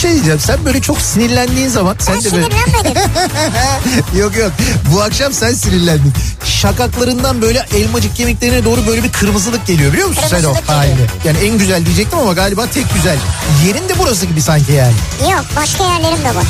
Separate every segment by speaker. Speaker 1: şey diyeceğim. Sen böyle çok sinirlendiğin zaman sen
Speaker 2: Ben
Speaker 1: de böyle...
Speaker 2: sinirlenmedim.
Speaker 1: yok yok. Bu akşam sen sinirlendin. Şakaklarından böyle elmacık kemiklerine doğru böyle bir kırmızılık geliyor biliyor musun sen o
Speaker 2: Kırmızılık
Speaker 1: halini?
Speaker 2: geliyor.
Speaker 1: Yani en güzel diyecektim ama galiba tek güzel. Yerin de burası gibi sanki yani.
Speaker 2: Yok başka yerlerim de var.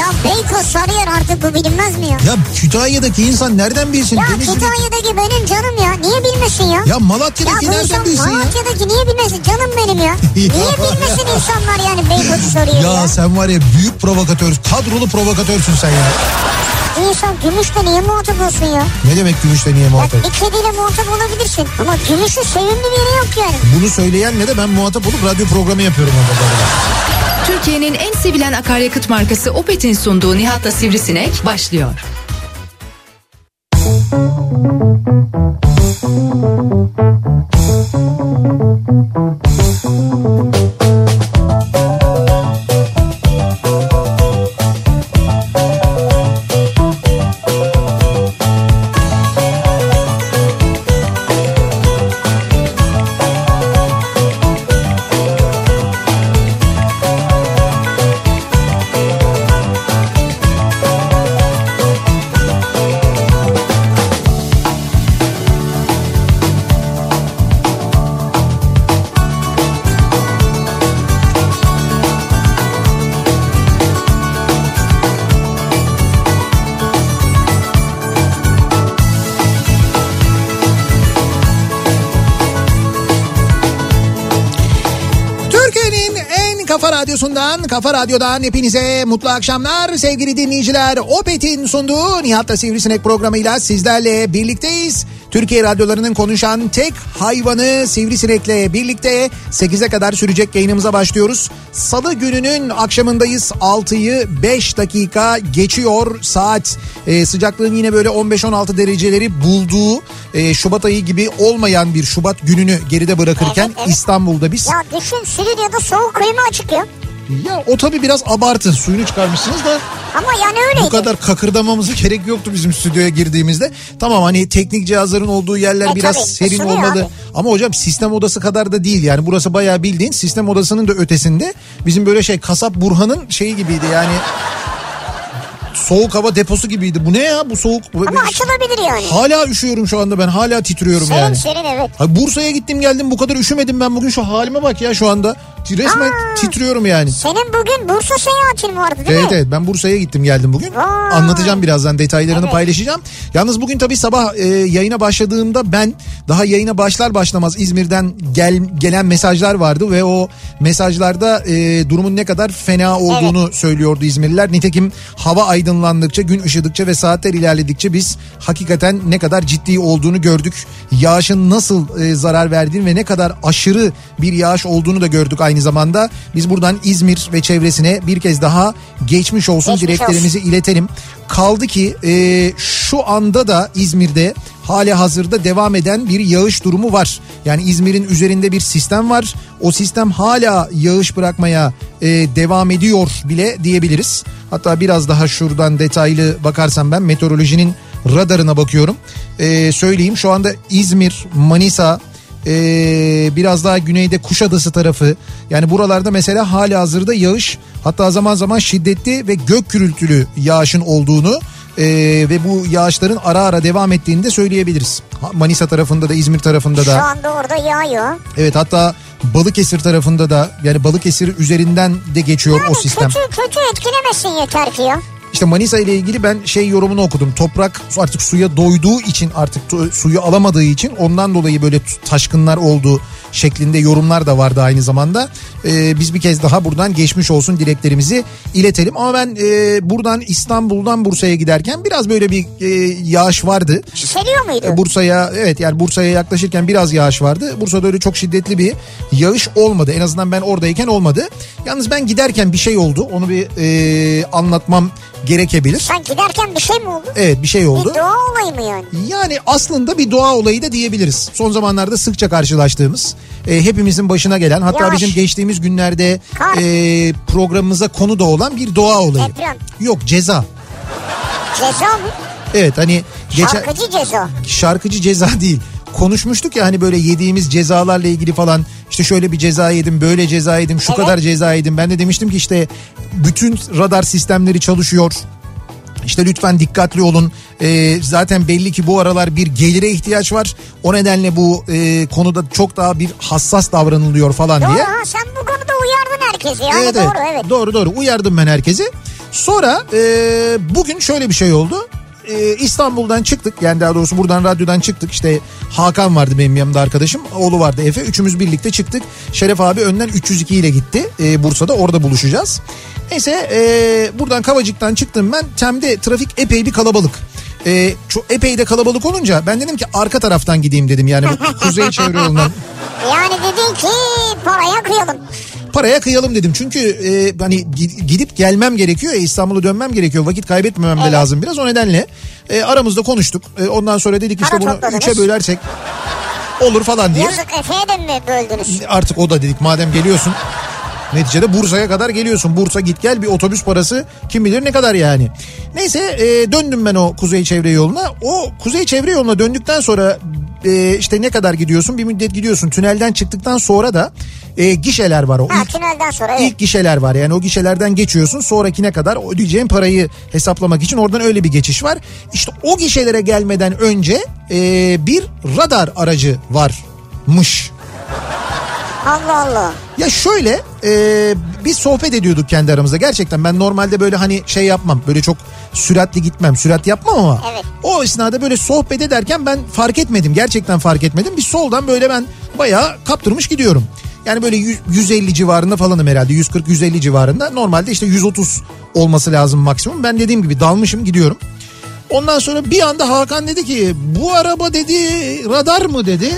Speaker 2: Ya Beykoz Sarıyer artık bu bilinmez mi ya?
Speaker 1: Ya Kütahya'daki insan nereden bilsin?
Speaker 2: Ya
Speaker 1: Denizli'deki-
Speaker 2: Kütahya'daki benim canım ya. Niye bilmesin ya?
Speaker 1: Ya
Speaker 2: Ya
Speaker 1: Malatya'daki
Speaker 2: bu
Speaker 1: nereden
Speaker 2: insan
Speaker 1: bilsin ya?
Speaker 2: Malatya'daki niye bilmesin canım benim ya? Niye bilmesin insanlar yani Beykoz'u soruyor ya?
Speaker 1: Ya sen var ya büyük provokatör, kadrolu provokatörsün sen ya.
Speaker 2: İnsan gümüşle niye muhatap olsun ya?
Speaker 1: Ne demek gümüşle niye
Speaker 2: Bak
Speaker 1: muhatap?
Speaker 2: bir kediyle muhatap olabilirsin ama gümüşün sevimli bir yeri yok yani.
Speaker 1: Bunu söyleyenle de ben muhatap olup radyo programı yapıyorum orada. bu arada.
Speaker 3: Türkiye'nin en sevilen akaryakıt markası Opet'in sunduğu Nihat'la Sivrisinek başlıyor.
Speaker 1: Türkiye'nin en kafa radyosundan, kafa radyodan hepinize mutlu akşamlar sevgili dinleyiciler. Opet'in sunduğu Nihat'la Sivrisinek programıyla sizlerle birlikteyiz. Türkiye radyolarının konuşan tek hayvanı Sivrisinek'le birlikte 8'e kadar sürecek yayınımıza başlıyoruz. Salı gününün akşamındayız. 6'yı 5 dakika geçiyor saat. Ee, sıcaklığın yine böyle 15-16 dereceleri bulduğu e, Şubat ayı gibi olmayan bir Şubat gününü geride bırakırken
Speaker 2: Evet, evet.
Speaker 1: İstanbul'da biz...
Speaker 2: Ya düşün Suriye'de soğuk kıyma açık ya.
Speaker 1: Ya o tabii biraz abartı. Suyunu çıkarmışsınız da
Speaker 2: Ama yani öyleydi.
Speaker 1: bu kadar kakırdamamıza gerek yoktu bizim stüdyoya girdiğimizde. Tamam hani teknik cihazların olduğu yerler
Speaker 2: E
Speaker 1: biraz
Speaker 2: tabii,
Speaker 1: serin
Speaker 2: ısınıyor
Speaker 1: olmalı.
Speaker 2: abi.
Speaker 1: Ama hocam sistem odası kadar da değil yani. Burası bayağı bildiğin sistem odasının da ötesinde. Bizim böyle şey kasap Burhan'ın şeyi gibiydi yani. Soğuk hava deposu gibiydi. Bu ne ya bu soğuk?
Speaker 2: Ama açılabilir yani.
Speaker 1: Hala üşüyorum şu anda ben. Hala titriyorum
Speaker 2: Serin
Speaker 1: yani.
Speaker 2: serin evet.
Speaker 1: Ay Bursa'ya gittim geldim bu kadar üşümedim ben bugün şu halime bak ya şu anda. Resmen
Speaker 2: Aa.
Speaker 1: titriyorum yani.
Speaker 2: Senin bugün Bursa seyahatin vardı değil
Speaker 1: Evet
Speaker 2: mi?
Speaker 1: evet ben Bursa'ya gittim geldim bugün.
Speaker 2: Vay.
Speaker 1: Anlatacağım birazdan detaylarını
Speaker 2: Evet.
Speaker 1: paylaşacağım. Yalnız bugün tabii sabah e, yayına başladığımda ben daha yayına başlar başlamaz İzmir'den gel, gelen mesajlar vardı ve o mesajlarda e, durumun ne kadar fena olduğunu söylüyordu İzmirliler. Nitekim hava aydınlandıkça, gün ışıdıkça ve saatler ilerledikçe biz hakikaten ne kadar ciddi olduğunu gördük. Yağışın nasıl e, zarar verdiğini ve ne kadar aşırı bir yağış olduğunu da gördük aynı zamanda. Biz buradan İzmir ve çevresine bir kez daha geçmiş olsun
Speaker 2: Geçmiş
Speaker 1: dileklerimizi iletelim. Kaldı ki e, şu anda da İzmir'de hali hazırda devam eden bir yağış durumu var. Yani İzmir'in üzerinde bir sistem var. O sistem hala yağış bırakmaya e, devam ediyor bile diyebiliriz. Hatta biraz daha şuradan detaylı bakarsam ben meteorolojinin radarına bakıyorum. E, söyleyeyim şu anda İzmir, Manisa, ee, biraz daha güneyde Kuşadası tarafı yani buralarda mesela hali hazırda yağış hatta zaman zaman şiddetli ve gök gürültülü yağışın olduğunu ee, ve bu yağışların ara ara devam ettiğini de söyleyebiliriz. Ha- Manisa tarafında da İzmir tarafında
Speaker 2: Şu
Speaker 1: da
Speaker 2: anda orada yağıyor.
Speaker 1: evet hatta Balıkesir tarafında da yani Balıkesir üzerinden de geçiyor
Speaker 2: Yani
Speaker 1: o sistem.
Speaker 2: kötü kötü etkilemesin yeter ki ya.
Speaker 1: İşte Manisa ile ilgili ben şey yorumunu okudum. Toprak artık suya doyduğu için artık tu- suyu alamadığı için ondan dolayı böyle t- taşkınlar olduğu şeklinde yorumlar da vardı aynı zamanda. Ee, biz bir kez daha buradan geçmiş olsun dileklerimizi iletelim. Ama ben e, buradan İstanbul'dan Bursa'ya giderken biraz böyle bir e, yağış vardı.
Speaker 2: Çiseliyor muydu?
Speaker 1: E, Bursa'ya evet yani Bursa'ya yaklaşırken biraz yağış vardı. Bursa'da öyle çok şiddetli bir yağış olmadı. En azından ben oradayken olmadı. Yalnız ben giderken bir şey oldu. Onu bir e, anlatmam gerekebilir.
Speaker 2: Sen giderken bir şey mi oldu?
Speaker 1: Evet bir şey oldu.
Speaker 2: Bir doğa olayı mı yani?
Speaker 1: Yani aslında bir doğa olayı da diyebiliriz. Son zamanlarda sıkça karşılaştığımız, e, hepimizin başına gelen, hatta
Speaker 2: Yağış.
Speaker 1: bizim geçtiğimiz günlerde
Speaker 2: Kar.
Speaker 1: e, programımıza konu da olan bir doğa olayı.
Speaker 2: Deprem.
Speaker 1: Yok ceza.
Speaker 2: Ceza mı?
Speaker 1: Evet hani geçen
Speaker 2: Şarkıcı ceza.
Speaker 1: şarkıcı ceza değil. Konuşmuştuk ya hani böyle yediğimiz cezalarla ilgili falan İşte şöyle bir ceza yedim, böyle ceza yedim, şu
Speaker 4: Evet.
Speaker 1: kadar ceza yedim. Ben de demiştim ki işte bütün radar sistemleri çalışıyor. İşte lütfen dikkatli olun. Ee, zaten belli ki bu aralar bir gelire ihtiyaç var. O nedenle bu e, konuda çok daha bir hassas davranılıyor falan
Speaker 2: Doğru
Speaker 1: diye.
Speaker 2: ha sen bu konuda uyardın herkesi yani
Speaker 1: Evet,
Speaker 2: doğru evet.
Speaker 1: Doğru doğru uyardım ben herkesi. Sonra e, bugün şöyle bir şey oldu. E, İstanbul'dan çıktık yani daha doğrusu buradan radyodan çıktık işte Hakan vardı benim yanımda arkadaşım oğlu vardı Efe üçümüz birlikte çıktık Şeref abi önden 302 ile gitti E, Bursa'da orada buluşacağız neyse e, buradan Kavacık'tan çıktım ben Tem'de trafik epey bir kalabalık e, çok, epey de kalabalık olunca ben dedim ki arka taraftan gideyim dedim yani bu kuzey çevre yolundan
Speaker 2: Yani dedin ki paraya kıyalım.
Speaker 1: paraya kıyalım dedim. Çünkü e, hani gi- gidip gelmem gerekiyor. E, İstanbul'a dönmem gerekiyor. Vakit kaybetmemem de lazım biraz. O nedenle e, aramızda konuştuk. E, ondan sonra dedik işte
Speaker 2: Para
Speaker 1: bunu
Speaker 2: topladınız.
Speaker 1: üçe bölersek olur falan diye.
Speaker 2: Yazık Efe'ye de mi böldünüz?
Speaker 1: Artık o da dedik madem geliyorsun. Neticede Bursa'ya kadar geliyorsun. Bursa git gel bir otobüs parası kim bilir ne kadar yani. Neyse e, döndüm ben o kuzey çevre yoluna. O kuzey çevre yoluna döndükten sonra e, işte ne kadar gidiyorsun bir müddet gidiyorsun. Tünelden çıktıktan sonra da e, gişeler var o.
Speaker 2: Ha
Speaker 1: İlk-
Speaker 2: tünelden sonra evet.
Speaker 1: İlk gişeler var yani o gişelerden geçiyorsun sonrakine kadar ödeyeceğin parayı hesaplamak için oradan öyle bir geçiş var. İşte o gişelere gelmeden önce e, bir radar aracı varmış.
Speaker 2: Allah Allah.
Speaker 1: Ya şöyle e, biz sohbet ediyorduk kendi aramızda gerçekten ben normalde böyle hani şey yapmam böyle çok süratli gitmem sürat yapmam ama
Speaker 2: Evet.
Speaker 1: o esnada böyle sohbet ederken ben fark etmedim gerçekten fark etmedim bir soldan böyle ben bayağı kaptırmış gidiyorum. Yani böyle yüz- 150 civarında falanım herhalde 140-150 civarında normalde işte 130 olması lazım maksimum ben dediğim gibi dalmışım gidiyorum. Ondan sonra bir anda Hakan dedi ki bu araba dedi radar mı dedi.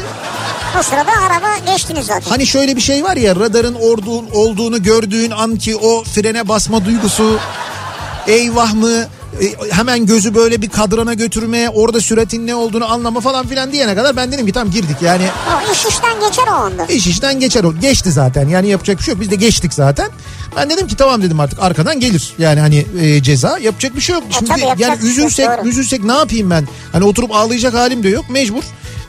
Speaker 2: O sırada araba geçtiniz zaten.
Speaker 1: Hani şöyle bir şey var ya radarın ordu, olduğunu gördüğün an ki o frene basma duygusu eyvah mı e, hemen gözü böyle bir kadrana götürme orada süratin ne olduğunu anlama falan filan diyene kadar ben dedim ki tam girdik yani
Speaker 2: O iş işten geçer o anda.
Speaker 1: iş işten geçer o geçti zaten yani yapacak bir şey yok biz de geçtik zaten ben dedim ki tamam dedim artık arkadan gelir yani hani e, ceza yapacak bir şey yok şimdi
Speaker 2: tabii yapacak
Speaker 1: yani
Speaker 2: bir şey yok,
Speaker 1: üzülsek
Speaker 2: doğru.
Speaker 1: üzülsek ne yapayım ben hani oturup ağlayacak halim de yok mecbur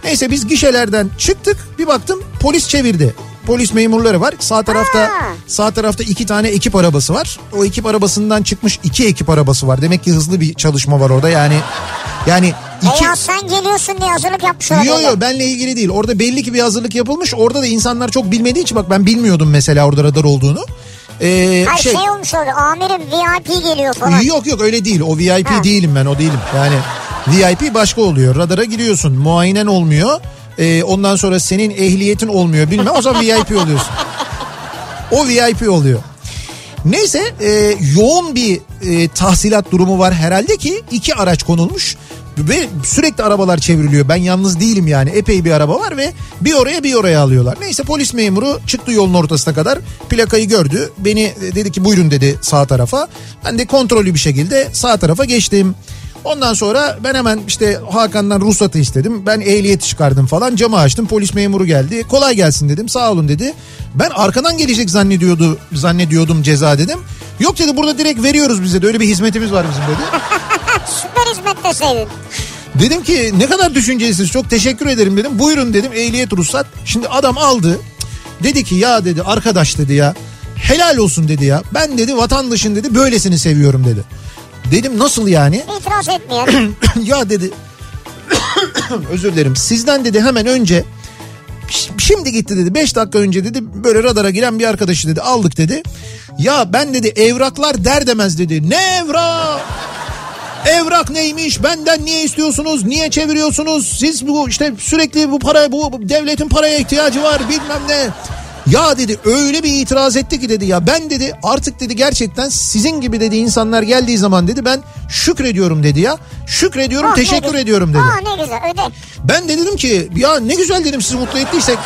Speaker 1: neyse biz gişelerden çıktık bir baktım polis çevirdi polis memurları var sağ tarafta
Speaker 2: Ha.
Speaker 1: Sağ tarafta iki tane ekip arabası var. O ekip arabasından çıkmış iki ekip arabası var. Demek ki hızlı bir çalışma var orada. Yani yani iki
Speaker 2: Veya sen geliyorsun diye hazırlık yapmış olabilir.
Speaker 1: Yok yok benle ilgili değil. Orada belli ki bir hazırlık yapılmış. Orada da insanlar çok bilmediği için bak ben bilmiyordum mesela orada radar olduğunu. Ee,
Speaker 2: Hayır
Speaker 1: şey,
Speaker 2: şey, olmuş oldu amirim VIP geliyor falan.
Speaker 1: Yok yok öyle değil. O VIP
Speaker 2: Ha.
Speaker 1: değilim ben o değilim. Yani VIP başka oluyor. Radara giriyorsun. Muayenen olmuyor. Ee, ondan sonra senin ehliyetin olmuyor bilmem. O zaman VIP oluyorsun. O VIP oluyor. Neyse e, yoğun bir e, tahsilat durumu var herhalde ki iki araç konulmuş ve sürekli arabalar çevriliyor. Ben yalnız değilim yani epey bir araba var ve bir oraya bir oraya alıyorlar. Neyse polis memuru çıktı yolun ortasına kadar plakayı gördü. Beni e, dedi ki buyurun dedi sağ tarafa. Ben de kontrollü bir şekilde sağ tarafa geçtim. Ondan sonra ben hemen işte Hakan'dan ruhsatı istedim. Ben ehliyeti çıkardım falan. Camı açtım. Polis memuru geldi. Kolay gelsin dedim. Sağ olun dedi. Ben arkadan gelecek zannediyordu zannediyordum ceza dedim. Yok dedi burada direkt veriyoruz bize de öyle bir hizmetimiz var bizim dedi.
Speaker 2: Süper hizmet deseydin.
Speaker 1: dedim ki ne kadar düşüncelisiniz çok teşekkür ederim dedim. Buyurun dedim ehliyet ruhsat. Şimdi adam aldı. Dedi ki ya dedi arkadaş dedi ya helal olsun dedi ya. Ben dedi vatandaşın dedi böylesini seviyorum dedi. Dedim nasıl yani?
Speaker 2: İtiraz etmeyen.
Speaker 1: ya dedi özür dilerim sizden dedi hemen önce ş- şimdi gitti dedi 5 dakika önce dedi böyle radara giren bir arkadaşı dedi aldık dedi. Ya ben dedi evraklar der demez dedi. Ne evrak? Evrak neymiş? Benden niye istiyorsunuz? Niye çeviriyorsunuz? Siz bu işte sürekli bu para bu bu devletin paraya ihtiyacı var bilmem ne. Ya dedi öyle bir itiraz etti ki dedi ya ben dedi artık dedi gerçekten sizin gibi dedi insanlar geldiği zaman dedi ben şükrediyorum dedi ya. Şükrediyorum
Speaker 2: Ah, ne
Speaker 1: teşekkür
Speaker 2: güzel.
Speaker 1: ediyorum dedi.
Speaker 2: Aa ne güzel öde.
Speaker 1: Ben de dedim ki ya ne güzel dedim sizi mutlu ettiysek.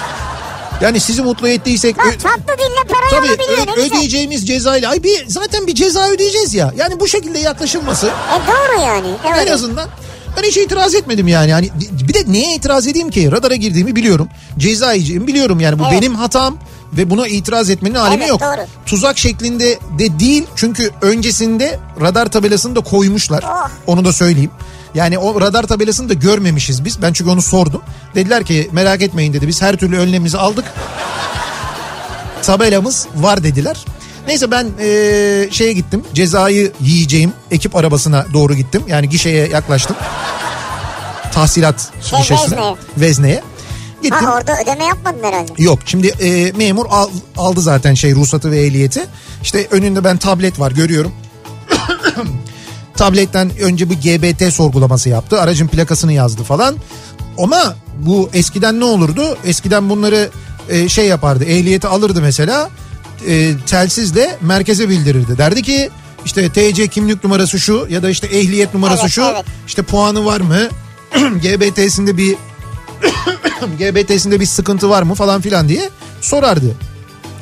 Speaker 1: Yani sizi mutlu ettiysek.
Speaker 2: Lan
Speaker 1: ö-
Speaker 2: tatlı dille parayı
Speaker 1: Tabii
Speaker 2: alabiliyor ne
Speaker 1: ö-
Speaker 2: güzel.
Speaker 1: ödeyeceğimiz cezayla. Ay bir zaten bir ceza ödeyeceğiz ya. Yani bu şekilde yaklaşılması
Speaker 2: E doğru yani.
Speaker 1: en
Speaker 2: Evet.
Speaker 1: azından ben hiç itiraz etmedim yani. yani. Bir de neye itiraz edeyim ki? Radara girdiğimi biliyorum. Ceza yiyeceğimi biliyorum yani. Bu
Speaker 2: Evet.
Speaker 1: benim hatam ve buna itiraz etmenin alemi
Speaker 2: Evet,
Speaker 1: yok.
Speaker 2: doğru.
Speaker 1: Tuzak şeklinde de değil. Çünkü öncesinde radar tabelasını da koymuşlar.
Speaker 2: Ah.
Speaker 1: Onu da söyleyeyim. Yani o radar tabelasını da görmemişiz biz. Ben çünkü onu sordum. Dediler ki merak etmeyin dedi. Biz her türlü önlemimizi aldık. tabelamız var dediler. Neyse ben eee, şeye gittim cezayı yiyeceğim ekip arabasına doğru gittim. Yani gişeye yaklaştım. Tahsilat
Speaker 2: Şey,
Speaker 1: gişesine.
Speaker 2: vezneye.
Speaker 1: Vezneye. Gittim.
Speaker 2: Ha orada ödeme yapmadın herhalde.
Speaker 1: Yok şimdi e, memur al- aldı zaten şey ruhsatı ve ehliyeti. İşte önünde ben tablet var görüyorum. Tabletten önce bir GBT sorgulaması yaptı. Aracın plakasını yazdı falan. Ama bu eskiden ne olurdu? Eskiden bunları e, şey yapardı. Ehliyeti alırdı mesela. E, telsizle merkeze bildirirdi. Derdi ki işte TC kimlik numarası şu ya da işte ehliyet numarası
Speaker 2: Evet,
Speaker 1: şu.
Speaker 2: evet.
Speaker 1: İşte puanı var mı? GBT'sinde bir GBT'sinde bir sıkıntı var mı falan filan diye sorardı.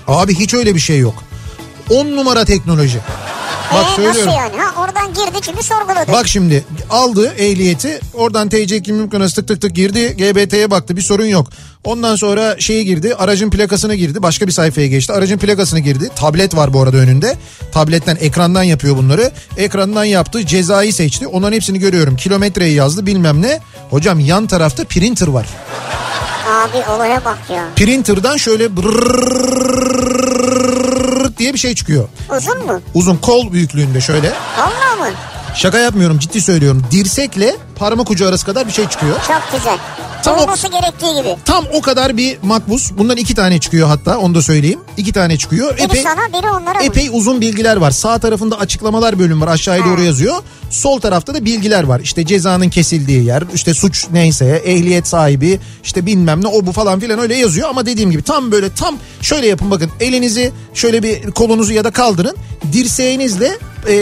Speaker 1: Abi hiç öyle bir şey yok. 10 numara teknoloji. Bak
Speaker 2: Ee,
Speaker 1: söylüyorum.
Speaker 2: Nasıl yani? Ha oradan girdi çünkü sorguladı.
Speaker 1: Bak şimdi aldı ehliyeti oradan TC kimlik numarası tık tık tık girdi GBT'ye baktı bir sorun yok. Ondan sonra şeye girdi aracın plakasına girdi başka bir sayfaya geçti aracın plakasına girdi tablet var bu arada önünde tabletten ekrandan yapıyor bunları ekrandan yaptı cezayı seçti onların hepsini görüyorum kilometreyi yazdı bilmem ne hocam yan tarafta printer var.
Speaker 2: Abi olaya bak ya.
Speaker 1: Printer'dan şöyle brrrr diye bir şey çıkıyor.
Speaker 2: Uzun mu?
Speaker 1: Uzun kol büyüklüğünde şöyle.
Speaker 2: Valla mı?
Speaker 1: Şaka yapmıyorum ciddi söylüyorum. Dirsekle parmak ucu arası kadar bir şey çıkıyor.
Speaker 2: Çok güzel.
Speaker 1: Tamam.
Speaker 2: Olması gerektiği gibi.
Speaker 1: Tam o kadar bir makbuz. Bundan iki tane çıkıyor hatta onu da söyleyeyim. İki tane çıkıyor.
Speaker 2: Biri sana biri onlara mı?
Speaker 1: Epey uzun bilgiler var. Sağ tarafında açıklamalar bölümü var aşağıya doğru yazıyor. Sol tarafta da bilgiler var. İşte cezanın kesildiği yer, işte suç neyse, ehliyet sahibi, işte bilmem ne o bu falan filan öyle yazıyor. Ama dediğim gibi tam böyle tam şöyle yapın bakın elinizi şöyle bir kolunuzu ya da kaldırın. Dirseğinizle eee,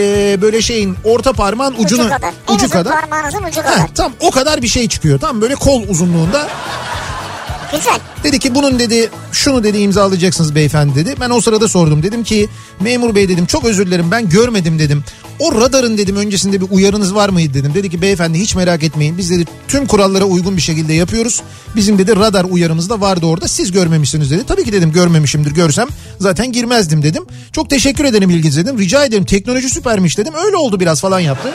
Speaker 1: böyle şeyin orta parmağın ucunu
Speaker 2: ucu kadar. En uzun parmağınızın ucu
Speaker 1: Heh,
Speaker 2: kadar.
Speaker 1: tam o kadar bir şey çıkıyor. Tam böyle kol uzunluğunda
Speaker 2: Güzel.
Speaker 1: Dedi ki bunun dedi şunu dedi imzalayacaksınız beyefendi dedi. Ben o sırada sordum dedim ki memur bey dedim çok özür dilerim ben görmedim dedim. O radarın dedim öncesinde bir uyarınız var mıydı dedim. Dedi ki beyefendi hiç merak etmeyin biz dedi tüm kurallara uygun bir şekilde yapıyoruz. Bizim dedi radar uyarımız da vardı orada siz görmemişsiniz dedi. Tabii ki dedim görmemişimdir görsem zaten girmezdim dedim. Çok teşekkür ederim ilginiz dedim. Rica ederim teknoloji süpermiş dedim. Öyle oldu biraz falan yaptı.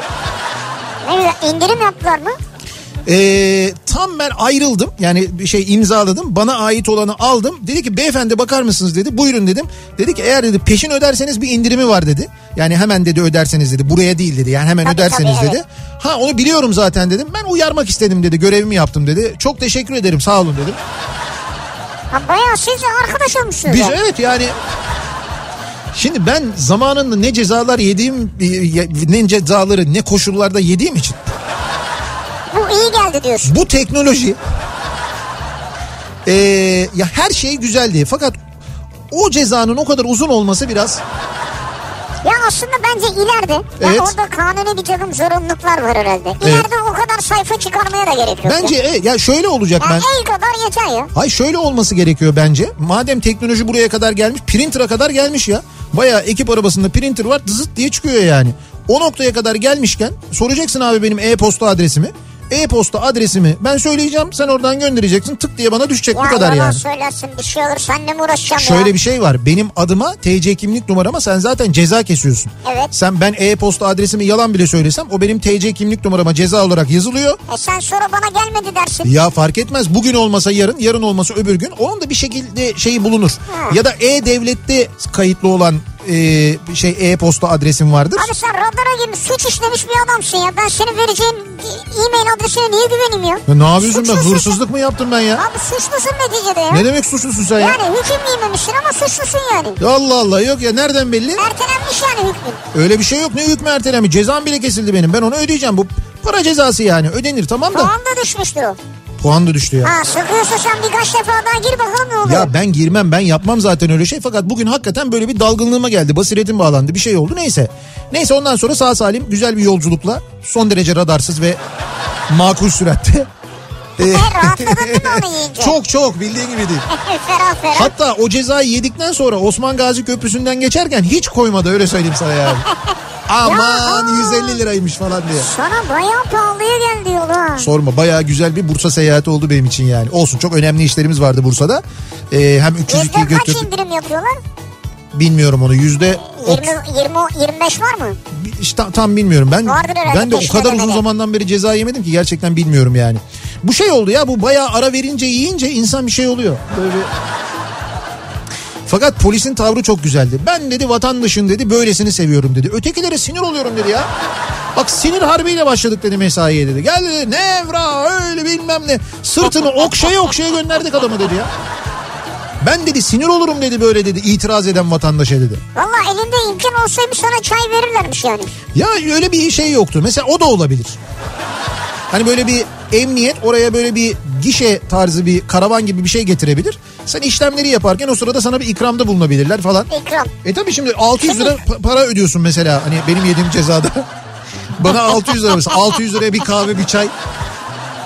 Speaker 2: Ne güzel. İndirim yaptılar mı?
Speaker 1: Ee, tam ben ayrıldım yani bir şey imzaladım bana ait olanı aldım dedi ki beyefendi bakar mısınız dedi buyurun dedim dedi ki eğer dedi peşin öderseniz bir indirimi var dedi yani hemen dedi öderseniz dedi buraya değil dedi yani hemen
Speaker 2: Tabii,
Speaker 1: öderseniz
Speaker 2: tabii,
Speaker 1: dedi ha onu biliyorum zaten dedim ben uyarmak istedim dedi görevimi yaptım dedi çok teşekkür ederim sağ olun dedim
Speaker 2: Ha bayağı siz arkadaş olmuşsunuz.
Speaker 1: biz
Speaker 2: yani.
Speaker 1: evet yani şimdi ben zamanında ne cezalar yediğim e, ne cezaları ne koşullarda yediğim için
Speaker 2: Bu iyi geldi diyorsun.
Speaker 1: bu teknoloji e, ya her şey güzeldi fakat o cezanın o kadar uzun olması biraz
Speaker 2: Ya aslında bence ileride
Speaker 1: Evet.
Speaker 2: ya orada kanuni bir takım zorunluluklar var herhalde. İleride o kadar sayfa çıkarmaya da gerek yok.
Speaker 1: bence e, ya şöyle olacak
Speaker 2: ya.
Speaker 1: ben
Speaker 2: Ya el kadar yeter ya.
Speaker 1: Hay şöyle olması gerekiyor bence. Madem teknoloji buraya kadar gelmiş, printer'a kadar gelmiş ya. Bayağı ekip arabasında printer var, zıt diye çıkıyor yani. O noktaya kadar gelmişken soracaksın abi benim e-posta adresimi. E-posta adresimi ben söyleyeceğim, sen oradan göndereceksin. Tık diye bana düşecek bu
Speaker 2: Ya
Speaker 1: kadar
Speaker 2: yalan
Speaker 1: yani.
Speaker 2: söylersin bir şey olur seninle mi uğraşacağım ya?
Speaker 1: Şöyle bir şey var. Benim adıma TC kimlik numarama sen zaten ceza kesiyorsun.
Speaker 2: Evet.
Speaker 1: Sen ben e-posta adresimi yalan bile söylesem o benim TC kimlik numarama ceza olarak yazılıyor.
Speaker 2: E sen sonra bana gelmedi dersin.
Speaker 1: Ya fark etmez bugün olmasa yarın, yarın olmasa öbür gün onun da bir şekilde şeyi bulunur.
Speaker 2: Ha.
Speaker 1: Ya da e-devlette kayıtlı olan e, şey e-posta adresim vardır.
Speaker 2: Abi sen radara gibi suç işlemiş bir adamsın ya. Ben senin vereceğin e-mail adresine niye güveneyim ya?
Speaker 1: Ya ne yapıyorsun ben
Speaker 2: Suçlusun sen.
Speaker 1: hırsızlık mı yaptım ben ya?
Speaker 2: Abi suçlusun neticede ya.
Speaker 1: Ne demek suçlusun sen ya?
Speaker 2: Yani hüküm giymemişsin ama suçlusun yani.
Speaker 1: Ya Allah Allah yok ya nereden belli?
Speaker 2: Ertelenmiş yani hükmün.
Speaker 1: Öyle bir şey yok ne hükmü ertelemi cezam bile kesildi benim ben onu ödeyeceğim bu para cezası yani ödenir tamam da
Speaker 2: Puan da düşmüştür o.
Speaker 1: puan da düştü ya.
Speaker 2: Ha sıkıyorsa sen birkaç defa daha gir bakalım ne oluyor.
Speaker 1: Ya ben girmem ben yapmam zaten öyle şey fakat bugün hakikaten böyle bir dalgınlığıma geldi. Basiretim bağlandı bir şey oldu neyse. Neyse ondan sonra sağ salim güzel bir yolculukla son derece radarsız ve makul süratte.
Speaker 2: E, rahatladın değil mi onu yiyince?
Speaker 1: Çok çok bildiğin gibi değil.
Speaker 2: ferah ferah.
Speaker 1: Hatta o cezayı yedikten sonra Osman Gazi Köprüsü'nden geçerken hiç koymadı öyle söyleyeyim sana yani. Aman 150 liraymış falan diye.
Speaker 2: Sana bayağı pahalıya geldi yol ha.
Speaker 1: Sorma bayağı güzel bir Bursa seyahati oldu benim için yani. Olsun çok önemli işlerimiz vardı Bursa'da. Ee, hem 302'yi
Speaker 2: Yüzde kaç
Speaker 1: götürdük
Speaker 2: indirim yapıyorlar?
Speaker 1: bilmiyorum onu yüzde
Speaker 2: 20, 20, 25 var mı?
Speaker 1: İşte tam, tam bilmiyorum ben.
Speaker 2: Vardır herhalde
Speaker 1: Ben de o
Speaker 2: peşine
Speaker 1: kadar uzun
Speaker 2: demeli.
Speaker 1: zamandan beri ceza yemedim ki gerçekten bilmiyorum yani. Bu şey oldu ya bu bayağı ara verince yiyince insan bir şey oluyor. Böyle bir- Fakat polisin tavrı çok güzeldi. Ben dedi vatandaşın dedi böylesini seviyorum dedi. Ötekilere sinir oluyorum dedi ya. Bak sinir harbiyle başladık dedi mesaiye dedi. Gel dedi nevra öyle bilmem ne. Sırtını okşaya okşaya gönderdik adamı dedi ya. Ben dedi sinir olurum dedi böyle dedi itiraz eden vatandaşa dedi.
Speaker 2: Valla elinde imkan olsaymış sana çay verirlermiş yani.
Speaker 1: Ya öyle bir şey yoktu. Mesela o da olabilir. Hani böyle bir emniyet oraya böyle bir gişe tarzı bir karavan gibi bir şey getirebilir. Sen işlemleri yaparken o sırada sana bir ikramda bulunabilirler falan.
Speaker 2: İkram.
Speaker 1: E tabii şimdi 600 lira pa- para ödüyorsun mesela hani benim yediğim cezada. Bana 600 lira mesela 600 liraya bir kahve bir çay.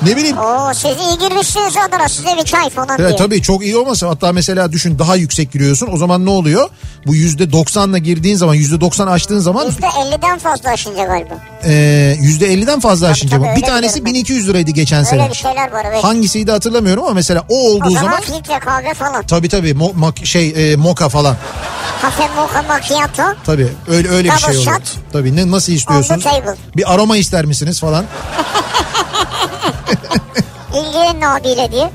Speaker 1: Ne bileyim
Speaker 2: Oo siz iyi girmişsiniz adına size bir çay falan diye.
Speaker 1: Evet, tabii çok iyi olmasa hatta mesela düşün daha yüksek giriyorsun o zaman ne oluyor? Bu %90'la girdiğin zaman %90 açtığın zaman
Speaker 2: Yüzde %50'den fazla aşınca galiba.
Speaker 1: Ee, %50'den fazla aşınca
Speaker 2: tabii,
Speaker 1: bu. Bir
Speaker 2: öyle
Speaker 1: tanesi
Speaker 2: biliyorum ben.
Speaker 1: 1200 liraydı geçen
Speaker 2: Öyle
Speaker 1: sene.
Speaker 2: bir şeyler var evet.
Speaker 1: Hangisiydi hatırlamıyorum ama mesela o
Speaker 2: o
Speaker 1: olduğu
Speaker 2: zaman,
Speaker 1: zaman
Speaker 2: filtre kahve falan.
Speaker 1: tabii tabii mo- mak- şey e, moka falan.
Speaker 2: Kafe mocha macchiato.
Speaker 1: Tabii öyle öyle bir
Speaker 2: Double
Speaker 1: şey oluyor.
Speaker 2: shot.
Speaker 1: Tabii ne nasıl istiyorsunuz?
Speaker 2: table.
Speaker 1: Bir aroma ister misiniz falan.
Speaker 2: İlgilenin abiyle diye.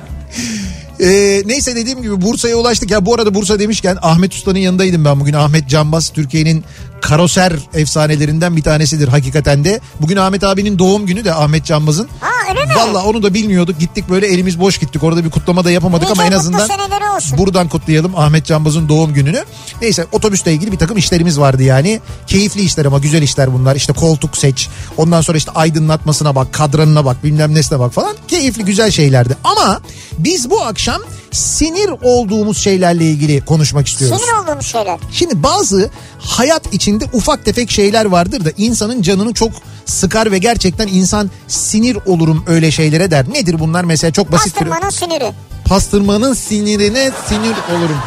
Speaker 1: Ee, neyse dediğim gibi Bursa'ya ulaştık. Ya bu arada Bursa demişken Ahmet Usta'nın yanındaydım ben bugün. Ahmet Canbaz Türkiye'nin karoser efsanelerinden bir tanesidir hakikaten de. Bugün Ahmet abinin doğum günü de Ahmet Canbaz'ın.
Speaker 2: Aa öyle mi?
Speaker 1: Valla onu da bilmiyorduk. Gittik böyle elimiz boş gittik. Orada bir kutlama da yapamadık
Speaker 2: Nice
Speaker 1: ama en
Speaker 2: mutlu
Speaker 1: azından
Speaker 2: seneleri olsun.
Speaker 1: buradan kutlayalım Ahmet Canbaz'ın doğum gününü. Neyse otobüsle ilgili bir takım işlerimiz vardı yani. Keyifli işler ama güzel işler bunlar. İşte koltuk seç. Ondan sonra işte aydınlatmasına bak, kadranına bak, bilmem nesine bak falan. Keyifli güzel şeylerdi. Ama biz bu akşam sinir olduğumuz şeylerle ilgili konuşmak istiyoruz.
Speaker 2: Sinir olduğum şeyler.
Speaker 1: Şimdi bazı hayat içinde ufak tefek şeyler vardır da insanın canını çok sıkar ve gerçekten insan sinir olurum öyle şeylere der. Nedir bunlar mesela çok basit bir...
Speaker 2: Pastırmanın siniri.
Speaker 1: Pastırmanın sinirine sinir olurum.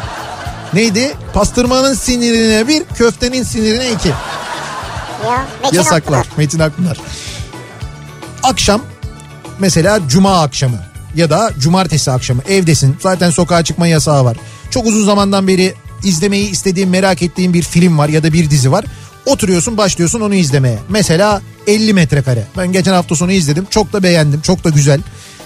Speaker 1: Neydi? Pastırmanın sinirine bir, köftenin sinirine iki.
Speaker 2: Ya. Metin
Speaker 1: Yasaklar.
Speaker 2: Akpınar.
Speaker 1: Metin Akpınar. Akşam mesela cuma akşamı ya da cumartesi akşamı evdesin. Zaten sokağa çıkma yasağı var. Çok uzun zamandan beri izlemeyi istediğin, merak ettiğin bir film var ya da bir dizi var. Oturuyorsun, başlıyorsun onu izlemeye. Mesela 50 metrekare. Ben geçen hafta sonu izledim. Çok da beğendim. Çok da güzel.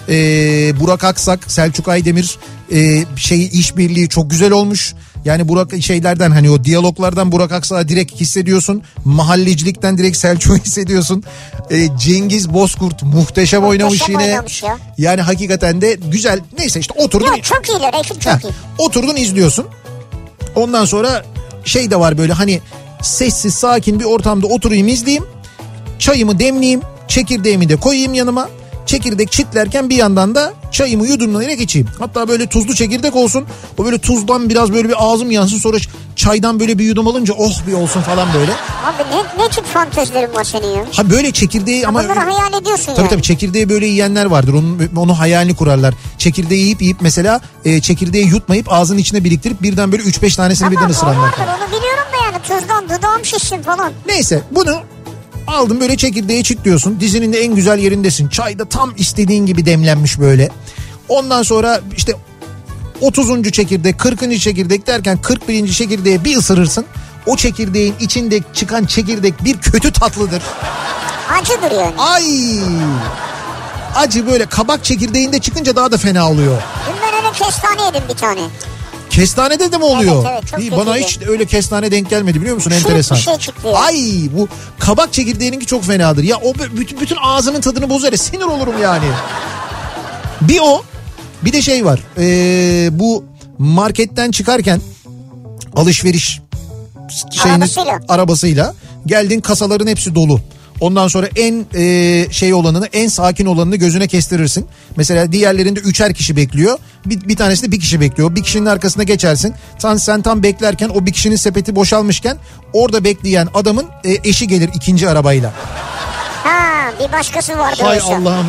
Speaker 1: Ee, Burak Aksak, Selçuk Aydemir e, şey işbirliği çok güzel olmuş. Yani Burak şeylerden hani o diyaloglardan Burak Aksak'ı direkt hissediyorsun. Mahallecilikten direkt Selçuk'u hissediyorsun. Ee, Cengiz Bozkurt muhteşem oynamış
Speaker 2: Muhteşem
Speaker 1: yine.
Speaker 2: oynamış ya.
Speaker 1: Yani hakikaten de güzel. Neyse işte oturdun.
Speaker 2: Ya çok iyiler ekip
Speaker 1: Heh,
Speaker 2: çok iyi.
Speaker 1: oturdun izliyorsun. Ondan sonra şey de var böyle hani sessiz sakin bir ortamda oturayım izleyeyim. Çayımı demleyeyim. Çekirdeğimi de koyayım yanıma. Çekirdek çitlerken bir yandan da çayımı yudumlayarak içeyim. Hatta böyle tuzlu çekirdek olsun. O böyle tuzdan biraz böyle bir ağzım yansın. Sonra çaydan böyle bir yudum alınca oh bir olsun falan böyle.
Speaker 2: Abi ne, ne tip fantezilerin var senin ya?
Speaker 1: Ha böyle çekirdeği ama... e,
Speaker 2: Bunları hayal ediyorsun
Speaker 1: Tabii
Speaker 2: yani.
Speaker 1: tabii çekirdeği böyle yiyenler vardır. Onun, onu hayalini kurarlar. Çekirdeği yiyip yiyip mesela e, çekirdeği yutmayıp ağzının içine biriktirip birden böyle 3-5 tanesini birden
Speaker 2: Tamam, o
Speaker 1: ısıranlar.
Speaker 2: vardır, onu biliyorum da yani tuzdan dudağım şişsin falan.
Speaker 1: Neyse bunu aldın böyle çekirdeği çitliyorsun. Dizinin de en güzel yerindesin. Çay da tam istediğin gibi demlenmiş böyle. Ondan sonra işte 30. çekirdek, 40. çekirdek derken 41. çekirdeğe bir ısırırsın. O çekirdeğin içinde çıkan çekirdek bir kötü tatlıdır.
Speaker 2: Acı duruyor yani.
Speaker 1: Ay! Acı böyle kabak çekirdeğinde çıkınca daha da fena oluyor.
Speaker 2: Dün ben öyle kestane yedim bir tane.
Speaker 1: Kestanede de mi oluyor?
Speaker 2: Evet, evet, çok
Speaker 1: İyi, bana
Speaker 2: kötüydü.
Speaker 1: hiç öyle kestane denk gelmedi biliyor musun?
Speaker 2: Şirin
Speaker 1: Enteresan.
Speaker 2: bir şey çıktı.
Speaker 1: Ay bu kabak çekirdeğininki çok fenadır. Ya o bö- bütün, bütün ağzının tadını bozar. ya, Sinir olurum yani. Bir o bir de şey var. Ee, bu marketten çıkarken alışveriş şeyiniz
Speaker 2: Arabasıyla.
Speaker 1: arabasıyla geldin kasaların hepsi dolu. Ondan sonra en e, şey olanını en sakin olanını gözüne kestirirsin. Mesela diğerlerinde üçer kişi bekliyor. Bir, bir tanesi de bir kişi bekliyor. Bir kişinin arkasına geçersin. Tam, sen tam beklerken o bir kişinin sepeti boşalmışken orada bekleyen adamın e, eşi gelir ikinci arabayla.
Speaker 2: Ha bir başkası vardı
Speaker 1: Hay
Speaker 2: oysa.
Speaker 1: Allah'ım.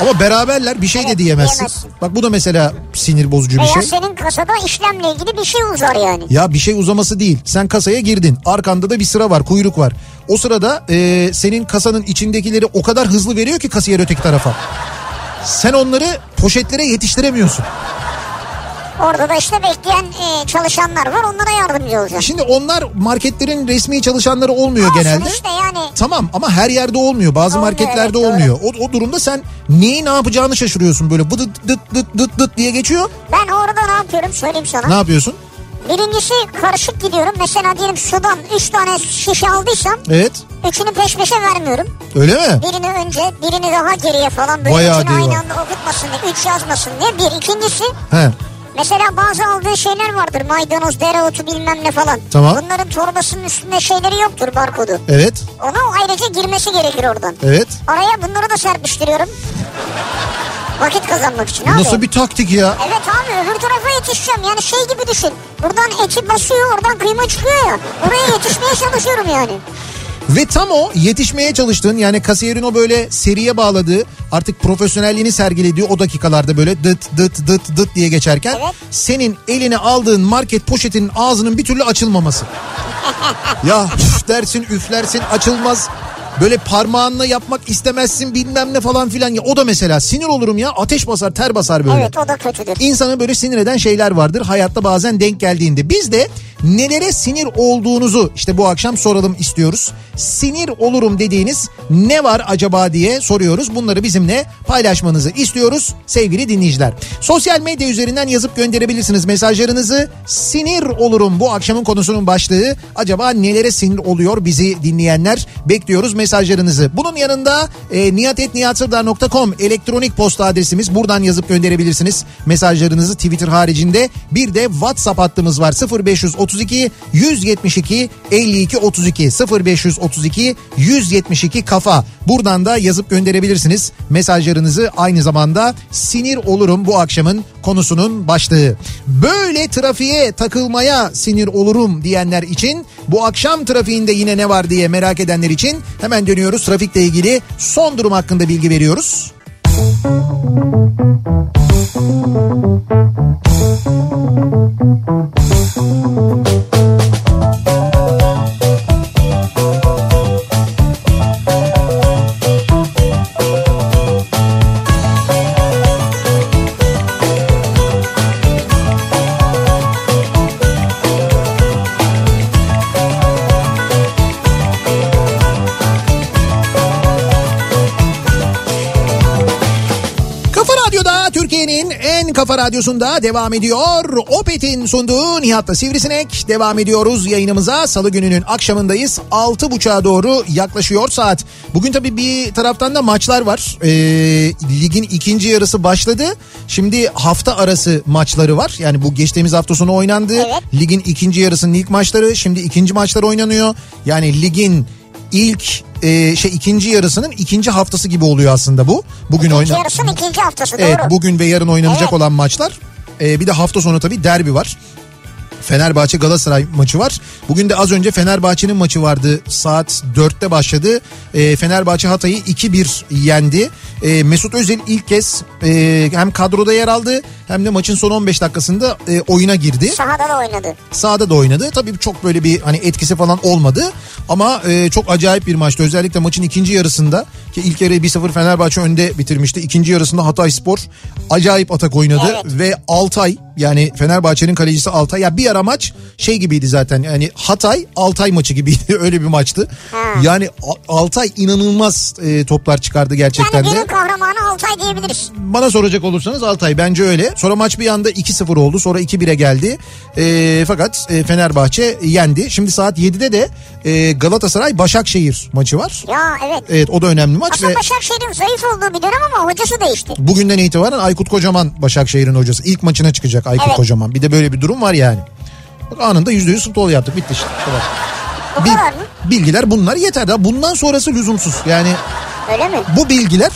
Speaker 1: Ama beraberler bir şey de
Speaker 2: Evet,
Speaker 1: diyemezsin.
Speaker 2: diyemezsin.
Speaker 1: Bak bu da mesela sinir bozucu bir
Speaker 2: Veya
Speaker 1: şey.
Speaker 2: senin kasada işlemle ilgili bir şey uzar yani.
Speaker 1: Ya bir şey uzaması değil. Sen kasaya girdin. Arkanda da bir sıra var, kuyruk var. O sırada e, senin kasanın içindekileri o kadar hızlı veriyor ki kasiyer öteki tarafa. Sen onları poşetlere yetiştiremiyorsun.
Speaker 2: Orada da işte bekleyen e, çalışanlar var onlara yardımcı olacak.
Speaker 1: Şimdi onlar marketlerin resmi çalışanları olmuyor
Speaker 2: Olsun
Speaker 1: genelde.
Speaker 2: işte yani.
Speaker 1: Tamam ama her yerde olmuyor. Bazı
Speaker 2: Olmuyor,
Speaker 1: marketlerde
Speaker 2: evet,
Speaker 1: olmuyor. O, o durumda sen neyi ne yapacağını şaşırıyorsun böyle. Bıdıt dıt dıt dıt dıt diye geçiyor.
Speaker 2: Ben orada ne yapıyorum söyleyeyim sana.
Speaker 1: Ne yapıyorsun?
Speaker 2: Birincisi karışık gidiyorum. Mesela diyelim sudan 3 tane şişe aldıysam
Speaker 1: Evet.
Speaker 2: üçünü peş peşe vermiyorum.
Speaker 1: Öyle mi?
Speaker 2: Birini önce birini daha geriye falan böyle
Speaker 1: Bayağı
Speaker 2: üçünü
Speaker 1: diyor.
Speaker 2: aynı anda okutmasın diye 3 yazmasın diye bir. İkincisi
Speaker 1: He.
Speaker 2: mesela bazı aldığı şeyler vardır maydanoz dereotu bilmem ne falan.
Speaker 1: Tamam.
Speaker 2: Bunların torbasının üstünde şeyleri yoktur barkodu.
Speaker 1: Evet.
Speaker 2: Ona ayrıca girmesi gerekir oradan.
Speaker 1: Evet.
Speaker 2: Araya bunları da serpiştiriyorum. Vakit kazanmak için
Speaker 1: Bu
Speaker 2: abi.
Speaker 1: nasıl bir taktik ya?
Speaker 2: Evet abi öbür tarafa yetişeceğim. Yani şey gibi düşün. Buradan eti basıyor oradan kıyma çıkıyor ya. Oraya yetişmeye çalışıyorum yani.
Speaker 1: Ve tam o yetişmeye çalıştığın yani kasiyerin o böyle seriye bağladığı artık profesyonelliğini sergilediği o dakikalarda böyle dıt dıt dıt dıt diye geçerken
Speaker 2: Evet.
Speaker 1: senin eline aldığın market poşetinin ağzının bir türlü açılmaması. ya üf dersin üflersin açılmaz. Böyle parmağınla yapmak istemezsin bilmem ne falan filan ya o da mesela sinir olurum ya ateş basar ter basar böyle.
Speaker 2: Evet o da kötüdür.
Speaker 1: İnsanı böyle sinir eden şeyler vardır. Hayatta bazen denk geldiğinde. Biz de nelere sinir olduğunuzu işte bu akşam soralım istiyoruz. Sinir olurum dediğiniz ne var acaba diye soruyoruz. Bunları bizimle paylaşmanızı istiyoruz sevgili dinleyiciler. Sosyal medya üzerinden yazıp gönderebilirsiniz mesajlarınızı. Sinir olurum bu akşamın konusunun başlığı. Acaba nelere sinir oluyor bizi dinleyenler? Bekliyoruz mesajlarınızı. Bunun yanında e, niyatetniyatsırdar.com elektronik posta adresimiz. Buradan yazıp gönderebilirsiniz mesajlarınızı Twitter haricinde. Bir de WhatsApp hattımız var 0532 172 52 32 0532 172 kafa. Buradan da yazıp gönderebilirsiniz mesajlarınızı aynı zamanda sinir olurum bu akşamın konusunun başlığı. Böyle trafiğe takılmaya sinir olurum diyenler için bu akşam trafiğinde yine ne var diye merak edenler için hemen dönüyoruz trafikle ilgili son durum hakkında bilgi veriyoruz. Kafa Radyo'da Türkiye'nin en kafa radyosunda devam ediyor. Opet'in sunduğu Nihat'la Sivrisinek. Devam ediyoruz yayınımıza. Salı gününün akşamındayız. 6.30'a doğru yaklaşıyor saat. Bugün tabii bir taraftan da maçlar var. Ee, ligin ikinci yarısı başladı. Şimdi hafta arası maçları var. Yani bu geçtiğimiz hafta sonu oynandı.
Speaker 2: Evet.
Speaker 1: Ligin ikinci yarısının ilk maçları. Şimdi ikinci maçlar oynanıyor. Yani ligin ilk e, şey ikinci yarısının ikinci haftası gibi oluyor aslında bu. Bugün
Speaker 2: İkinci
Speaker 1: oynan.
Speaker 2: yarısın ikinci haftası
Speaker 1: Evet
Speaker 2: doğru.
Speaker 1: E, bugün ve yarın oynanacak
Speaker 2: Evet.
Speaker 1: olan maçlar. Ee, bir de hafta sonu tabii derbi var. Fenerbahçe Galatasaray maçı var. Bugün de az önce Fenerbahçe'nin maçı vardı. Saat 4'te başladı. Ee, Fenerbahçe Hatay'ı 2-1 yendi. Ee, Mesut Özil ilk kez e, hem kadroda yer aldı hem de maçın son 15 dakikasında e, oyuna girdi
Speaker 2: Sahada da oynadı.
Speaker 1: sahada da oynadı. Tabii çok böyle bir hani etkisi falan olmadı. Ama e, çok acayip bir maçtı. Özellikle maçın ikinci yarısında ki ilk yarıyı 1-0 Fenerbahçe önde bitirmişti. İkinci yarısında Hatay Spor acayip atak oynadı
Speaker 2: Evet.
Speaker 1: ve Altay yani Fenerbahçe'nin kalecisi Altay ya bir ara maç şey gibiydi zaten. Yani Hatay Altay maçı gibiydi. Öyle bir maçtı. Yani A- Altay inanılmaz e, toplar çıkardı gerçekten
Speaker 2: Yani
Speaker 1: de
Speaker 2: günün kahramanı Altay diyebiliriz.
Speaker 1: bana soracak olursanız Altay bence öyle. Sonra maç bir anda 2-0 oldu. Sonra 2-1'e geldi. E, fakat e, Fenerbahçe yendi. Şimdi saat 7'de de e, Galatasaray Başakşehir maçı var.
Speaker 2: Ya evet.
Speaker 1: Evet o da önemli maç
Speaker 2: Aslında
Speaker 1: ve
Speaker 2: Başakşehir'in zayıf olduğu bir dönem ama hocası değişti.
Speaker 1: bugünden itibaren Aykut Kocaman Başakşehir'in hocası. İlk maçına çıkacak Aykut
Speaker 2: Evet.
Speaker 1: Kocaman. Bir de böyle bir durum var yani. Bak anında %100 futbol yaptık bitti işte. Bu kadar.
Speaker 2: Bu
Speaker 1: Bil-
Speaker 2: kadar mı?
Speaker 1: bilgiler bunlar yeter daha bundan sonrası lüzumsuz. Yani
Speaker 2: Öyle mi?
Speaker 1: bu bilgiler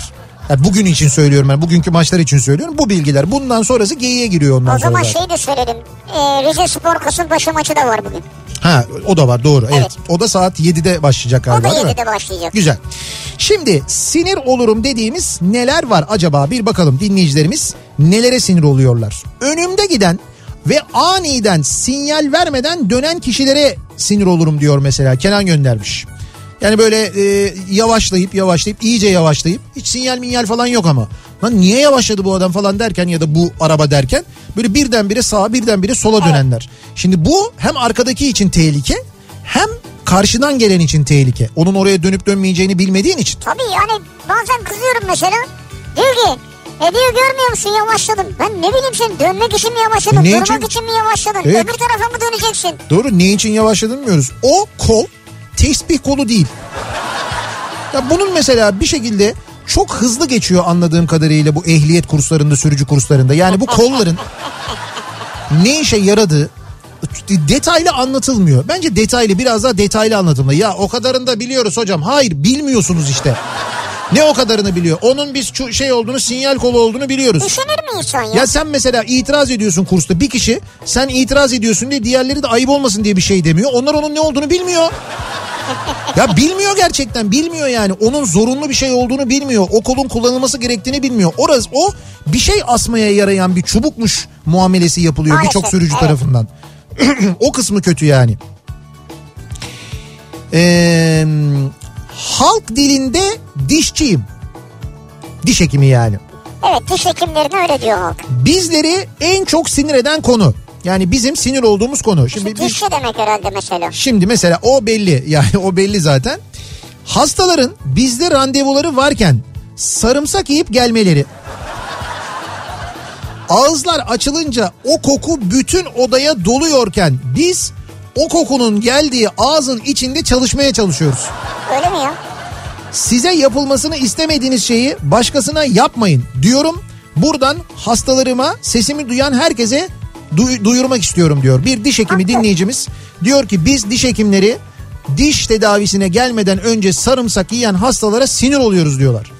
Speaker 1: ya bugün için söylüyorum ben bugünkü maçlar için söylüyorum bu bilgiler bundan sonrası geyiğe giriyor ondan
Speaker 2: O
Speaker 1: sonra.
Speaker 2: zaman
Speaker 1: zaten.
Speaker 2: şey de söyleyelim. Ee, Rize Spor Kasımpaşa maçı da var bugün.
Speaker 1: Ha o da var doğru evet.
Speaker 2: Evet.
Speaker 1: O da saat 7'de başlayacak
Speaker 2: O da
Speaker 1: galiba değil mi?
Speaker 2: 7'de başlayacak.
Speaker 1: Güzel. Şimdi sinir olurum dediğimiz neler var acaba bir bakalım dinleyicilerimiz nelere sinir oluyorlar. Önümde giden ve aniden sinyal vermeden dönen kişilere sinir olurum diyor mesela Kenan göndermiş. Yani böyle e, yavaşlayıp yavaşlayıp iyice yavaşlayıp hiç sinyal minyal falan yok ama. Lan niye yavaşladı bu adam falan derken ya da bu araba derken böyle birdenbire sağa birdenbire sola dönenler. Şimdi bu hem arkadaki için tehlike hem karşıdan gelen için tehlike. Onun oraya dönüp dönmeyeceğini bilmediğin için.
Speaker 2: Tabii yani bazen kızıyorum mesela. Diyor ki E diyor görmüyor musun yavaşladın. Ben ne bileyim sen dönmek için mi yavaşladın?
Speaker 1: Ne
Speaker 2: durmak
Speaker 1: için?
Speaker 2: için? mi yavaşladın?
Speaker 1: Evet.
Speaker 2: Öbür tarafa mı döneceksin?
Speaker 1: Doğru ne için yavaşladın bilmiyoruz. O kol tesbih kolu değil. Ya bunun mesela bir şekilde çok hızlı geçiyor anladığım kadarıyla bu ehliyet kurslarında, sürücü kurslarında. Yani bu kolların ne işe yaradığı detaylı anlatılmıyor. Bence detaylı biraz daha detaylı anlatılmalı. Ya o kadarını da biliyoruz hocam. Hayır bilmiyorsunuz işte. Ne o kadarını biliyor? Onun biz şu şey olduğunu, sinyal kolu olduğunu biliyoruz.
Speaker 2: Düşünür mü insan ya?
Speaker 1: Ya sen mesela itiraz ediyorsun kursta bir kişi sen itiraz ediyorsun diye diğerleri de ayıp olmasın diye bir şey demiyor. Onlar onun ne olduğunu bilmiyor. Ya bilmiyor gerçekten bilmiyor yani onun zorunlu bir şey olduğunu bilmiyor. O kolun kullanılması gerektiğini bilmiyor. Orası o bir şey asmaya yarayan bir çubukmuş muamelesi yapılıyor
Speaker 2: Maalesef,
Speaker 1: birçok sürücü
Speaker 2: evet.
Speaker 1: tarafından. o kısmı kötü yani. Ee, halk dilinde dişçiyim. Diş hekimi yani.
Speaker 2: Evet diş hekimlerine öyle diyor halk.
Speaker 1: Bizleri en çok sinir eden konu. Yani bizim sinir olduğumuz konu. Şimdi biz-
Speaker 2: Dişçi demek herhalde mesela.
Speaker 1: şimdi mesela o belli. Yani o belli zaten. Hastaların bizde randevuları varken sarımsak yiyip gelmeleri. Ağızlar açılınca o koku bütün odaya doluyorken biz o kokunun geldiği ağzın içinde çalışmaya çalışıyoruz.
Speaker 2: Öyle mi ya?
Speaker 1: Size yapılmasını istemediğiniz şeyi başkasına yapmayın diyorum. Buradan hastalarıma sesimi duyan herkese du- duyurmak istiyorum diyor. Bir diş hekimi dinleyicimiz diyor ki biz diş hekimleri diş tedavisine gelmeden önce sarımsak yiyen hastalara sinir oluyoruz diyorlar.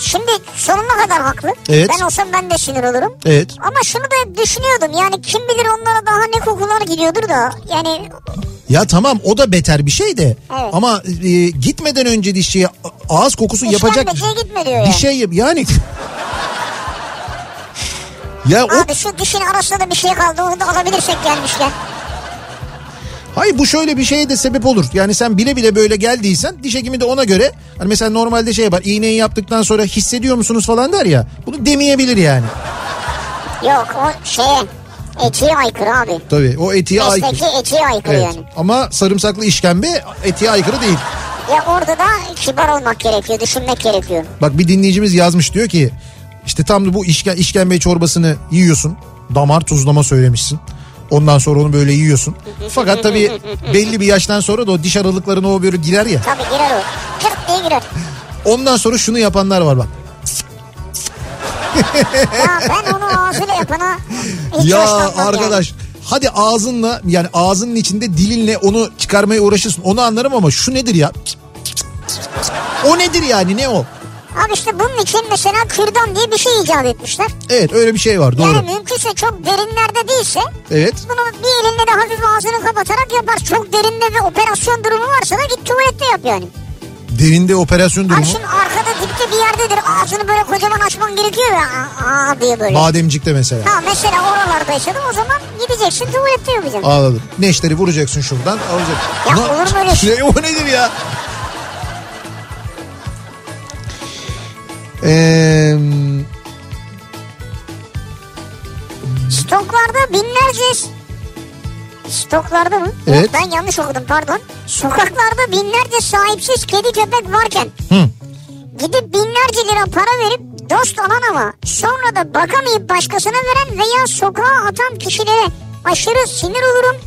Speaker 2: Şimdi sonuna kadar haklı.
Speaker 1: Evet.
Speaker 2: Ben olsam ben de sinir olurum.
Speaker 1: Evet.
Speaker 2: Ama şunu da hep düşünüyordum yani kim bilir onlara daha ne kokular gidiyordur da yani
Speaker 1: Ya tamam o da beter bir şey de
Speaker 2: Evet.
Speaker 1: ama e, gitmeden önce dişçiye a- ağız kokusu yapacak
Speaker 2: İşkembeciye gitme diyor
Speaker 1: bir
Speaker 2: yani.
Speaker 1: şey yap yani. ya o
Speaker 2: Abi şu dişin arasında da bir şey kaldı onu da alabilirsek gelmişken.
Speaker 1: Hayır bu şöyle bir şeye de sebep olur. Yani sen bile bile böyle geldiysen diş hekimi de ona göre hani mesela normalde şey var iğneyi yaptıktan sonra hissediyor musunuz falan der ya. Bunu demeyebilir yani.
Speaker 2: Yok o şeye etiğe aykırı abi.
Speaker 1: Tabii o etiğe aykırı.
Speaker 2: Mesleki etiğe aykırı
Speaker 1: Evet.
Speaker 2: yani.
Speaker 1: Ama sarımsaklı işkembe etiğe aykırı değil.
Speaker 2: Ya orada da kibar olmak gerekiyor, düşünmek gerekiyor.
Speaker 1: Bak bir dinleyicimiz yazmış diyor ki işte tam da bu işke, işkembe çorbasını yiyorsun. Damar tuzlama söylemişsin. Ondan sonra onu böyle yiyorsun. Fakat tabii belli bir yaştan sonra da o diş aralıklarına o böyle girer ya.
Speaker 2: Tabii girer o. Kırk diye girer.
Speaker 1: Ondan sonra şunu yapanlar var bak.
Speaker 2: Ya ben onu ağzıyla yapana hiç
Speaker 1: ya
Speaker 2: hoşlanmam yani.
Speaker 1: arkadaş hadi ağzınla yani ağzının içinde dilinle onu çıkarmaya uğraşırsın. Onu anlarım ama şu nedir ya? O nedir yani ne o?
Speaker 2: Abi işte bunun için mesela kürdan diye bir şey icat etmişler.
Speaker 1: Evet öyle bir şey var doğru.
Speaker 2: Yani mümkünse çok derinlerde değilse
Speaker 1: Evet.
Speaker 2: bunu bir elinde de hafif ağzını kapatarak yapar. Çok derinde bir operasyon durumu varsa da git tuvalette yap yani.
Speaker 1: Derinde operasyon
Speaker 2: Abi
Speaker 1: durumu.
Speaker 2: şimdi arkada dipte bir yerdedir. Ağzını böyle kocaman açman gerekiyor ya. Aa, aa diye böyle.
Speaker 1: Bademcikte mesela.
Speaker 2: Ha mesela oralarda yaşadım o zaman gideceksin tuvalette yapacaksın.
Speaker 1: Ağladım. Neşteri vuracaksın şuradan alacak.
Speaker 2: Ya olur mu öyle şey?
Speaker 1: Ne, o nedir ya? Eee
Speaker 2: Stoklarda binlerce Stoklarda mı? Yok,
Speaker 1: Evet.
Speaker 2: Ben yanlış okudum pardon. Sokaklarda binlerce sahipsiz kedi köpek varken
Speaker 1: Hı.
Speaker 2: gidip binlerce lira para verip dost olan ama sonra da bakamayıp başkasına veren veya sokağa atan kişilere aşırı sinir olurum.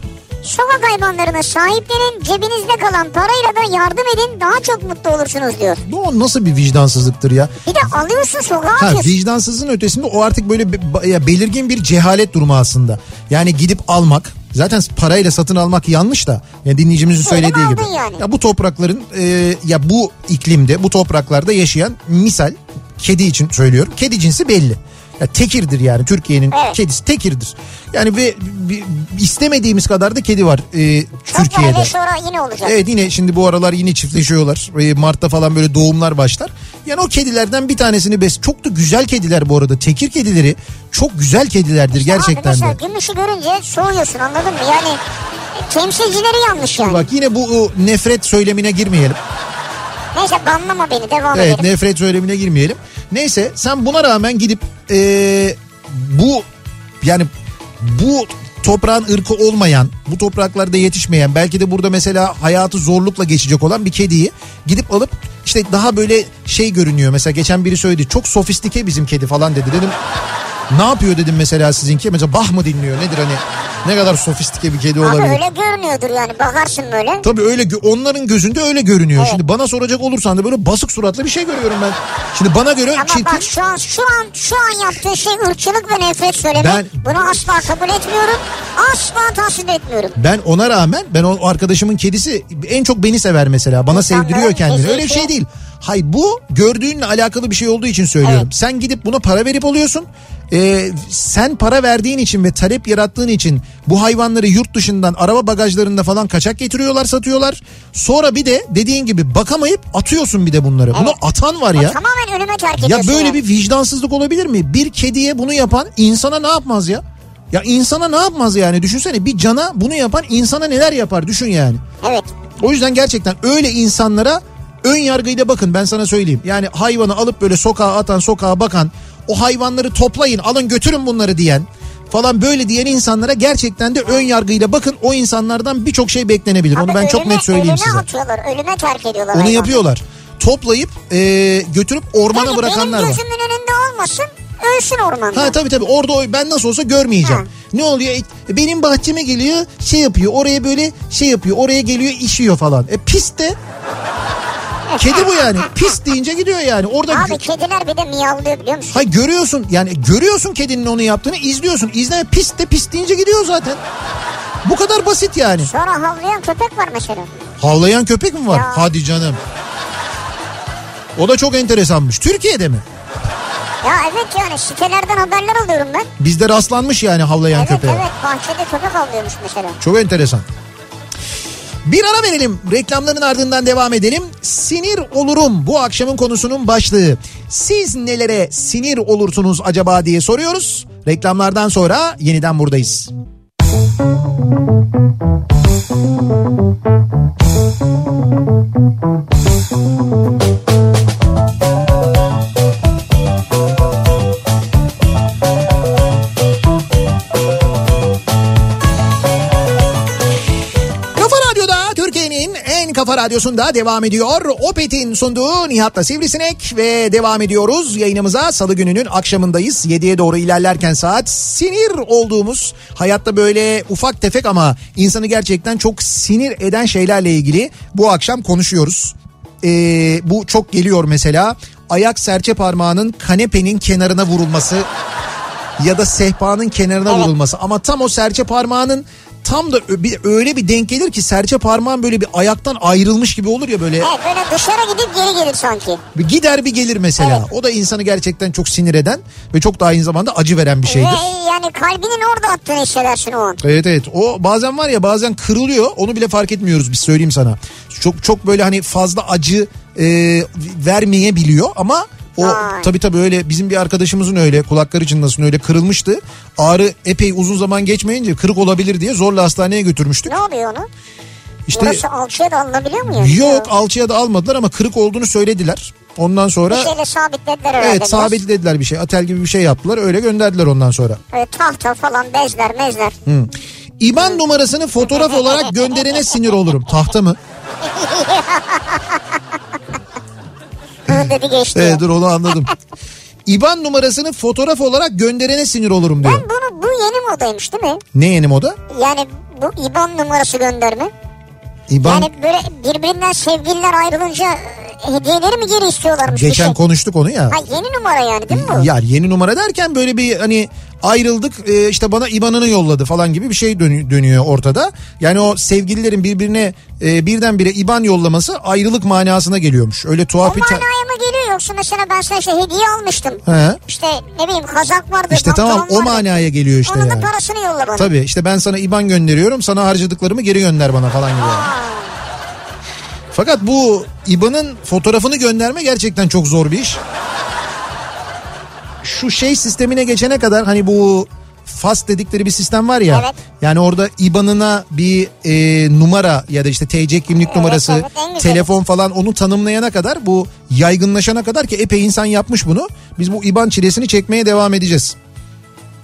Speaker 2: Sokak hayvanlarına sahiplenin cebinizde kalan parayla da yardım edin daha çok mutlu olursunuz diyor.
Speaker 1: bu nasıl bir vicdansızlıktır ya?
Speaker 2: Bir de alıyorsun sokağa
Speaker 1: Ha,
Speaker 2: atıyorsun.
Speaker 1: vicdansızın ötesinde o artık böyle be- ba- ya belirgin bir cehalet durumu aslında. Yani gidip almak zaten parayla satın almak yanlış da yani dinleyicimizin söylediği
Speaker 2: aldın
Speaker 1: gibi.
Speaker 2: yani.
Speaker 1: Ya bu toprakların e, ya bu iklimde bu topraklarda yaşayan misal kedi için söylüyorum. Kedi cinsi belli. Ya tekirdir yani Türkiye'nin
Speaker 2: Evet.
Speaker 1: kedisi tekirdir. Yani ve bi- istemediğimiz kadar da kedi var e,
Speaker 2: Türkiye'de.
Speaker 1: Türkiye'de.
Speaker 2: sonra yine olacak.
Speaker 1: Evet yine şimdi bu aralar yine çiftleşiyorlar. Ee, Mart'ta falan böyle doğumlar başlar. Yani o kedilerden bir tanesini bes. Çok da güzel kediler bu arada. Tekir kedileri çok güzel kedilerdir
Speaker 2: Abi
Speaker 1: gerçekten
Speaker 2: mesela
Speaker 1: de.
Speaker 2: gümüşü görünce soğuyorsun anladın mı? Yani e, temsilcileri yanlış yani.
Speaker 1: Bak yine bu o, nefret söylemine girmeyelim.
Speaker 2: Neyse banlama beni devam
Speaker 1: Evet
Speaker 2: edelim.
Speaker 1: nefret söylemine girmeyelim. Neyse sen buna rağmen gidip ee, bu yani bu toprağın ırkı olmayan, bu topraklarda yetişmeyen, belki de burada mesela hayatı zorlukla geçecek olan bir kediyi gidip alıp işte işte daha böyle şey görünüyor. Mesela geçen biri söyledi çok sofistike bizim kedi falan dedi. Dedim ne yapıyor dedim mesela sizinki. Mesela bah mı dinliyor nedir hani ne kadar sofistike bir kedi
Speaker 2: Abi
Speaker 1: olabilir.
Speaker 2: öyle görünüyordur yani bakarsın böyle.
Speaker 1: Tabii öyle gö- onların gözünde öyle görünüyor. Şimdi bana soracak olursan da böyle basık suratlı bir şey görüyorum ben. Şimdi bana göre
Speaker 2: Ama
Speaker 1: çirkin.
Speaker 2: bak şu an şu an şu an yaptığın şey ırkçılık ve nefret söylemek.
Speaker 1: Ben-
Speaker 2: Bunu asla kabul etmiyorum. Asla tasvip etmiyorum.
Speaker 1: Ben ona rağmen ben o arkadaşımın kedisi en çok beni sever mesela. Bana
Speaker 2: İnsanların
Speaker 1: sevdiriyor kendini.
Speaker 2: kedisi.
Speaker 1: Öyle bir şey değil. Hay bu gördüğünle alakalı bir şey olduğu için söylüyorum.
Speaker 2: Evet.
Speaker 1: Sen gidip buna para verip alıyorsun. Ee, sen para verdiğin için ve talep yarattığın için bu hayvanları yurt dışından araba bagajlarında falan kaçak getiriyorlar satıyorlar. Sonra bir de dediğin gibi bakamayıp atıyorsun bir de bunları. Bunu atan var ya.
Speaker 2: Tamamen önüme terk
Speaker 1: Ya
Speaker 2: ediyorsun.
Speaker 1: böyle
Speaker 2: yani.
Speaker 1: bir vicdansızlık olabilir mi? Bir kediye bunu yapan insana ne yapmaz ya? Ya insana ne yapmaz yani? Düşünsene bir cana bunu yapan insana neler yapar düşün yani.
Speaker 2: Evet.
Speaker 1: O yüzden gerçekten öyle insanlara ön yargıyla bakın ben sana söyleyeyim. Yani hayvanı alıp böyle sokağa atan sokağa bakan o hayvanları toplayın alın götürün bunları diyen falan böyle diyen insanlara gerçekten de ön yargıyla bakın o insanlardan birçok şey beklenebilir. Onu
Speaker 2: Abi
Speaker 1: ben çok
Speaker 2: ölüme-
Speaker 1: net söyleyeyim
Speaker 2: ölüme
Speaker 1: size.
Speaker 2: atıyorlar. Ölüme terk ediyorlar.
Speaker 1: Onu
Speaker 2: hayvanı.
Speaker 1: yapıyorlar. Toplayıp e, götürüp ormana
Speaker 2: Yani
Speaker 1: bırakanlar
Speaker 2: benim
Speaker 1: var.
Speaker 2: gözümün önünde olmasın. Ölsün ormanda.
Speaker 1: Ha tabii tabii orada o- ben nasıl olsa görmeyeceğim.
Speaker 2: Ha.
Speaker 1: Ne oluyor? E, Benim bahçeme geliyor şey yapıyor oraya böyle şey yapıyor oraya geliyor işiyor falan. E pis de kedi bu yani pis deyince gidiyor yani. Orada
Speaker 2: Abi kediler bir de miyavlıyor biliyor musun?
Speaker 1: ha, görüyorsun yani görüyorsun kedinin onu yaptığını izliyorsun. İzleme pis de pis deyince gidiyor zaten. Bu kadar basit yani.
Speaker 2: Sonra havlayan köpek var mesela.
Speaker 1: Havlayan köpek mi var?
Speaker 2: Ya.
Speaker 1: Hadi canım. O da çok enteresanmış. Türkiye'de mi?
Speaker 2: Ya evet yani sitelerden haberler alıyorum ben.
Speaker 1: Bizde rastlanmış yani havlayan
Speaker 2: Evet
Speaker 1: köpeğe.
Speaker 2: evet bahçede köpek avlıyormuş mesela.
Speaker 1: Çok enteresan. Bir ara verelim. Reklamların ardından devam edelim. Sinir olurum bu akşamın konusunun başlığı. Siz nelere sinir olursunuz acaba diye soruyoruz. Reklamlardan sonra yeniden buradayız. Kafa Radyo'da Türkiye'nin en kafa radyosunda devam ediyor. Opet'in sunduğu Nihat'la Sivrisinek ve devam ediyoruz yayınımıza. Salı gününün akşamındayız. 7'ye doğru ilerlerken saat sinir olduğumuz hayatta böyle ufak tefek ama insanı gerçekten çok sinir eden şeylerle ilgili bu akşam konuşuyoruz. Ee, bu çok geliyor mesela ayak serçe parmağının kanepenin kenarına vurulması ya da sehpanın kenarına vurulması. Ama tam o serçe parmağının tam da ö- bir, öyle bir denk gelir ki serçe parmağın böyle bir ayaktan ayrılmış gibi olur ya böyle.
Speaker 2: Evet böyle dışarı gidip geri gelir sanki.
Speaker 1: Bir gider bir gelir mesela. O da insanı gerçekten çok sinir eden ve çok da aynı zamanda acı veren bir şeydir.
Speaker 2: Ve yani kalbinin orada attığını hissedersin o an.
Speaker 1: Evet evet o bazen var ya bazen kırılıyor onu bile fark etmiyoruz biz söyleyeyim sana. Çok çok böyle hani fazla acı e, vermeyebiliyor ama o
Speaker 2: Vay.
Speaker 1: tabii tabii öyle bizim bir arkadaşımızın öyle kulakları çınlasın öyle kırılmıştı. Ağrı epey uzun zaman geçmeyince kırık olabilir diye zorla hastaneye götürmüştük.
Speaker 2: Ne oluyor onu?
Speaker 1: İşte
Speaker 2: Burası alçıya da alınabiliyor mu yani?
Speaker 1: yok alçıya da almadılar ama kırık olduğunu söylediler. Ondan sonra
Speaker 2: Bir şey şeyle sabitlediler herhalde.
Speaker 1: evet
Speaker 2: biraz.
Speaker 1: sabitlediler bir şey atel gibi bir şey yaptılar öyle gönderdiler ondan sonra.
Speaker 2: Böyle tahta falan bezler mezler.
Speaker 1: Hı. İban numarasını fotoğraf olarak gönderene sinir olurum. Tahta mı?
Speaker 2: Hı dedi geçti.
Speaker 1: Evet Ee, dur onu anladım. İban numarasını fotoğraf olarak gönderene sinir olurum diyor.
Speaker 2: Ben bunu bu yeni modaymış değil mi?
Speaker 1: Ne yeni moda?
Speaker 2: Yani bu IBAN numarası gönderme.
Speaker 1: İban
Speaker 2: Yani böyle birbirinden sevgililer ayrılınca e, hediyeleri mi geri istiyorlarmış? bir
Speaker 1: geçen
Speaker 2: şey?
Speaker 1: konuştuk onu ya.
Speaker 2: Ha yeni numara yani değil mi bu?
Speaker 1: Ya yeni numara derken böyle bir hani ayrıldık e, işte bana IBAN'ını yolladı falan gibi bir şey dönü- dönüyor ortada. Yani o sevgililerin birbirine e, birdenbire IBAN yollaması ayrılık manasına geliyormuş. Öyle
Speaker 2: O
Speaker 1: tuhaf bir... ta-
Speaker 2: manaya mı geliyor yoksa mesela ben sana işte hediye almıştım.
Speaker 1: He.
Speaker 2: İşte ne bileyim kazak vardı.
Speaker 1: İşte tamam
Speaker 2: pantolon
Speaker 1: o
Speaker 2: vardı.
Speaker 1: manaya geliyor işte
Speaker 2: Onun
Speaker 1: yani.
Speaker 2: da parasını yolla bana.
Speaker 1: Tabii işte ben sana IBAN gönderiyorum sana harcadıklarımı geri gönder bana falan gibi. yani. Fakat bu IBAN'ın fotoğrafını gönderme gerçekten çok zor bir iş. Şu şey sistemine geçene kadar hani bu FAST dedikleri bir sistem var ya.
Speaker 2: Evet.
Speaker 1: Yani orada IBAN'ına bir e, numara ya da işte TC kimlik numarası,
Speaker 2: evet, en güzeli.
Speaker 1: telefon falan onu tanımlayana kadar bu yaygınlaşana kadar ki epey insan yapmış bunu. Biz bu IBAN çilesini çekmeye devam edeceğiz.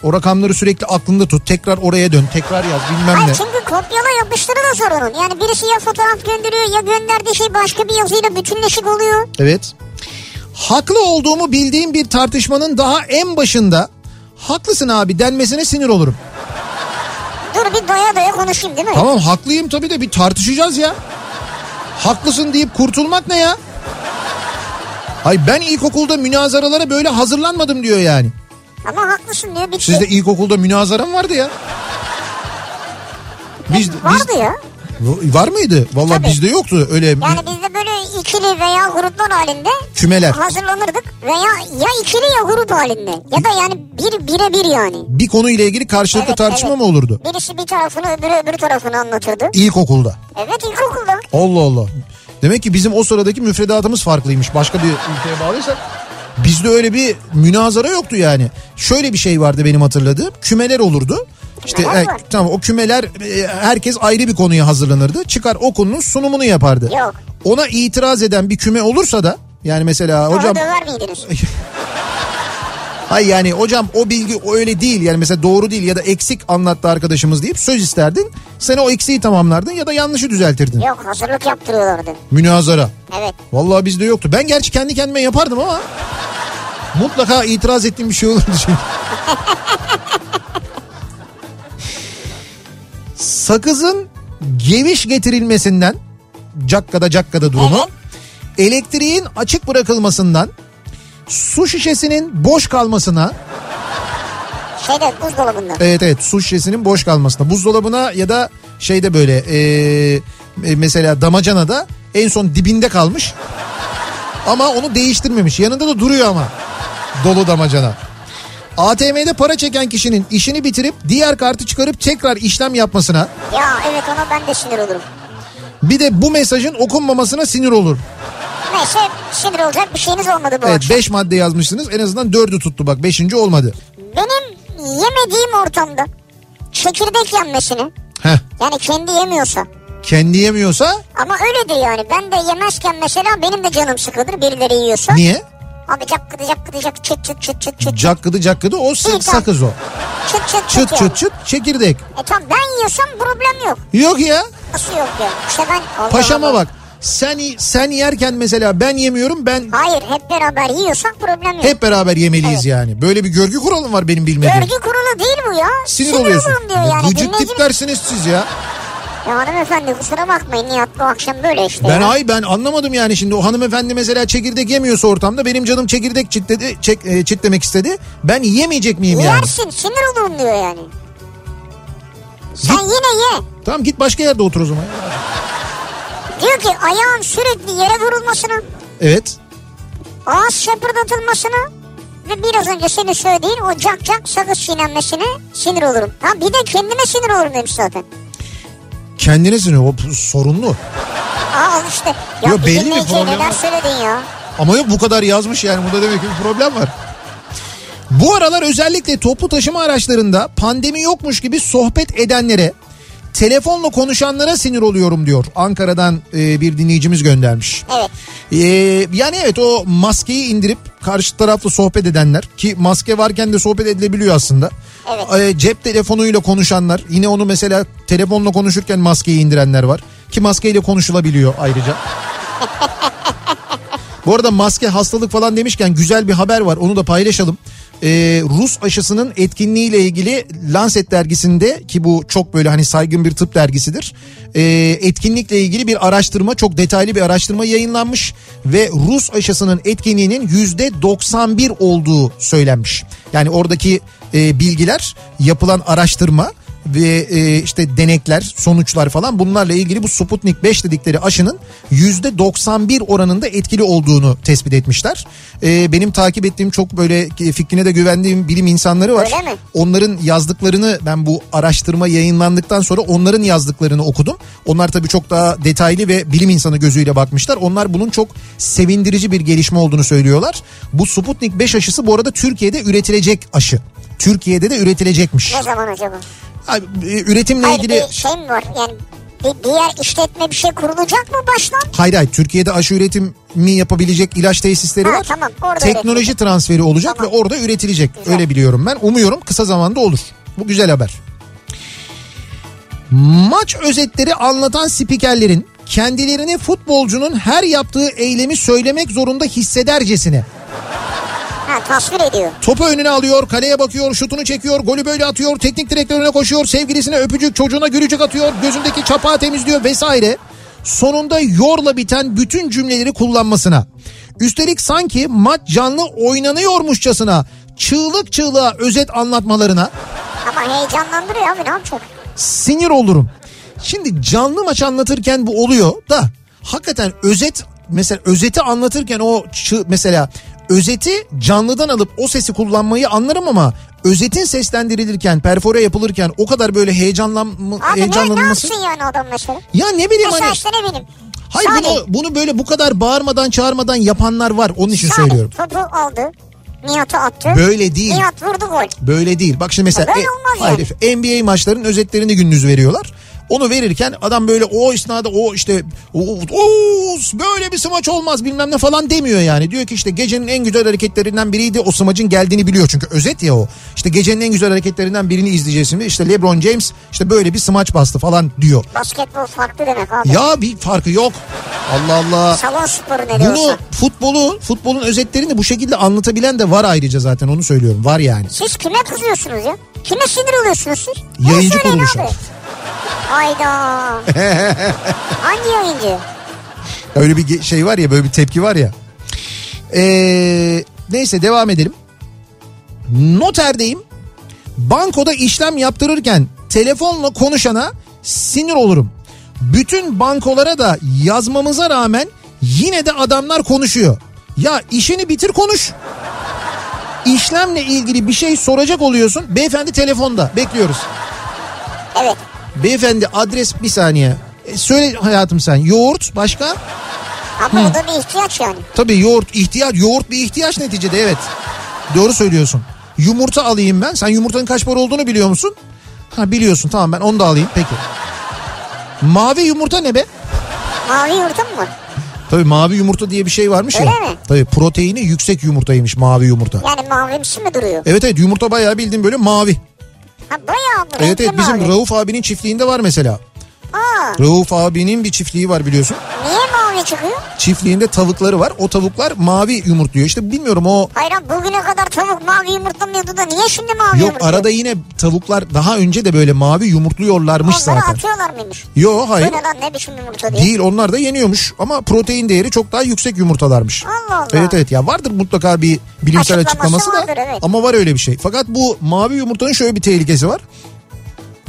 Speaker 1: O rakamları sürekli aklında tut. Tekrar oraya dön. Tekrar yaz bilmem ne.
Speaker 2: Hayır çünkü kopyala yapıştırı da sorunun. Yani birisi ya fotoğraf gönderiyor ya gönderdiği şey başka bir yazıyla bütünleşik oluyor.
Speaker 1: Evet. Haklı olduğumu bildiğim bir tartışmanın daha en başında haklısın abi denmesine sinir olurum.
Speaker 2: Dur bir doya doya konuşayım değil mi?
Speaker 1: Tamam haklıyım tabii de bir tartışacağız ya. Haklısın deyip kurtulmak ne ya? Hay ben ilkokulda münazaralara böyle hazırlanmadım diyor yani.
Speaker 2: Ama haklısın diyor bitti.
Speaker 1: Sizde ilkokulda münazara mı vardı ya? Biz,
Speaker 2: Vardı ya.
Speaker 1: biz var mıydı? Vallahi
Speaker 2: Tabii.
Speaker 1: bizde yoktu öyle
Speaker 2: Yani bizde böyle ikili veya gruplar halinde
Speaker 1: kümeler.
Speaker 2: hazırlanırdık veya ya ikili ya grup halinde ya da yani bir bire bir yani.
Speaker 1: Bir konuyla ilgili karşılıklı
Speaker 2: Evet,
Speaker 1: tartışma
Speaker 2: evet.
Speaker 1: mı olurdu?
Speaker 2: Birisi bir tarafını öbürü öbür tarafını anlatırdı.
Speaker 1: İlkokulda.
Speaker 2: Evet ilkokulda.
Speaker 1: Allah Allah. Demek ki bizim o sıradaki müfredatımız farklıymış. Başka bir ülkeye bağlıysak. Bizde öyle bir münazara yoktu yani. Şöyle bir şey vardı benim hatırladığım. Kümeler olurdu. İşte
Speaker 2: Kümeler
Speaker 1: e,
Speaker 2: var.
Speaker 1: tamam o kümeler e, herkes ayrı bir konuya hazırlanırdı. Çıkar o konunun sunumunu yapardı.
Speaker 2: Yok.
Speaker 1: Ona itiraz eden bir küme olursa da yani mesela hocam
Speaker 2: Hocam... döver miydiniz?
Speaker 1: Hayır yani hocam o bilgi o öyle değil yani mesela doğru değil ya da eksik anlattı arkadaşımız deyip söz isterdin. Sen o eksiği tamamlardın ya da yanlışı düzeltirdin.
Speaker 2: Yok hazırlık yaptırıyorlardı.
Speaker 1: Münazara.
Speaker 2: Evet.
Speaker 1: Vallahi bizde yoktu. Ben gerçi kendi kendime yapardım ama mutlaka itiraz ettiğim bir şey olurdu çünkü. Sakızın geviş getirilmesinden cakkada cakkada durumu, elektriğin açık bırakılmasından, su şişesinin boş kalmasına,
Speaker 2: Şeyde şey buzdolabında.
Speaker 1: Evet evet su şişesinin boş kalmasına. Buzdolabına ya da şeyde böyle e, e, mesela damacana da en son dibinde kalmış. Ama onu değiştirmemiş. Yanında da duruyor ama dolu damacana. ATM'de para çeken kişinin işini bitirip diğer kartı çıkarıp tekrar işlem yapmasına
Speaker 2: Ya evet ona ben de sinir olurum.
Speaker 1: bir de bu mesajın okunmamasına sinir olur.
Speaker 2: Neyse sinir olacak bir şeyiniz olmadı bu
Speaker 1: Evet
Speaker 2: akşam.
Speaker 1: 5 madde yazmışsınız en azından 4'ü tuttu bak 5. olmadı.
Speaker 2: Benim yemediğim ortamda çekirdek yenmesini
Speaker 1: Heh
Speaker 2: yani kendi yemiyorsa
Speaker 1: kendi yemiyorsa
Speaker 2: ama öyledir yani ben de yemezken mesela benim de canım sıkılır birileri yiyorsa.
Speaker 1: niye?
Speaker 2: Abi cakkıdı cakkıdı cak çıt çıt çıt çıt çıt
Speaker 1: Cakkıdı cakkıdı o sık sakız o.
Speaker 2: çıt çıt çıt.
Speaker 1: Çıt
Speaker 2: yani.
Speaker 1: çıt çıt çekirdek.
Speaker 2: E tamam ben yiyorsam problem yok.
Speaker 1: Yok ya.
Speaker 2: Nasıl yok ya? İşte ben Allah
Speaker 1: Paşama
Speaker 2: Allah.
Speaker 1: bak. Sen sen yerken mesela ben yemiyorum ben
Speaker 2: Hayır hep beraber yiyorsak problem yok.
Speaker 1: hep beraber yemeliyiz yani. Böyle bir görgü kuralım var benim bilmediğim.
Speaker 2: Görgü kurulu değil bu ya.
Speaker 1: Sinir, oluyorsun.
Speaker 2: olurum diyor yani.
Speaker 1: Gıcık
Speaker 2: Dinleyicimiz-
Speaker 1: tiplersiniz siz ya.
Speaker 2: Ya hanımefendi kusura bakmayın Nihat bu akşam böyle işte.
Speaker 1: Ben
Speaker 2: ya.
Speaker 1: ay ben anlamadım yani şimdi o hanımefendi mesela çekirdek yemiyorsa ortamda benim canım çekirdek çitledi, çek, e, çitlemek istedi. Ben yemeyecek miyim yani?
Speaker 2: Yersin sinir olurum diyor yani. Sen yine ye.
Speaker 1: Tamam git başka yerde otur o zaman.
Speaker 2: Diyor ki ayağın sürekli yere vurulmasını,
Speaker 1: Evet.
Speaker 2: ağız şapırdatılmasını ve biraz önce senin söylediğin o cak cak sakız çiğnenmesine sinir olurum. Ha bir de kendime sinir olurum demiş zaten.
Speaker 1: Kendine sinir o p- sorunlu.
Speaker 2: Aa al işte. Ya
Speaker 1: Yo,
Speaker 2: bir
Speaker 1: belli bir
Speaker 2: dinleyiciye
Speaker 1: problem
Speaker 2: neler
Speaker 1: var.
Speaker 2: söyledin ya.
Speaker 1: Ama yok bu kadar yazmış yani burada demek ki bir problem var. Bu aralar özellikle toplu taşıma araçlarında pandemi yokmuş gibi sohbet edenlere, telefonla konuşanlara sinir oluyorum diyor. Ankara'dan e, bir dinleyicimiz göndermiş.
Speaker 2: Evet.
Speaker 1: E, yani evet o maskeyi indirip karşı tarafla sohbet edenler ki maske varken de sohbet edilebiliyor aslında.
Speaker 2: Evet.
Speaker 1: E, cep telefonuyla konuşanlar yine onu mesela telefonla konuşurken maskeyi indirenler var ki maskeyle konuşulabiliyor ayrıca. Bu arada maske hastalık falan demişken güzel bir haber var onu da paylaşalım. Ee, Rus aşısının etkinliğiyle ilgili Lancet dergisinde ki bu çok böyle hani saygın bir tıp dergisidir. Ee, etkinlikle ilgili bir araştırma çok detaylı bir araştırma yayınlanmış ve Rus aşısının etkinliğinin yüzde 91 olduğu söylenmiş. Yani oradaki e, bilgiler yapılan araştırma ve e, işte denekler, sonuçlar falan bunlarla ilgili bu Sputnik 5 dedikleri aşının %91 oranında etkili olduğunu tespit etmişler. E, benim takip ettiğim çok böyle fikrine de güvendiğim bilim insanları var.
Speaker 2: Öyle mi?
Speaker 1: Onların yazdıklarını ben bu araştırma yayınlandıktan sonra onların yazdıklarını okudum. Onlar tabii çok daha detaylı ve bilim insanı gözüyle bakmışlar. Onlar bunun çok sevindirici bir gelişme olduğunu söylüyorlar. Bu Sputnik 5 aşısı bu arada Türkiye'de üretilecek aşı. Türkiye'de de üretilecekmiş.
Speaker 2: Ne zaman acaba?
Speaker 1: Abi, e, üretimle
Speaker 2: Hayır
Speaker 1: ilgili
Speaker 2: bir şey mi var? Yani bir diğer işletme bir şey kurulacak mı baştan?
Speaker 1: hayır hayır Türkiye'de aşı üretim mi yapabilecek ilaç tesisleri
Speaker 2: Ha,
Speaker 1: var.
Speaker 2: tamam, orada
Speaker 1: Teknoloji
Speaker 2: üretilecek.
Speaker 1: transferi olacak
Speaker 2: Tamam.
Speaker 1: ve orada üretilecek.
Speaker 2: Güzel.
Speaker 1: Öyle biliyorum ben. Umuyorum kısa zamanda olur. Bu güzel haber. Maç özetleri anlatan spikerlerin kendilerini futbolcunun her yaptığı eylemi söylemek zorunda hissedercesine
Speaker 2: Ha tasvir ediyor.
Speaker 1: Topu önüne alıyor, kaleye bakıyor, şutunu çekiyor, golü böyle atıyor, teknik direktörüne koşuyor, sevgilisine öpücük, çocuğuna gülücük atıyor, gözündeki çapağı temizliyor vesaire. Sonunda yorla biten bütün cümleleri kullanmasına. Üstelik sanki maç canlı oynanıyormuşçasına çığlık çığlığa özet anlatmalarına
Speaker 2: Ama heyecanlandırıyor abi ne yapacak?
Speaker 1: sinir olurum. Şimdi canlı maç anlatırken bu oluyor da hakikaten özet mesela özeti anlatırken o çı- mesela özeti canlıdan alıp o sesi kullanmayı anlarım ama özetin seslendirilirken perfore yapılırken o kadar böyle heyecanlanma,
Speaker 2: Abi ne, ne
Speaker 1: heyecanlanılması.
Speaker 2: yapsın yani adam mesela?
Speaker 1: Ya ne bileyim
Speaker 2: Mesela
Speaker 1: hani
Speaker 2: işte ne bileyim.
Speaker 1: hayır bunu, bunu böyle bu kadar bağırmadan çağırmadan yapanlar var onun için
Speaker 2: Salih
Speaker 1: söylüyorum.
Speaker 2: topu aldı. Nihat'ı attı.
Speaker 1: Böyle değil.
Speaker 2: Nihat vurdu gol.
Speaker 1: Böyle değil. Bak şimdi mesela e,
Speaker 2: Ha, böyle olmaz yani.
Speaker 1: hayır, NBA maçlarının özetlerini gündüz veriyorlar. Onu verirken adam böyle o esnada o işte o, o- böyle bir smaç olmaz bilmem ne falan demiyor yani. Diyor ki işte gecenin en güzel hareketlerinden biriydi o smacın geldiğini biliyor çünkü özet ya o. İşte gecenin en güzel hareketlerinden birini izleyeceğiz şimdi işte LeBron James işte böyle bir smaç bastı falan diyor.
Speaker 2: Basketbol farklı demek abi.
Speaker 1: Ya bir farkı yok. Allah Allah.
Speaker 2: Salon sporu ne
Speaker 1: Bunu
Speaker 2: diyorsun?
Speaker 1: futbolu futbolun özetlerini bu şekilde anlatabilen de var ayrıca zaten onu söylüyorum var yani.
Speaker 2: Siz kime kızıyorsunuz ya? Kime sinir oluyorsunuz siz? Bunu
Speaker 1: Yayıncı
Speaker 2: söyleyin
Speaker 1: kuruluşa.
Speaker 2: abi. Hayda. Hangi yayıncı?
Speaker 1: Ya Öyle bir ge- şey var ya böyle bir tepki var ya. Ee, neyse devam edelim. Noterdeyim. Bankoda işlem yaptırırken telefonla konuşana sinir olurum. Bütün bankolara da yazmamıza rağmen yine de adamlar konuşuyor. Ya işini bitir konuş. İşlemle ilgili bir şey soracak oluyorsun. Beyefendi telefonda bekliyoruz.
Speaker 2: Evet.
Speaker 1: Beyefendi adres bir saniye. E, söyle hayatım sen yoğurt başka?
Speaker 2: Ama o da bir ihtiyaç yani.
Speaker 1: Tabii yoğurt ihtiyaç yoğurt bir ihtiyaç neticede evet. Doğru söylüyorsun. Yumurta alayım ben. Sen yumurtanın kaç para olduğunu biliyor musun? Ha biliyorsun tamam ben onu da alayım peki. Mavi yumurta ne be?
Speaker 2: Mavi yurdun mu?
Speaker 1: Tabii mavi yumurta diye bir şey varmış ya.
Speaker 2: Öyle mi?
Speaker 1: Tabii proteini yüksek yumurtaymış mavi yumurta.
Speaker 2: Yani mavimsi mi duruyor?
Speaker 1: Evet evet yumurta bayağı bildiğim böyle mavi.
Speaker 2: Ha bayağı bu
Speaker 1: Evet
Speaker 2: renkli
Speaker 1: evet bizim
Speaker 2: mavi.
Speaker 1: Rauf abinin çiftliğinde var mesela.
Speaker 2: Aa,
Speaker 1: Rauf abinin bir çiftliği var biliyorsun.
Speaker 2: niye mavi çıkıyor?
Speaker 1: Çiftliğinde tavukları var. O tavuklar mavi yumurtluyor. İşte bilmiyorum o
Speaker 2: Hayran bugüne kadar tavuk mavi yumurtlamıyordu da niye şimdi mavi
Speaker 1: Yok
Speaker 2: yumurtluyor?
Speaker 1: arada yine tavuklar daha önce de böyle mavi yumurtluyorlarmış
Speaker 2: Onları
Speaker 1: zaten.
Speaker 2: atıyorlar mıymış?
Speaker 1: Yo hayır.
Speaker 2: Bu ne lan ne biçim yumurta diye.
Speaker 1: Değil onlar da yeniyormuş ama protein değeri çok daha yüksek yumurtalarmış.
Speaker 2: Allah Allah.
Speaker 1: Evet evet ya vardır mutlaka bir bilimsel
Speaker 2: Açıklaması
Speaker 1: açıklaması, da
Speaker 2: vardır, evet.
Speaker 1: ama var öyle bir şey. Fakat bu mavi yumurtanın şöyle bir tehlikesi var.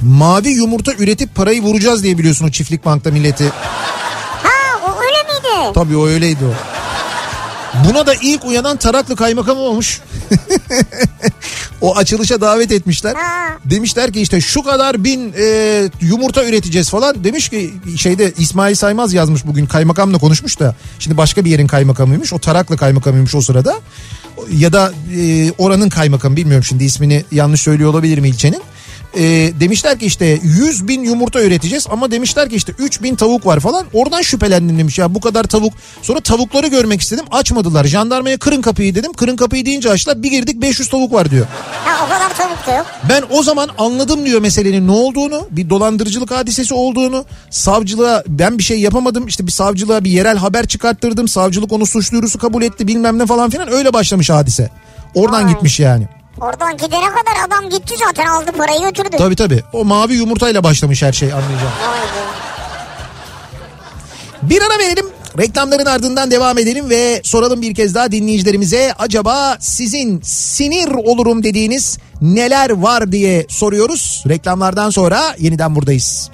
Speaker 1: Mavi yumurta üretip parayı vuracağız diye biliyorsun o çiftlik bankta milleti.
Speaker 2: Ha o öyle miydi?
Speaker 1: Tabii o öyleydi o. Buna da ilk uyanan Taraklı kaymakam olmuş. o açılışa davet etmişler.
Speaker 2: Ha.
Speaker 1: Demişler ki işte şu kadar bin e, yumurta üreteceğiz falan. Demiş ki şeyde İsmail Saymaz yazmış bugün kaymakamla konuşmuş da. Şimdi başka bir yerin kaymakamıymış. O Taraklı kaymakamıymış o sırada. Ya da e, oranın kaymakamı bilmiyorum şimdi ismini yanlış söylüyor olabilirim ilçenin. E, demişler ki işte 100 bin yumurta üreteceğiz ama demişler ki işte 3 bin tavuk var falan. Oradan şüphelendim demiş ya bu kadar tavuk. Sonra tavukları görmek istedim açmadılar. Jandarmaya kırın kapıyı dedim. Kırın kapıyı deyince açtılar bir girdik 500 tavuk var diyor.
Speaker 2: Ha o kadar tavuk da yok.
Speaker 1: Ben o zaman anladım diyor meselenin ne olduğunu, bir dolandırıcılık hadisesi olduğunu, savcılığa ben bir şey yapamadım, işte bir savcılığa bir yerel haber çıkarttırdım, savcılık onu suç duyurusu kabul etti bilmem ne falan filan öyle başlamış hadise. Oradan
Speaker 2: Vay.
Speaker 1: gitmiş yani.
Speaker 2: Oradan gidene kadar adam gitti zaten aldı parayı götürdü.
Speaker 1: Tabii tabii o mavi yumurtayla başlamış her şey anlayacağım.
Speaker 2: Vay be.
Speaker 1: Bir ara verelim. Reklamların ardından devam edelim ve soralım bir kez daha dinleyicilerimize acaba sizin sinir olurum dediğiniz neler var diye soruyoruz. Reklamlardan sonra yeniden buradayız.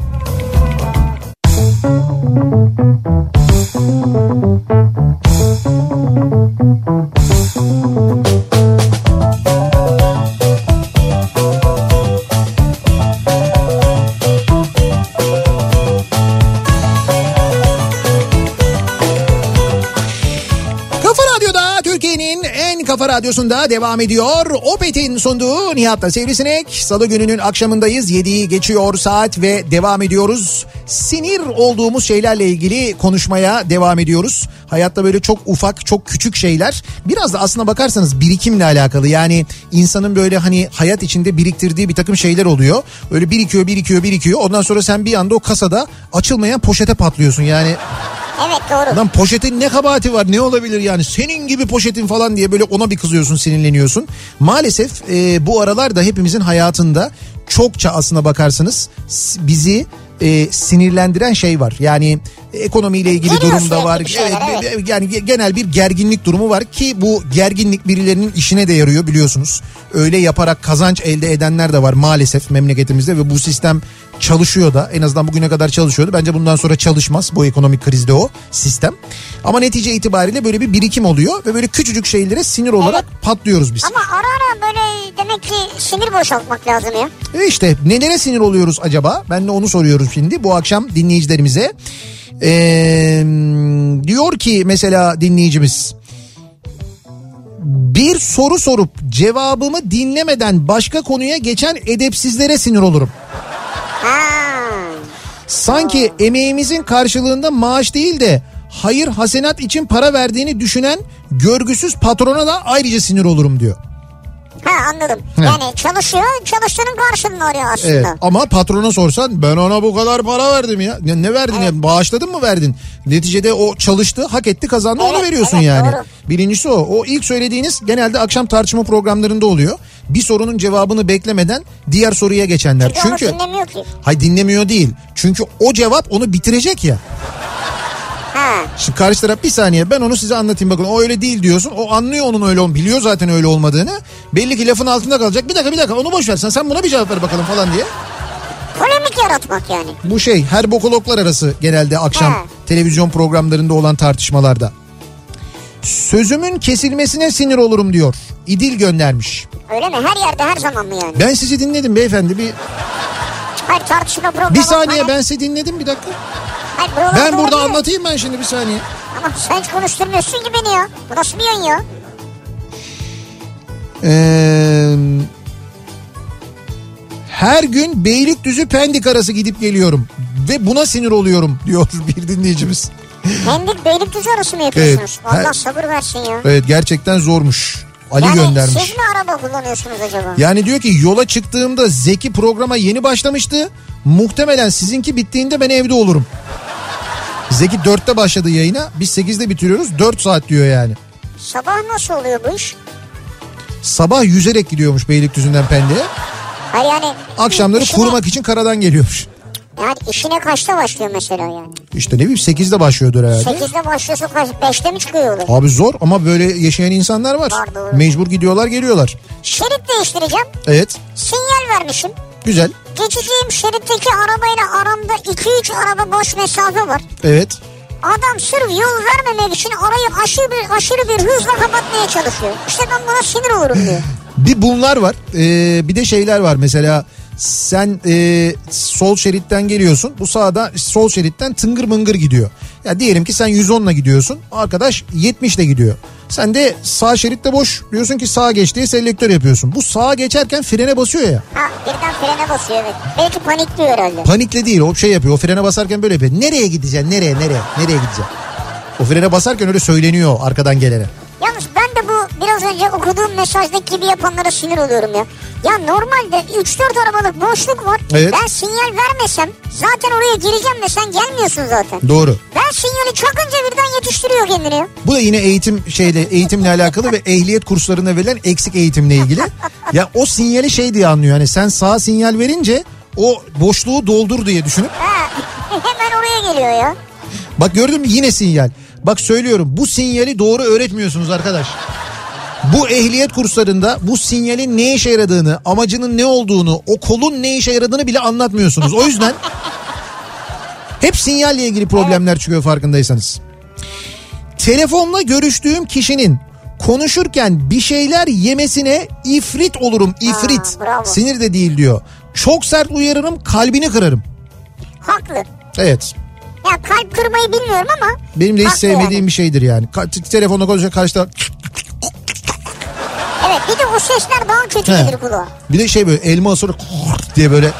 Speaker 1: Kafa Radyo'da Türkiye'nin en Kafa Radyosu'nda devam ediyor. Opet'in sunduğu Nihat'la Sivrisinek. Salı gününün akşamındayız. 7'yi geçiyor saat ve devam ediyoruz. Sinir olduğumuz şeylerle ilgili konuşmaya devam ediyoruz. Hayatta böyle çok ufak, çok küçük şeyler. Biraz da aslına bakarsanız birikimle alakalı. Yani insanın böyle hani hayat içinde biriktirdiği bir takım şeyler oluyor. Öyle birikiyor, birikiyor, birikiyor. Ondan sonra sen bir anda o kasada açılmayan poşete patlıyorsun. Yani
Speaker 2: Evet doğru.
Speaker 1: Lan poşetin ne kabahati var ne olabilir yani senin gibi poşetin falan diye böyle ona bir kızıyorsun sinirleniyorsun. Maalesef e, bu aralar da hepimizin hayatında çokça aslına bakarsanız s- bizi e, sinirlendiren şey var. Yani ekonomiyle ilgili
Speaker 2: Geliyor
Speaker 1: durum da var.
Speaker 2: sürekli bir şeyler,
Speaker 1: Evet,
Speaker 2: evet.
Speaker 1: e, yani ge- genel bir gerginlik durumu var ki bu gerginlik birilerinin işine de yarıyor biliyorsunuz. Öyle yaparak kazanç elde edenler de var maalesef memleketimizde ve bu sistem çalışıyor da en azından bugüne kadar çalışıyordu. Bence bundan sonra çalışmaz bu ekonomik krizde o sistem. Ama netice itibariyle böyle bir birikim oluyor ve böyle küçücük şeylere sinir olarak patlıyoruz biz.
Speaker 2: Ama ara ara böyle demek ki sinir boşaltmak lazım ya.
Speaker 1: E işte nelere sinir oluyoruz acaba? Ben de onu soruyorum şimdi bu akşam dinleyicilerimize. Ee, diyor ki mesela dinleyicimiz bir soru sorup cevabımı dinlemeden başka konuya geçen edepsizlere sinir olurum.
Speaker 2: Ha.
Speaker 1: Sanki emeğimizin karşılığında maaş değil de hayır hasenat için para verdiğini düşünen görgüsüz patrona da ayrıca sinir olurum diyor.
Speaker 2: Ha anladım.
Speaker 1: He.
Speaker 2: Yani çalışıyor, çalıştığının karşılığını arıyor
Speaker 1: Evet.
Speaker 2: aslında.
Speaker 1: Ama patrona sorsan ben ona bu kadar para verdim ya. Ne, ne verdin ya? Bağışladın mı verdin? Neticede o çalıştı, hak etti, kazandı onu
Speaker 2: Evet,
Speaker 1: veriyorsun
Speaker 2: evet,
Speaker 1: yani.
Speaker 2: doğru.
Speaker 1: Birincisi o. O ilk söylediğiniz genelde akşam tartışma programlarında oluyor. Bir sorunun cevabını beklemeden diğer soruya geçenler.
Speaker 2: Çünkü,
Speaker 1: Çünkü
Speaker 2: onu dinlemiyor ki.
Speaker 1: hay dinlemiyor değil. Çünkü o cevap onu bitirecek ya.
Speaker 2: Ha.
Speaker 1: Şimdi karşı taraf bir saniye ben onu size anlatayım bakın o öyle değil diyorsun. O anlıyor onun öyle ol biliyor zaten öyle olmadığını. Belli ki lafın altında kalacak. Bir dakika bir dakika onu boş versen sen buna bir cevap ver bakalım falan diye.
Speaker 2: Polemik yaratmak yani.
Speaker 1: Bu şey her bokologlar arası genelde akşam
Speaker 2: Ha.
Speaker 1: televizyon programlarında olan tartışmalarda. Sözümün kesilmesine sinir olurum diyor. İdil göndermiş.
Speaker 2: Öyle mi? Her yerde her zaman mı yani?
Speaker 1: Ben sizi dinledim beyefendi. Bir,
Speaker 2: Hayır tartışma programı.
Speaker 1: bir saniye ben sizi dinledim bir dakika.
Speaker 2: Hayır, buralarda
Speaker 1: Ben burada
Speaker 2: oluyor.
Speaker 1: anlatayım ben şimdi bir saniye.
Speaker 2: Ama sen hiç konuşturmuyorsun ki beni ya. Bu nasıl bir yayın ya?
Speaker 1: Ee, her gün Beylikdüzü Pendik arası gidip geliyorum. Ve buna sinir oluyorum diyor bir dinleyicimiz.
Speaker 2: Pendik Beylikdüzü arası mı yapıyorsunuz?
Speaker 1: Evet.
Speaker 2: Allah
Speaker 1: Her-
Speaker 2: sabır versin ya.
Speaker 1: Evet gerçekten zormuş. Ali
Speaker 2: yani
Speaker 1: göndermiş.
Speaker 2: siz mi araba kullanıyorsunuz acaba?
Speaker 1: Yani diyor ki yola çıktığımda Zeki programa yeni başlamıştı. Muhtemelen sizinki bittiğinde ben evde olurum. Zeki 4'te başladı yayına. Biz 8'de bitiriyoruz. 4 saat diyor yani.
Speaker 2: Sabah nasıl oluyor bu iş?
Speaker 1: Sabah yüzerek gidiyormuş Beylikdüzü'nden Pendik'e.
Speaker 2: Hayır yani...
Speaker 1: Akşamları
Speaker 2: işine-
Speaker 1: kurmak için karadan geliyormuş.
Speaker 2: Yani işine kaçta başlıyor mesela yani?
Speaker 1: İşte ne bileyim 8'de başlıyordur herhalde.
Speaker 2: Sekizde başlıyorsun kaç? Beşte mi çıkıyor yolu?
Speaker 1: Abi zor ama böyle yaşayan insanlar var.
Speaker 2: Var, doğru.
Speaker 1: Mecbur gidiyorlar geliyorlar.
Speaker 2: Şerit değiştireceğim.
Speaker 1: Evet
Speaker 2: Sinyal vermişim.
Speaker 1: güzel.
Speaker 2: Geçeceğim şeritteki arabayla aramda 2-3 araba boş mesafe var.
Speaker 1: Evet.
Speaker 2: Adam sırf yol vermemek için arayı aşırı bir, aşırı bir hızla kapatmaya çalışıyor. İşte ben buna sinir olurum diyor.
Speaker 1: Bir bunlar var. Ee, bir de şeyler var mesela sen e, sol şeritten geliyorsun. Bu sağda sol şeritten tıngır mıngır gidiyor. Ya diyelim ki sen 110'la gidiyorsun. Arkadaş 70'le gidiyor. Sen de sağ şeritte boş. Diyorsun ki sağa geç diye selektör yapıyorsun. Bu sağa geçerken frene basıyor ya.
Speaker 2: Ha birden frene basıyor evet. Belki panikliyor herhalde.
Speaker 1: Panikle değil o şey yapıyor. O frene basarken böyle yapıyor. Nereye gideceksin? Nereye? Nereye? Nereye gideceksin? O frene basarken öyle söyleniyor arkadan gelene.
Speaker 2: Yalnız ben de bu biraz önce okuduğum mesajdaki gibi yapanlara sinir oluyorum ya. Ya normalde 3-4 arabalık boşluk var.
Speaker 1: Evet.
Speaker 2: Ben sinyal vermesem zaten oraya gireceğim de sen gelmiyorsun zaten.
Speaker 1: Doğru.
Speaker 2: Ben sinyali çakınca birden yetiştiriyor kendini. ya.
Speaker 1: Bu da yine eğitim şeyle eğitimle alakalı ve ehliyet kurslarına verilen eksik eğitimle ilgili. Ya o sinyali şey diye anlıyor. Hani sen sağa sinyal verince o boşluğu doldur diye düşünüp
Speaker 2: Ha, hemen oraya geliyor ya.
Speaker 1: bak gördün mü yine sinyal. Bak söylüyorum bu sinyali doğru öğretmiyorsunuz arkadaş. Bu ehliyet kurslarında bu sinyalin ne işe yaradığını, amacının ne olduğunu, o kolun ne işe yaradığını bile anlatmıyorsunuz. O yüzden hep sinyalle ilgili problemler çıkıyor farkındaysanız. Telefonla görüştüğüm kişinin konuşurken bir şeyler yemesine ifrit olurum, ifrit.
Speaker 2: Aa, bravo.
Speaker 1: Sinir de değil diyor. Çok sert uyarırım, kalbini kırarım.
Speaker 2: Haklı.
Speaker 1: Evet.
Speaker 2: Ya kalp kırmayı bilmiyorum ama.
Speaker 1: Benim de hiç
Speaker 2: haklı
Speaker 1: sevmediğim
Speaker 2: yani.
Speaker 1: bir şeydir yani. Ka- t- telefonla konuşacak karşıda
Speaker 2: Bir de o sesler daha kötü
Speaker 1: He.
Speaker 2: gelir kulağa.
Speaker 1: Bir de şey böyle elma sonra diye böyle.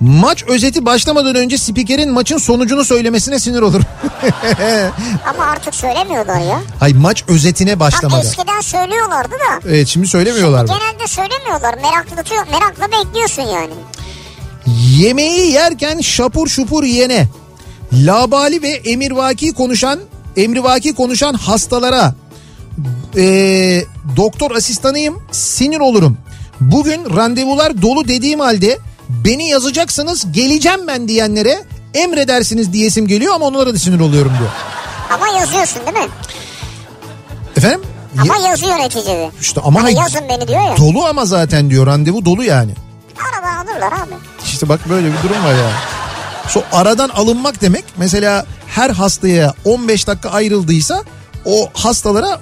Speaker 1: Maç özeti başlamadan önce spikerin maçın sonucunu söylemesine sinir olur.
Speaker 2: Ama artık söylemiyorlar ya.
Speaker 1: Hay maç özetine
Speaker 2: Bak
Speaker 1: başlamadan.
Speaker 2: eskiden söylüyorlardı da.
Speaker 1: Evet şimdi söylemiyorlar mı?
Speaker 2: Genelde söylemiyorlar. Meraklatıyor, merakla bekliyorsun yani.
Speaker 1: Yemeği yerken şapur şupur yene, labali ve emirvaki konuşan, emrivaki konuşan hastalara eee, doktor asistanıyım sinir olurum. Bugün randevular dolu dediğim halde beni yazacaksınız geleceğim ben diyenlere emredersiniz diyesim geliyor ama onlara da sinir oluyorum diyor.
Speaker 2: Ama yazıyorsun değil mi?
Speaker 1: Efendim? Ye-
Speaker 2: Ama yazıyor neticede.
Speaker 1: işte ama
Speaker 2: Hani
Speaker 1: hayır.
Speaker 2: yazın beni diyor ya.
Speaker 1: Dolu ama zaten diyor randevu dolu yani.
Speaker 2: Araba alırlar abi.
Speaker 1: İşte bak böyle bir durum var ya. So aradan alınmak demek mesela her hastaya 15 dakika ayrıldıysa o hastalara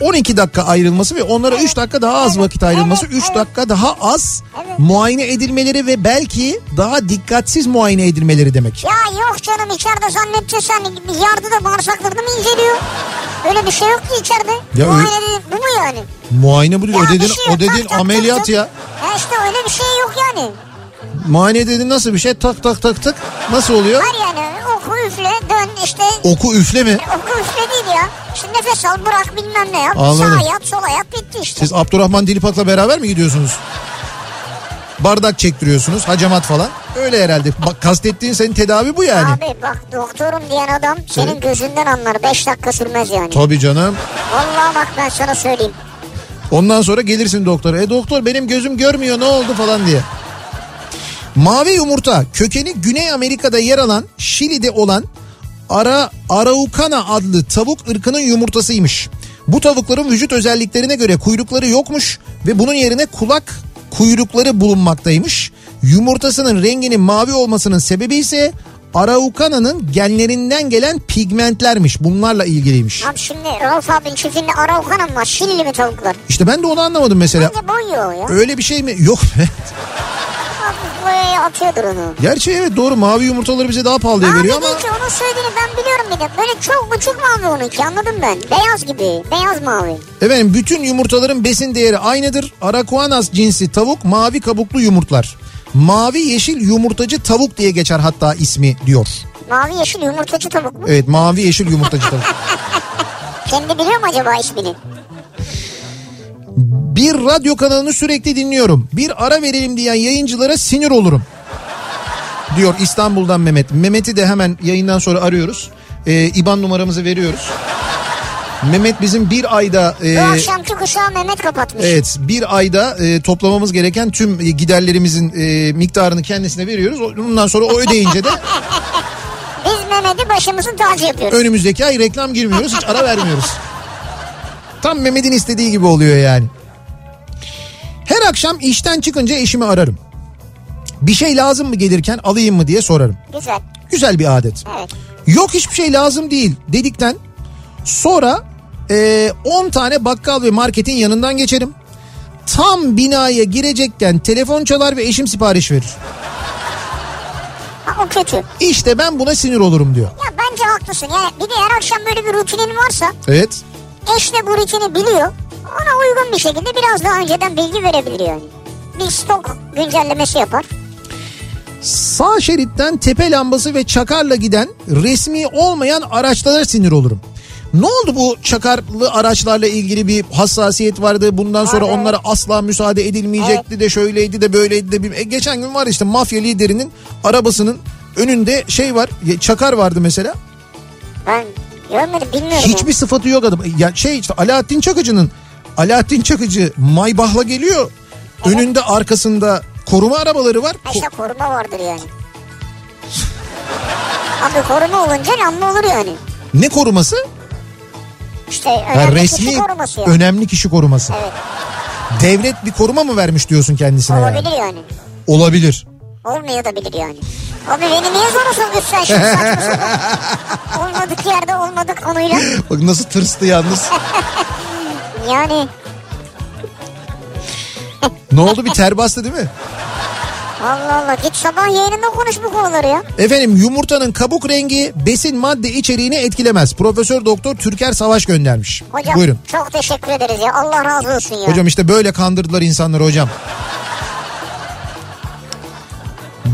Speaker 1: 12 dakika ayrılması ve onlara 3 dakika daha az
Speaker 2: Evet,
Speaker 1: vakit ayrılması,
Speaker 2: evet,
Speaker 1: 3
Speaker 2: evet.
Speaker 1: dakika daha az
Speaker 2: Evet.
Speaker 1: muayene edilmeleri ve belki daha dikkatsiz muayene edilmeleri demek.
Speaker 2: Ya yok canım içeride zannedeceğiz sen yardıda bağırsaklarını mı inceliyor? Öyle bir şey yok ki içeride.
Speaker 1: Ya
Speaker 2: bu,
Speaker 1: öyle-
Speaker 2: öyle... bu mu yani?
Speaker 1: Muayene bu değil,
Speaker 2: Ya
Speaker 1: o
Speaker 2: bir
Speaker 1: dediğin,
Speaker 2: şey
Speaker 1: o
Speaker 2: yok,
Speaker 1: dediğin
Speaker 2: tak, tak,
Speaker 1: ameliyat
Speaker 2: tak,
Speaker 1: ya.
Speaker 2: tak. Ya işte öyle bir şey yok yani.
Speaker 1: Muayene dediğin nasıl bir şey? Tak tak tak tak. Nasıl oluyor?
Speaker 2: Var yani oku üfle dön işte
Speaker 1: Oku üfle mi?
Speaker 2: oku üfle değil ya. İşte nefes al bırak bilmem ne yap.
Speaker 1: Anladım.
Speaker 2: Sağ yat sola yat bitti işte.
Speaker 1: Siz Abdurrahman Dilipak'la beraber mi gidiyorsunuz? Bardak çektiriyorsunuz, hacamat falan. Öyle herhalde. Bak kastettiğin senin tedavi bu yani.
Speaker 2: Abi bak doktorum diyen adam senin gözünden anlar. 5 dakika sürmez yani.
Speaker 1: Tabii canım.
Speaker 2: Vallahi bak ben sana söyleyeyim.
Speaker 1: Ondan sonra gelirsin doktora. E doktor benim gözüm görmüyor ne oldu falan diye. Mavi yumurta kökeni Güney Amerika'da yer alan Şili'de olan Ara Araucana adlı tavuk ırkının yumurtasıymış. Bu tavukların vücut özelliklerine göre kuyrukları yokmuş ve bunun yerine kulak kuyrukları bulunmaktaymış. Yumurtasının renginin mavi olmasının sebebi ise Araucana'nın genlerinden gelen pigmentlermiş. Bunlarla ilgiliymiş.
Speaker 2: Abi şimdi Rauf abinin çiftliğinde Araucana'm var. Şilili mi tavuklar?
Speaker 1: İşte ben de onu anlamadım mesela.
Speaker 2: Bence boyuyor o ya.
Speaker 1: Öyle bir şey mi? Yok be.
Speaker 2: Abi boyaya atıyordur onu.
Speaker 1: Gerçi evet doğru mavi yumurtaları bize daha pahalıya
Speaker 2: Abi
Speaker 1: Şey veriyor
Speaker 2: değil
Speaker 1: ama
Speaker 2: ki onun söylediğini ben biliyorum bir de. Böyle çok buçuk mavi onunki anladım ben. Beyaz gibi. Beyaz mavi.
Speaker 1: efendim bütün yumurtaların besin değeri aynıdır. Arakuanas cinsi tavuk mavi kabuklu yumurtlar. Mavi yeşil yumurtacı tavuk diye geçer hatta ismi diyor.
Speaker 2: Mavi yeşil yumurtacı tavuk mu?
Speaker 1: Evet mavi yeşil yumurtacı tavuk.
Speaker 2: Kendi biliyor mu acaba ismini?
Speaker 1: Bir radyo kanalını sürekli dinliyorum. Bir ara verelim diyen yayıncılara sinir olurum. Diyor İstanbul'dan Mehmet. Mehmet'i de hemen yayından sonra arıyoruz. Ee, İban numaramızı veriyoruz. Mehmet bizim bir ayda...
Speaker 2: Bu
Speaker 1: e,
Speaker 2: akşamki kuşağı Mehmet kapatmış.
Speaker 1: Evet bir ayda e, toplamamız gereken tüm e, giderlerimizin e, miktarını kendisine veriyoruz. Ondan sonra o ödeyince de
Speaker 2: Biz Mehmet'i başımızın tacı yapıyoruz.
Speaker 1: önümüzdeki ay reklam girmiyoruz hiç ara vermiyoruz. Tam Mehmet'in istediği gibi oluyor yani. Her akşam işten çıkınca eşimi ararım. Bir şey lazım mı gelirken alayım mı diye sorarım.
Speaker 2: Güzel.
Speaker 1: Güzel bir adet.
Speaker 2: Evet.
Speaker 1: Yok hiçbir şey lazım değil dedikten sonra e, 10 tane bakkal ve marketin yanından geçerim. Tam binaya girecekken telefon çalar ve eşim sipariş verir.
Speaker 2: Ha, o kötü.
Speaker 1: İşte ben buna sinir olurum diyor.
Speaker 2: Ya bence haklısın. Yani bir de her akşam böyle bir rutinin varsa
Speaker 1: Evet.
Speaker 2: eş de bu rutini biliyor. Ona uygun bir şekilde biraz daha önceden bilgi verebilir yani. Bir stok güncellemesi yapar.
Speaker 1: Sağ şeritten tepe lambası ve çakarla giden resmi olmayan araçlara sinir olurum. Ne oldu bu çakarlı araçlarla ilgili bir hassasiyet vardı. Bundan sonra
Speaker 2: Abi.
Speaker 1: onlara asla müsaade edilmeyecekti de şöyleydi de böyleydi de. bir- E, geçen gün var işte mafya liderinin arabasının önünde şey var ya, çakar vardı mesela.
Speaker 2: Ben görmedim bilmiyorum.
Speaker 1: Hiçbir sıfatı yok adam. Ya şey işte Alaaddin Çakıcı'nın Alaaddin Çakıcı Maybach'la geliyor. Önünde arkasında koruma arabaları var.
Speaker 2: Ha işte koruma vardır yani. Abi koruma olunca lanma olur yani.
Speaker 1: Ne koruması?
Speaker 2: İşte
Speaker 1: Ha,
Speaker 2: önemli
Speaker 1: resmi
Speaker 2: kişi koruması yani.
Speaker 1: önemli kişi koruması.
Speaker 2: Evet.
Speaker 1: Devlet bir koruma mı vermiş diyorsun kendisine? yani?
Speaker 2: Olabilir yani.
Speaker 1: Olabilir.
Speaker 2: Olmuyor da bilir yani. Abi beni niye zora sokuyorsun sen şimdi saçma sapan. Olmadık yerde olmadık konuyla.
Speaker 1: Bak nasıl tırstı yalnız.
Speaker 2: Yani
Speaker 1: ne oldu bir ter bastı değil mi?
Speaker 2: Allah Allah git sabah yayınında konuş bu konuları ya.
Speaker 1: Efendim yumurtanın kabuk rengi besin madde içeriğini etkilemez. Profesör Doktor Türker Savaş göndermiş.
Speaker 2: Hocam
Speaker 1: Buyurun.
Speaker 2: çok teşekkür ederiz ya Allah razı olsun ya.
Speaker 1: Hocam işte böyle kandırdılar insanları hocam.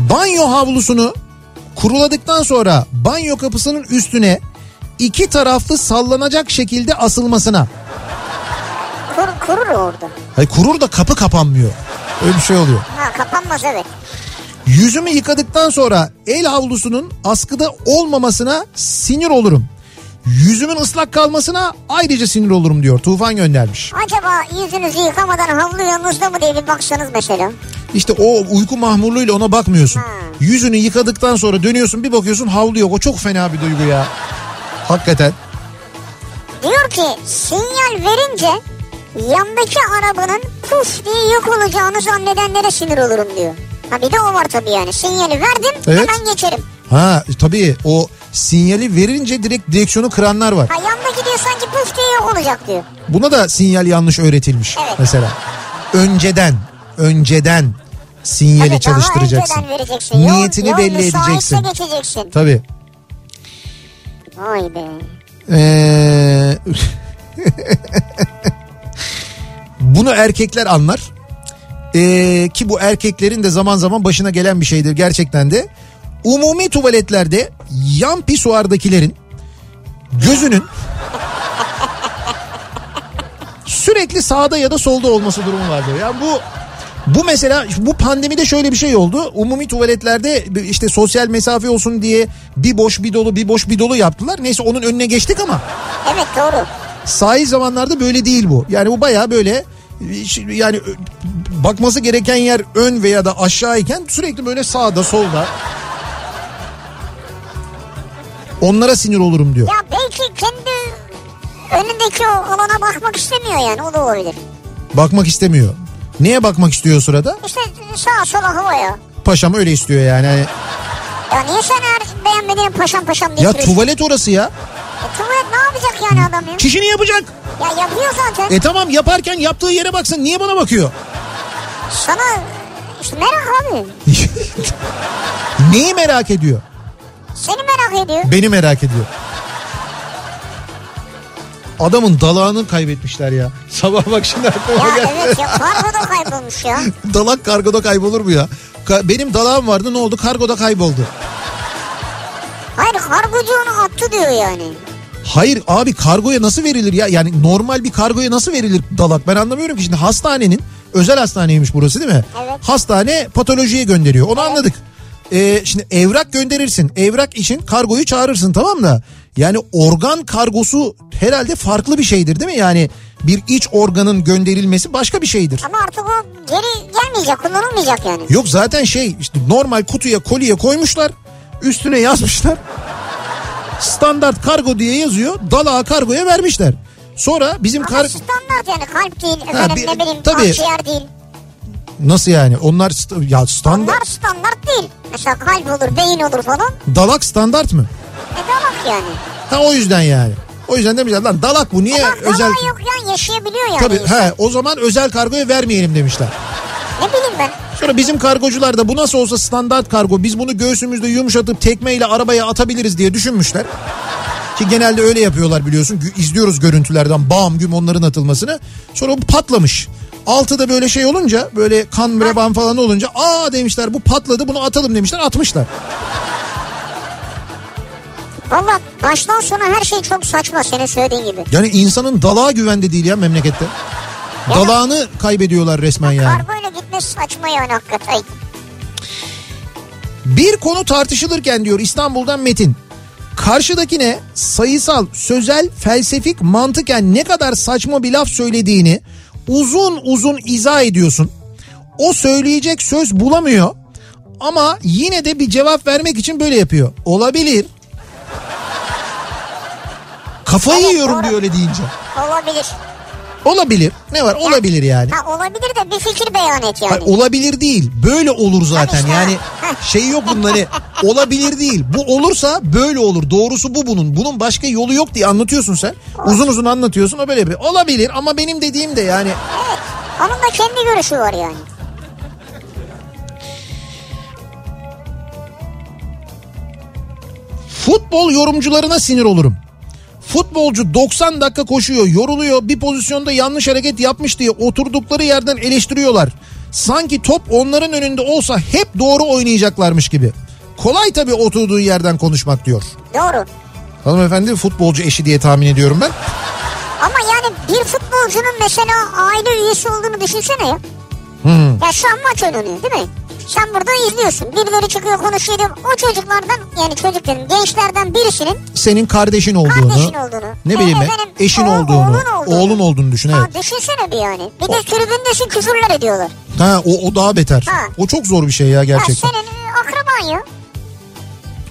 Speaker 1: Banyo havlusunu kuruladıktan sonra banyo kapısının üstüne iki taraflı sallanacak şekilde asılmasına.
Speaker 2: Kur, kurur o orada.
Speaker 1: Hayır kurur da kapı kapanmıyor. Öyle bir şey oluyor.
Speaker 2: Ha kapanmaz evet.
Speaker 1: Yüzümü yıkadıktan sonra el havlusunun askıda olmamasına sinir olurum. Yüzümün ıslak kalmasına ayrıca sinir olurum diyor. Tufan göndermiş.
Speaker 2: Acaba yüzünüzü yıkamadan havlu yanınızda mı diye bir baksanız mesela.
Speaker 1: İşte o uyku mahmurluğuyla ona bakmıyorsun. Yüzünü yıkadıktan sonra dönüyorsun bir bakıyorsun havlu yok. O çok fena bir duygu ya. Hakikaten.
Speaker 2: Diyor ki sinyal verince yandaki arabanın puf diye yok olacağını zannedenlere sinir olurum diyor. Ha bir de o var tabii yani. Sinyali verdim
Speaker 1: Evet.
Speaker 2: hemen geçerim.
Speaker 1: Ha tabii o sinyali verince direkt direksiyonu kıranlar var.
Speaker 2: Ha yandaki diyor sanki puf diye yok olacak diyor.
Speaker 1: Buna da sinyal yanlış öğretilmiş
Speaker 2: Evet.
Speaker 1: mesela. Önceden, önceden sinyali
Speaker 2: Tabii
Speaker 1: çalıştıracaksın.
Speaker 2: Daha önceden vereceksin. Yol-
Speaker 1: Niyetini
Speaker 2: yol
Speaker 1: belli
Speaker 2: müsaitse
Speaker 1: edeceksin.
Speaker 2: geçeceksin.
Speaker 1: Tabii.
Speaker 2: Vay be.
Speaker 1: Ee, Bunu erkekler anlar. Ee, ki bu erkeklerin de zaman zaman başına gelen bir şeydir gerçekten de. Umumi tuvaletlerde yan pisuardakilerin gözünün sürekli sağda ya da solda olması durumu var diyor. Yani bu bu mesela bu pandemide şöyle bir şey oldu. Umumi tuvaletlerde işte sosyal mesafe olsun diye bir boş bir dolu bir boş bir dolu yaptılar. Neyse onun önüne geçtik ama
Speaker 2: Evet doğru.
Speaker 1: sahil zamanlarda böyle değil bu. Yani bu bayağı böyle yani bakması gereken yer ön veya da aşağıyken sürekli böyle sağda solda. Onlara sinir olurum diyor.
Speaker 2: Ya belki kendi önündeki o alana bakmak istemiyor yani o da olabilir.
Speaker 1: Bakmak istemiyor. Neye bakmak istiyor o sırada?
Speaker 2: İşte sağa sola havaya.
Speaker 1: Paşam öyle istiyor yani. Hani-
Speaker 2: Ya niye sen her beğenmediğini paşam paşam
Speaker 1: ya
Speaker 2: getiriyorsun?
Speaker 1: tuvalet orası ya.
Speaker 2: E, tuvalet ne yapacak yani adam ya?
Speaker 1: Kişini yapacak.
Speaker 2: Ya yapıyor zaten.
Speaker 1: E tamam yaparken yaptığı yere baksın. Niye bana bakıyor?
Speaker 2: Sana işte merak abi.
Speaker 1: Neyi merak ediyor?
Speaker 2: Seni merak ediyor.
Speaker 1: Beni merak ediyor. Adamın dalağını kaybetmişler ya. Sabah bak şimdi aklıma
Speaker 2: Ya
Speaker 1: geldi.
Speaker 2: evet ya kargo da kaybolmuş ya.
Speaker 1: Dalak kargoda kaybolur mu ya? Ka- Benim dalağım vardı ne oldu? Kargoda kayboldu.
Speaker 2: Hayır kargocu onu attı diyor yani.
Speaker 1: Hayır abi kargoya nasıl verilir ya? Yani normal bir kargoya nasıl verilir dalak? Ben anlamıyorum ki şimdi hastanenin özel hastaneymiş burası değil mi?
Speaker 2: Evet.
Speaker 1: Hastane patolojiye gönderiyor. Onu anladık. Ee, şimdi evrak gönderirsin. Evrak için kargoyu çağırırsın tamam da. Yani organ kargosu herhalde farklı bir şeydir değil mi? Yani bir iç organın gönderilmesi başka bir şeydir.
Speaker 2: Ama artık o geri gelmeyecek kullanılmayacak yani.
Speaker 1: Yok zaten şey işte normal kutuya kolye koymuşlar. Üstüne yazmışlar. Standart kargo diye yazıyor. Dalağa kargoya vermişler. Sonra bizim
Speaker 2: Ama
Speaker 1: kar...
Speaker 2: standart yani kalp değil efendim
Speaker 1: bir-
Speaker 2: ne bileyim
Speaker 1: tabii.
Speaker 2: akciğer değil.
Speaker 1: Nasıl yani? Onlar st- ya standart
Speaker 2: Bunlar standart değil. Mesela kalp olur beyin olur falan.
Speaker 1: dalak standart mı?
Speaker 2: E dalak yani.
Speaker 1: Ha o yüzden yani. O yüzden demişler lan dalak bu niye
Speaker 2: Bak
Speaker 1: özel
Speaker 2: dalağı yok yani yaşayabiliyor yani.
Speaker 1: Tabii he o zaman özel kargoya vermeyelim demişler.
Speaker 2: Ne bileyim ben.
Speaker 1: Sonra bizim kargocular da bu nasıl olsa standart kargo biz bunu göğsümüzde yumuşatıp tekmeyle arabaya atabiliriz diye düşünmüşler. Ki genelde öyle yapıyorlar biliyorsun. Gü- İzliyoruz görüntülerden bam güm onların atılmasını. Sonra bu patlamış. Altı da böyle şey olunca böyle kan revan falan olunca aa demişler bu patladı bunu atalım demişler atmışlar.
Speaker 2: Valla baştan sona her şey çok saçma senin söylediğin gibi.
Speaker 1: Yani insanın dalağa güvende değil ya memlekette. Dalağını kaybediyorlar resmen yani.
Speaker 2: Kargoyla gitmesi saçma yani hakikaten.
Speaker 1: Bir konu tartışılırken diyor İstanbul'dan Metin. Karşıdakine sayısal, sözel, felsefik, mantıken ne kadar saçma bir laf söylediğini uzun uzun izah ediyorsun. O söyleyecek söz bulamıyor ama yine de bir cevap vermek için böyle yapıyor. Olabilir. Kafayı
Speaker 2: Evet,
Speaker 1: yiyorum
Speaker 2: doğru.
Speaker 1: diyor öyle deyince.
Speaker 2: Olabilir.
Speaker 1: Olabilir. Ne var? Olabilir yani.
Speaker 2: Ha olabilir de bir fikir beyan et yani.
Speaker 1: Hayır, olabilir değil. Böyle olur zaten.
Speaker 2: işte.
Speaker 1: Yani şey yok bunun hani olabilir değil. Bu olursa böyle olur. Doğrusu bu bunun. Bunun başka yolu yok diye anlatıyorsun sen. Uzun uzun anlatıyorsun. O böyle bir olabilir ama benim dediğim de yani
Speaker 2: Evet. Onun da kendi görüşü var yani.
Speaker 1: Futbol yorumcularına sinir olurum. Futbolcu 90 dakika koşuyor, yoruluyor, bir pozisyonda yanlış hareket yapmış diye oturdukları yerden eleştiriyorlar. Sanki top onların önünde olsa hep doğru oynayacaklarmış gibi. Kolay tabii oturduğu yerden konuşmak diyor.
Speaker 2: Doğru.
Speaker 1: Hanımefendi futbolcu eşi diye tahmin ediyorum ben.
Speaker 2: Ama yani bir futbolcunun mesela aile üyesi olduğunu düşünsene ya.
Speaker 1: Hmm.
Speaker 2: Ya şu an maç oynanıyor değil mi? Sen burada izliyorsun. Birileri çıkıyor konuşuyor diyor. O çocuklardan yani çocukların gençlerden birisinin
Speaker 1: Senin kardeşin olduğunu,
Speaker 2: Kardeşin olduğunu.
Speaker 1: ne bileyim
Speaker 2: E,
Speaker 1: ben,
Speaker 2: efendim,
Speaker 1: eşin
Speaker 2: oğlun
Speaker 1: olduğunu,
Speaker 2: olduğunu.
Speaker 1: oğlun olduğunu düşün evet.
Speaker 2: ha, düşünsene bir yani. Bir de tribündesin küfürler ediyorlar.
Speaker 1: Ha o, o daha beter.
Speaker 2: Ha.
Speaker 1: O çok zor bir şey ya
Speaker 2: Ya
Speaker 1: gerçekten.
Speaker 2: senin e, akraban ya.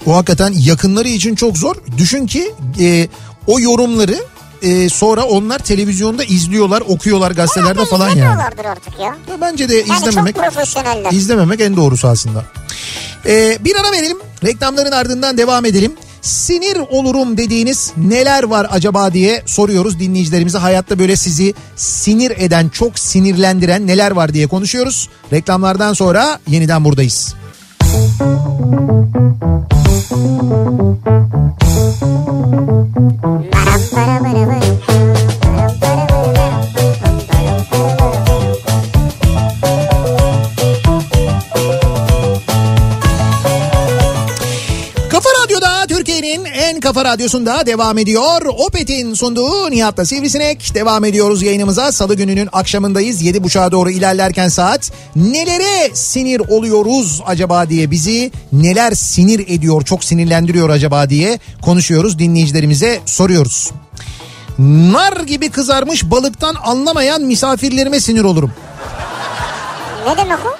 Speaker 1: O hakikaten yakınları için çok zor. Düşün ki e, o yorumları e, sonra onlar televizyonda izliyorlar, okuyorlar gazetelerde
Speaker 2: Herhalde
Speaker 1: falan yani.
Speaker 2: izlemiyorlardır artık ya.
Speaker 1: Ya Bence de
Speaker 2: Yani
Speaker 1: izlememek
Speaker 2: çok profesyoneller.
Speaker 1: izlememek en doğrusu aslında. E, bir ara verelim. Reklamların ardından devam edelim. Sinir olurum dediğiniz neler var acaba diye soruyoruz dinleyicilerimize. Hayatta böyle sizi sinir eden, çok sinirlendiren neler var diye konuşuyoruz. Reklamlardan sonra yeniden buradayız. Kafa Radyo'da Türkiye'nin en kafa radyosunda devam ediyor. Opet'in sunduğu Nihat'la Sivrisinek. Devam ediyoruz yayınımıza. Salı gününün akşamındayız. 7.30'a doğru ilerlerken saat. Nelere sinir oluyoruz acaba diye bizi neler sinir ediyor, çok sinirlendiriyor acaba diye konuşuyoruz. Dinleyicilerimize soruyoruz. Nar gibi kızarmış balıktan anlamayan misafirlerime sinir olurum.
Speaker 2: Ne demek o?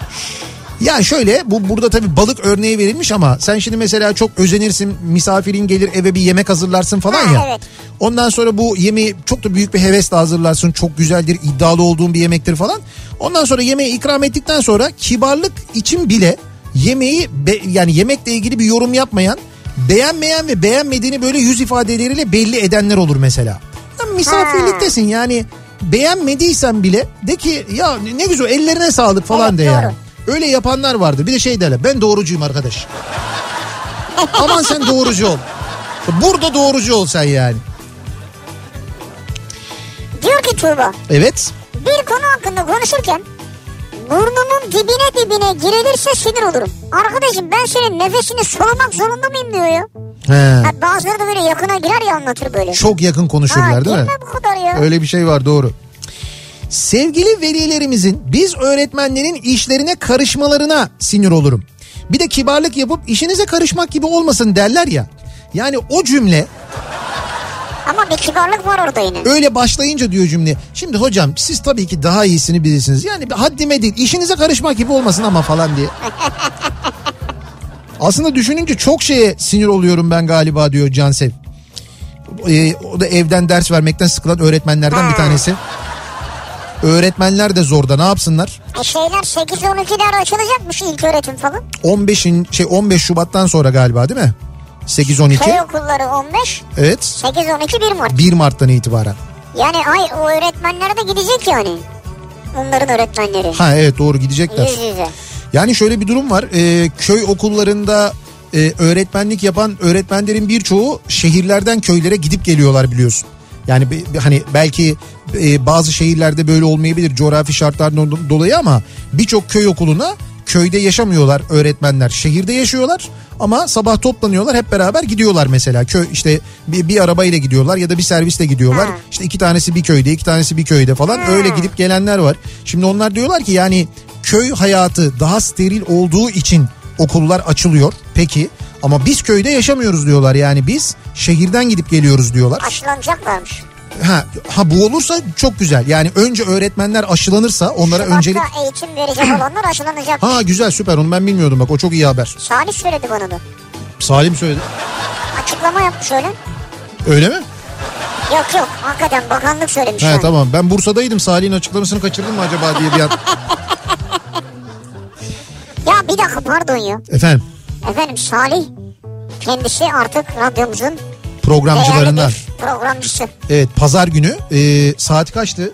Speaker 1: Ya şöyle bu burada tabii balık örneği verilmiş ama sen şimdi mesela çok özenirsin misafirin gelir eve bir yemek hazırlarsın falan
Speaker 2: Ha,
Speaker 1: ya.
Speaker 2: evet.
Speaker 1: Ondan sonra bu yemeği çok da büyük bir hevesle hazırlarsın çok güzeldir iddialı olduğun bir yemektir falan. Ondan sonra yemeği ikram ettikten sonra kibarlık için bile yemeği be- yani yemekle ilgili bir yorum yapmayan beğenmeyen ve beğenmediğini böyle yüz ifadeleriyle belli edenler olur mesela. Ya Misafirliktesin yani beğenmediysen bile de ki ya ne güzel ellerine sağlık falan
Speaker 2: Evet,
Speaker 1: de
Speaker 2: doğru.
Speaker 1: yani. Öyle yapanlar vardır. Bir de şey derler. Ben doğrucuyum arkadaş. Aman sen doğrucu ol. Burada doğrucu ol sen yani.
Speaker 2: Diyor ki Tuğba
Speaker 1: Evet.
Speaker 2: bir konu hakkında konuşurken burnumun dibine dibine girilirse sinir olurum. Arkadaşım ben senin nefesini solumak zorunda mıyım diyor ya.
Speaker 1: He.
Speaker 2: Ha, bazıları da böyle yakına girer ya anlatır böyle.
Speaker 1: Çok yakın
Speaker 2: ha,
Speaker 1: konuşurlar değil mi?
Speaker 2: girme bu kadar ya.
Speaker 1: Öyle bir şey var doğru. Sevgili velilerimizin biz öğretmenlerin işlerine karışmalarına sinir olurum. Bir de kibarlık yapıp işinize karışmak gibi olmasın derler ya. Yani o cümle
Speaker 2: Ama bir kibarlık var orada yine.
Speaker 1: öyle başlayınca diyor cümle. Şimdi hocam siz tabii ki daha iyisini bilirsiniz. Yani bir haddime değil işinize karışmak gibi olmasın ama falan diye. Aslında düşününce çok şeye sinir oluyorum ben galiba diyor Cansev. Ee, o da evden ders vermekten sıkılan öğretmenlerden bir tanesi. Öğretmenler de zorda ne yapsınlar?
Speaker 2: E şeyler 8-12'de ara açılacakmış ilk öğretim falan.
Speaker 1: 15'in şey 15 Şubat'tan sonra galiba değil mi? 8 12.
Speaker 2: Köy okulları 15,
Speaker 1: Evet.
Speaker 2: 8-12 1 Mart.
Speaker 1: 1 Mart'tan itibaren.
Speaker 2: Yani ay o öğretmenler de gidecek yani. Onların öğretmenleri.
Speaker 1: Ha evet doğru gidecekler.
Speaker 2: Yüz yüze.
Speaker 1: Yani şöyle bir durum var. Ee, köy okullarında e, öğretmenlik yapan öğretmenlerin birçoğu şehirlerden köylere gidip geliyorlar biliyorsun. Yani be- be- hani belki e, bazı şehirlerde böyle olmayabilir coğrafi şartlardan do- dolayı ama birçok köy okuluna köyde yaşamıyorlar öğretmenler. Şehirde yaşıyorlar ama sabah toplanıyorlar hep beraber gidiyorlar mesela. Köy işte bir, bir arabayla gidiyorlar ya da bir servisle gidiyorlar. İşte iki tanesi bir köyde, iki tanesi bir köyde falan öyle gidip gelenler var. Şimdi onlar diyorlar ki yani köy hayatı daha steril olduğu için okullar açılıyor. Peki ama biz köyde yaşamıyoruz diyorlar. Yani biz şehirden gidip geliyoruz diyorlar.
Speaker 2: Aşılanacaklarmış.
Speaker 1: Ha, ha bu olursa çok güzel. Yani önce öğretmenler aşılanırsa onlara
Speaker 2: Şubat'ta
Speaker 1: öncelik
Speaker 2: eğitim verecek olanlar aşılanacak.
Speaker 1: Ha güzel süper onu ben bilmiyordum bak o çok iyi haber.
Speaker 2: Salih söyledi bana da.
Speaker 1: Salim söyledi.
Speaker 2: Açıklama yapmış öyle.
Speaker 1: Öyle mi?
Speaker 2: Yok yok hakikaten bakanlık söylemiş.
Speaker 1: He
Speaker 2: yani.
Speaker 1: tamam ben Bursa'daydım Salih'in açıklamasını kaçırdım mı acaba diye bir an.
Speaker 2: Ya bir dakika pardon ya.
Speaker 1: Efendim
Speaker 2: Efendim Salih kendisi artık radyomuzun değerli
Speaker 1: programcılarından.
Speaker 2: bir programcısı.
Speaker 1: Evet pazar günü e, saat kaçtı?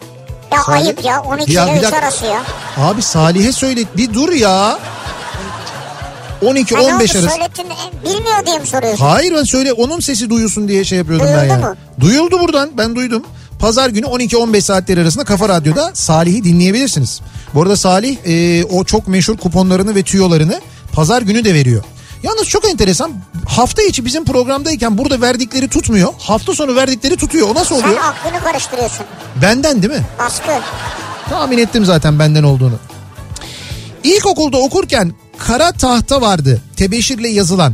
Speaker 2: Ya
Speaker 1: Salih-
Speaker 2: ayıp ya 12
Speaker 1: Ya bir
Speaker 2: ile 3
Speaker 1: dakika.
Speaker 2: arası ya.
Speaker 1: Abi Salih'e söyle bir dur ya.
Speaker 2: Ha, ne oldu?
Speaker 1: 12-15 arası.
Speaker 2: Söylettin de, e, bilmiyor diye mi soruyorsun?
Speaker 1: Hayır ben söyle onun sesi duyulsun diye şey yapıyordum ben
Speaker 2: Duyuldu
Speaker 1: yani.
Speaker 2: mu?
Speaker 1: Duyuldu buradan ben duydum. Pazar günü 12-15 saatleri arasında Kafa Radyo'da Salih'i dinleyebilirsiniz. Bu arada Salih e, o çok meşhur kuponlarını ve tüyolarını pazar günü de veriyor. Yalnız çok enteresan hafta içi bizim programdayken burada verdikleri tutmuyor. Hafta sonu verdikleri tutuyor. O nasıl
Speaker 2: Sen
Speaker 1: oluyor?
Speaker 2: aklını karıştırıyorsun.
Speaker 1: Benden değil mi?
Speaker 2: Baskı.
Speaker 1: Tahmin ettim zaten benden olduğunu. İlkokulda okurken kara tahta vardı. Tebeşirle yazılan.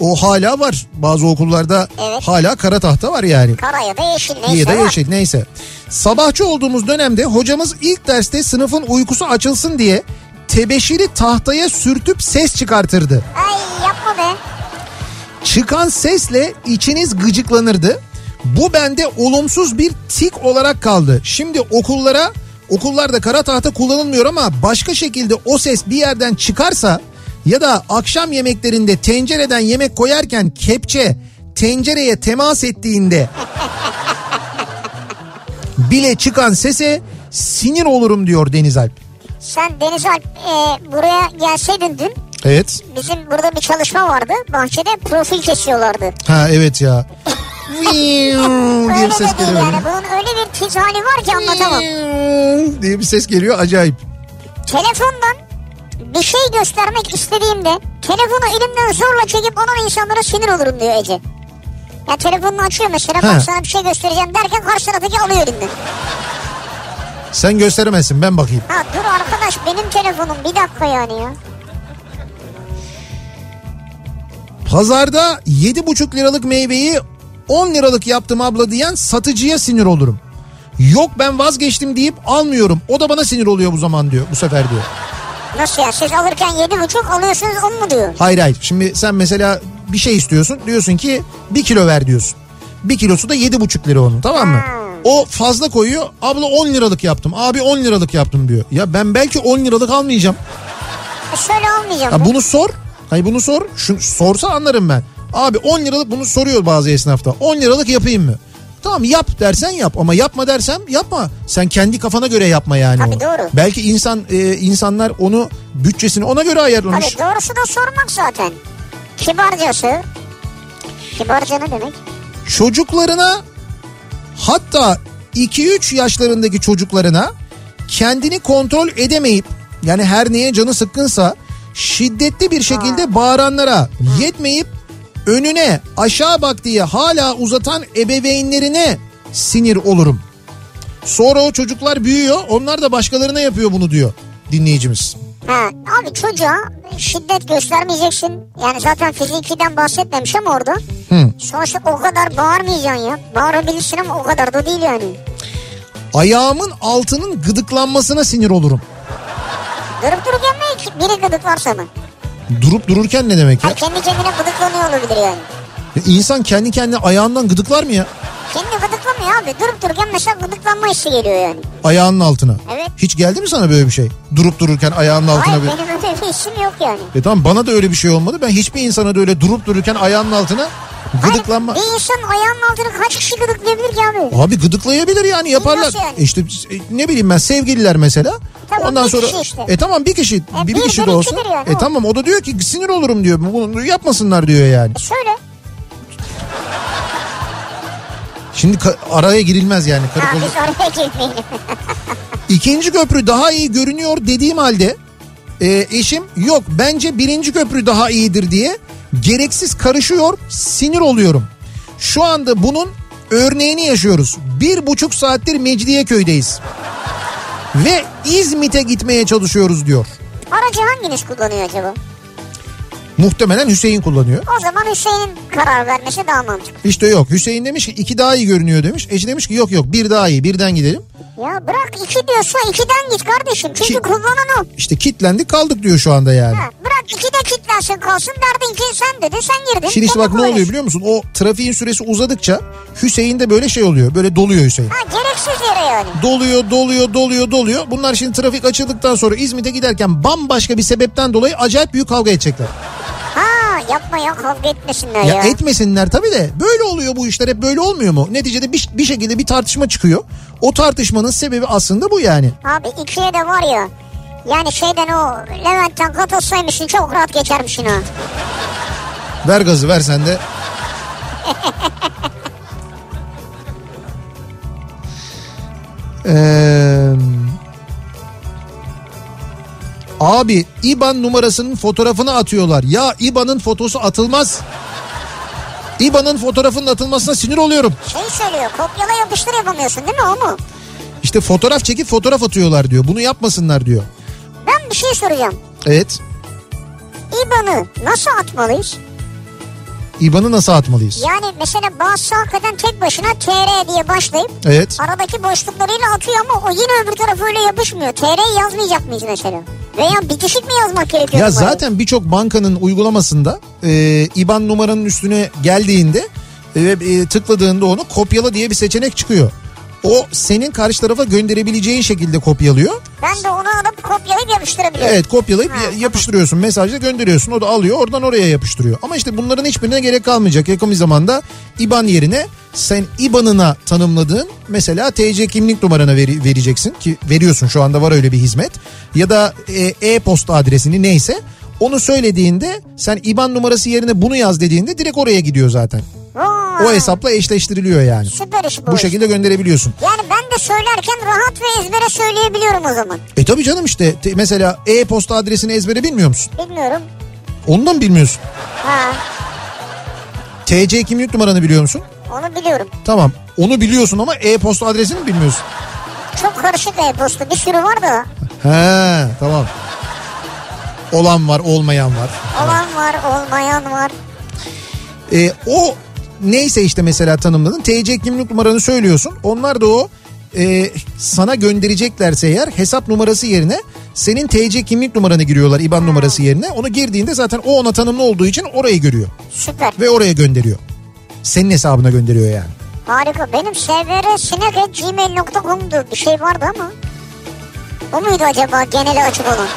Speaker 1: O hala var. Bazı okullarda
Speaker 2: Evet.
Speaker 1: hala kara tahta var yani.
Speaker 2: Kara ya da yeşil neyse.
Speaker 1: İyi de
Speaker 2: var.
Speaker 1: yeşil neyse. Sabahçı olduğumuz dönemde hocamız ilk derste sınıfın uykusu açılsın diye tebeşiri tahtaya sürtüp ses çıkartırdı.
Speaker 2: Ay yapma be.
Speaker 1: Çıkan sesle içiniz gıcıklanırdı. Bu bende olumsuz bir tik olarak kaldı. Şimdi okullara okullarda kara tahta kullanılmıyor ama başka şekilde o ses bir yerden çıkarsa ya da akşam yemeklerinde tencereden yemek koyarken kepçe tencereye temas ettiğinde bile çıkan sese sinir olurum diyor Deniz Alp.
Speaker 2: Sen Deniz Alp e, buraya gelseydin dün
Speaker 1: Evet.
Speaker 2: bizim burada bir çalışma vardı. Bahçede profil kesiyorlardı.
Speaker 1: Ha evet ya. diye bir
Speaker 2: Öyle
Speaker 1: ses
Speaker 2: de değil
Speaker 1: geliyor.
Speaker 2: yani. Bunun öyle bir tiz hali var ki anlatamam.
Speaker 1: diye bir ses geliyor acayip.
Speaker 2: Telefondan bir şey göstermek istediğimde telefonu elimden zorla çekip onun insanlara sinir olurum diyor Ece. Ya telefonunu açıyor mesela
Speaker 1: Ha.
Speaker 2: bak sana bir şey göstereceğim derken karşı taraftaki alıyor elinden.
Speaker 1: Sen gösteremezsin ben bakayım.
Speaker 2: Ha dur arkadaş benim telefonum bir dakika yani ya.
Speaker 1: Pazarda 7,5 liralık meyveyi 10 liralık yaptım abla diyen satıcıya sinir olurum. Yok ben vazgeçtim deyip almıyorum. O da bana sinir oluyor bu zaman diyor. Bu sefer diyor.
Speaker 2: Nasıl ya siz alırken yedi buçuk alıyorsunuz on mu diyor.
Speaker 1: Hayır hayır. Şimdi sen mesela bir şey istiyorsun. Diyorsun ki 1 kilo ver diyorsun. 1 kilosu da 7,5 lira onun tamam mı? O fazla koyuyor. Abla 10 liralık yaptım. Abi 10 liralık yaptım diyor. Ya ben belki 10 liralık almayacağım.
Speaker 2: E, şöyle olmayacak.
Speaker 1: Ya
Speaker 2: bu.
Speaker 1: bunu sor. Hayır bunu sor. Şu, sorsa anlarım ben. Abi 10 liralık bunu soruyor bazı esnafta. 10 liralık yapayım mı? Tamam yap dersen yap ama yapma dersem yapma. Sen kendi kafana göre yapma yani
Speaker 2: Tabii
Speaker 1: onu.
Speaker 2: doğru.
Speaker 1: Belki insan e, insanlar onu bütçesini ona göre ayarlamış.
Speaker 2: Tabii doğrusu da sormak zaten. Kibarcası. Kibarca ne demek?
Speaker 1: Çocuklarına hatta 2-3 yaşlarındaki çocuklarına kendini kontrol edemeyip yani her neye canı sıkkınsa şiddetli bir şekilde bağıranlara yetmeyip önüne aşağı bak diye hala uzatan ebeveynlerine sinir olurum. Sonra o çocuklar büyüyor onlar da başkalarına yapıyor bunu diyor dinleyicimiz.
Speaker 2: Ha, abi çocuğa şiddet göstermeyeceksin. Yani zaten fizikiden bahsetmemiş ama orada.
Speaker 1: Hı.
Speaker 2: Sonuçta o kadar bağırmayacaksın ya. Bağırabilirsin ama o kadar da değil yani.
Speaker 1: Ayağımın altının gıdıklanmasına sinir olurum.
Speaker 2: Durup dururken belki biri gıdıklarsa mı?
Speaker 1: Durup dururken ne demek ya?
Speaker 2: Ha, kendi kendine gıdıklanıyor olabilir yani.
Speaker 1: ya insan kendi kendine ayağından gıdıklar mı ya?
Speaker 2: Kendi gıdıklamıyor abi. Durup dururken mesela gıdıklanma hissi geliyor yani.
Speaker 1: Ayağının altına.
Speaker 2: Evet.
Speaker 1: Hiç geldi mi sana böyle bir şey? Durup dururken ayağının altına
Speaker 2: Hayır
Speaker 1: bir...
Speaker 2: benim öyle bir işim yok yani.
Speaker 1: E tamam bana da öyle bir şey olmadı. Ben hiçbir insana da öyle durup dururken ayağının altına gıdıklanma...
Speaker 2: Hayır, bir insan ayağının altını kaç kişi gıdıklayabilir ki abi?
Speaker 1: Abi gıdıklayabilir yani yaparlar.
Speaker 2: Nasıl yani?
Speaker 1: E İşte e, ne bileyim ben sevgililer mesela.
Speaker 2: Tamam,
Speaker 1: Ondan
Speaker 2: bir
Speaker 1: sonra
Speaker 2: kişi işte.
Speaker 1: e tamam bir kişi bir,
Speaker 2: bir
Speaker 1: kişi
Speaker 2: de
Speaker 1: de olsa.
Speaker 2: ikidir yani,
Speaker 1: e
Speaker 2: o.
Speaker 1: tamam o da diyor ki sinir olurum diyor. Bunu yapmasınlar diyor yani.
Speaker 2: E Şöyle.
Speaker 1: Şimdi ka- araya girilmez yani karı
Speaker 2: Ha,
Speaker 1: koca-
Speaker 2: biz oraya girmeyelim.
Speaker 1: İkinci köprü daha iyi görünüyor dediğim halde e, eşim yok bence birinci köprü daha iyidir diye gereksiz karışıyor sinir oluyorum. Şu anda bunun örneğini yaşıyoruz. Bir buçuk saattir Mecidiyeköy'deyiz. Ve İzmit'e gitmeye çalışıyoruz diyor.
Speaker 2: Aracı hanginiz kullanıyor acaba?
Speaker 1: Muhtemelen Hüseyin kullanıyor.
Speaker 2: O zaman Hüseyin'in karar vermesi daha mantıklı.
Speaker 1: İşte yok Hüseyin demiş ki iki daha iyi görünüyor demiş. Eşi demiş ki yok yok bir daha iyi birden gidelim.
Speaker 2: Ya bırak iki diyorsa ikiden git kardeşim. Çünkü
Speaker 1: Ki-
Speaker 2: kullanan o.
Speaker 1: İşte kitlendik kaldık diyor şu anda yani.
Speaker 2: Ha, bırak iki de kitlensin kalsın derdin ki sen dedi sen girdin.
Speaker 1: Şimdi işte
Speaker 2: Gene
Speaker 1: bak ne
Speaker 2: konuş.
Speaker 1: oluyor biliyor musun? O trafiğin süresi uzadıkça Hüseyin de böyle şey oluyor. Böyle doluyor Hüseyin.
Speaker 2: Ha gereksiz yere yani.
Speaker 1: Doluyor, doluyor, doluyor, doluyor. Bunlar şimdi trafik açıldıktan sonra İzmit'e giderken bambaşka bir sebepten dolayı acayip büyük kavga edecekler.
Speaker 2: Ha yapma ya kavga etmesinler ya.
Speaker 1: Ya etmesinler tabii de böyle oluyor bu işler hep böyle olmuyor mu? Neticede bir, bir şekilde bir tartışma çıkıyor. O tartışmanın sebebi aslında bu yani.
Speaker 2: Abi ikiye de var ya Yani şeyden o Levent'ten katılsaymışsın çok rahat geçermişsin ha.
Speaker 1: Ver gazı ver sen de. Eee, abi IBAN numarasının fotoğrafını atıyorlar. Ya IBAN'ın fotosu atılmaz. IBAN'ın fotoğrafının atılmasına sinir oluyorum.
Speaker 2: Şey söylüyor kopyala yapıştır yapamıyorsun değil mi o mu?
Speaker 1: İşte fotoğraf çekip fotoğraf atıyorlar diyor. Bunu yapmasınlar diyor.
Speaker 2: Ben bir şey soracağım.
Speaker 1: Evet.
Speaker 2: İBAN'ı nasıl atmalıyız?
Speaker 1: IBAN'ı nasıl atmalıyız?
Speaker 2: Yani mesela bazısı hakikaten tek başına TR diye başlayıp
Speaker 1: Evet.
Speaker 2: aradaki boşluklarıyla atıyor ama o yine öbür tarafa öyle yapışmıyor. TR yazmayacak mıyız mesela? Veya bitişik mi yazmak gerekiyor?
Speaker 1: Ya
Speaker 2: numarayı?
Speaker 1: zaten birçok bankanın uygulamasında e, IBAN numaranın üstüne geldiğinde e, e, tıkladığında onu kopyala diye bir seçenek çıkıyor. O senin karşı tarafa gönderebileceğin şekilde kopyalıyor.
Speaker 2: Ben de onu alıp kopyalayıp yapıştırabiliyorum.
Speaker 1: Evet kopyalayıp
Speaker 2: Ha,
Speaker 1: ya- yapıştırıyorsun mesajla gönderiyorsun o da alıyor oradan oraya yapıştırıyor. Ama işte bunların hiçbirine gerek kalmayacak yakın bir zamanda IBAN yerine sen IBAN'ına tanımladığın mesela TC kimlik numarana veri- vereceksin ki veriyorsun şu anda var öyle bir hizmet ya da e, e-posta adresini neyse onu söylediğinde sen IBAN numarası yerine bunu yaz dediğinde direkt oraya gidiyor zaten.
Speaker 2: Vay,
Speaker 1: O hesapla eşleştiriliyor yani.
Speaker 2: Süper iş bu.
Speaker 1: Bu
Speaker 2: iş.
Speaker 1: şekilde gönderebiliyorsun.
Speaker 2: Yani ben de söylerken rahat ve ezbere söyleyebiliyorum o zaman.
Speaker 1: E tabii canım işte te- mesela e-posta adresini ezbere bilmiyor musun?
Speaker 2: Bilmiyorum.
Speaker 1: Onu da mı bilmiyorsun?
Speaker 2: Ha,
Speaker 1: TC kimlik numaranı biliyor musun?
Speaker 2: onu biliyorum.
Speaker 1: Tamam. Onu biliyorsun ama e-posta adresini bilmiyorsun.
Speaker 2: Çok karışık e-posta bir sürü var da
Speaker 1: He tamam. Olan var olmayan var.
Speaker 2: olan var olmayan var.
Speaker 1: E, o neyse işte mesela tanımladın. TC kimlik numaranı söylüyorsun. Onlar da o e, sana göndereceklerse eğer hesap numarası yerine senin TC kimlik numaranı giriyorlar IBAN numarası yerine. Onu girdiğinde zaten o ona tanımlı olduğu için orayı görüyor
Speaker 2: Süper.
Speaker 1: ve oraya gönderiyor. Senin hesabına gönderiyor yani.
Speaker 2: Harika. Benim svr sinek.gmail.com'du bir şey vardı ama. O muydu acaba geneli açık olan?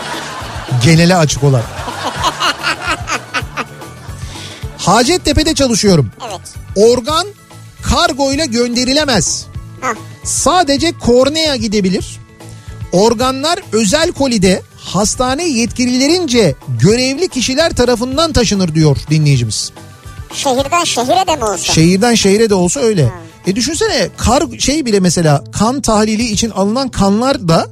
Speaker 1: Genele açık olan. Hacettepe'de çalışıyorum.
Speaker 2: Evet.
Speaker 1: Organ kargoyla gönderilemez.
Speaker 2: Ha.
Speaker 1: Sadece kornea gidebilir. Organlar özel kolide hastane yetkililerince görevli kişiler tarafından taşınır diyor dinleyicimiz.
Speaker 2: Şehirden şehire de mi olsa?
Speaker 1: Şehirden şehire de olsa öyle. E düşünsene kar şey bile mesela kan tahlili için alınan kanlar da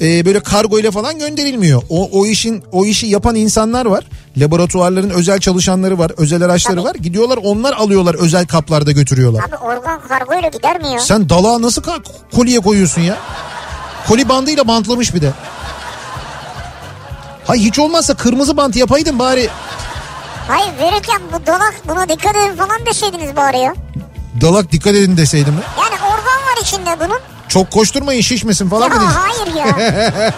Speaker 1: e, böyle kargo ile falan gönderilmiyor. O, o işin o işi yapan insanlar var. Laboratuvarların özel çalışanları var, özel araçları
Speaker 2: Tabii.
Speaker 1: var. Gidiyorlar onlar alıyorlar özel kaplarda götürüyorlar.
Speaker 2: Abi organ kargoyla gider mi ya?
Speaker 1: Sen dalağa nasıl ka- kolye koyuyorsun ya? Koli bandıyla bantlamış bir de. Hay hiç olmazsa kırmızı bant yapaydın bari.
Speaker 2: Hayır verirken bu dolak buna dikkat edin falan deseydiniz bari ya.
Speaker 1: Dalak dikkat edin deseydim. ya.
Speaker 2: Yani organ var içinde bunun.
Speaker 1: Çok koşturmayın şişmesin falan mı diyeceksin?
Speaker 2: Ya hayır ya.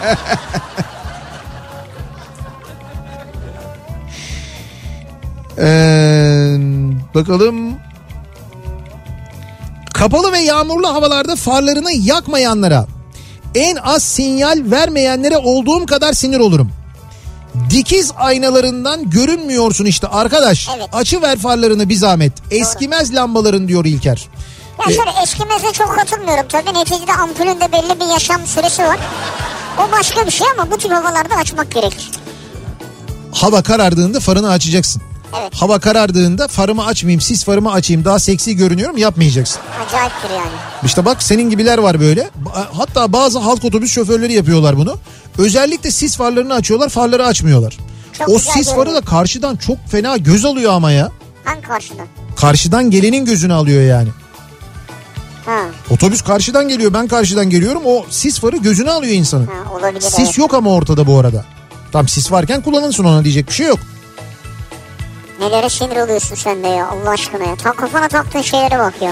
Speaker 1: Ee, bakalım. Kapalı ve yağmurlu havalarda farlarını yakmayanlara, en az sinyal vermeyenlere olduğum kadar sinir olurum. Dikiz aynalarından görünmüyorsun işte arkadaş.
Speaker 2: Evet.
Speaker 1: Açı ver farlarını bir zahmet. Eskimez lambaların diyor İlker.
Speaker 2: ya şöyle eskimeze çok katılmıyorum. Tabii neticede ampulün de belli bir yaşam süresi var. O başka bir şey ama bu tip havalarda açmak gerekir.
Speaker 1: Hava karardığında farını açacaksın.
Speaker 2: Evet.
Speaker 1: Hava karardığında farımı açmayayım, sis farımı açayım daha seksi görünüyorum yapmayacaksın.
Speaker 2: Acayiptir yani.
Speaker 1: İşte bak senin gibiler var böyle. Ba- Hatta bazı halk otobüs şoförleri yapıyorlar bunu. Özellikle sis farlarını açıyorlar, farları açmıyorlar.
Speaker 2: Çok
Speaker 1: o
Speaker 2: güzel
Speaker 1: sis farı da
Speaker 2: görünüyor.
Speaker 1: karşıdan çok fena göz alıyor ama ya.
Speaker 2: Hangi karşıdan?
Speaker 1: Karşıdan gelenin gözünü alıyor yani.
Speaker 2: Ha,
Speaker 1: Otobüs karşıdan geliyor, ben karşıdan geliyorum. O sis farı gözünü alıyor insanın.
Speaker 2: ha olabilir. evet.
Speaker 1: Sis yok ama ortada bu arada. Tam sis varken kullanılsın ona diyecek bir şey yok.
Speaker 2: Nelere sinir oluyorsun sen de ya Allah aşkına ya. Tam kafana taktığın şeylere bak ya.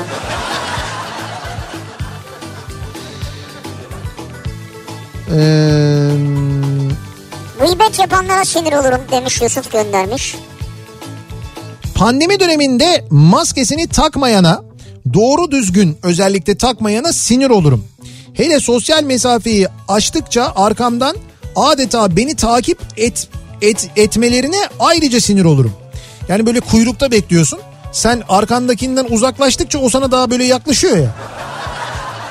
Speaker 1: Ee,
Speaker 2: Gıybet yapanlara sinir olurum demiş Yusuf göndermiş.
Speaker 1: Pandemi döneminde maskesini takmayana, doğru düzgün özellikle takmayana sinir olurum. Hele sosyal mesafeyi aştıkça arkamdan adeta beni takip et, et etmelerine ayrıca sinir olurum. Yani böyle kuyrukta bekliyorsun. Sen arkandakinden uzaklaştıkça o sana daha böyle yaklaşıyor ya.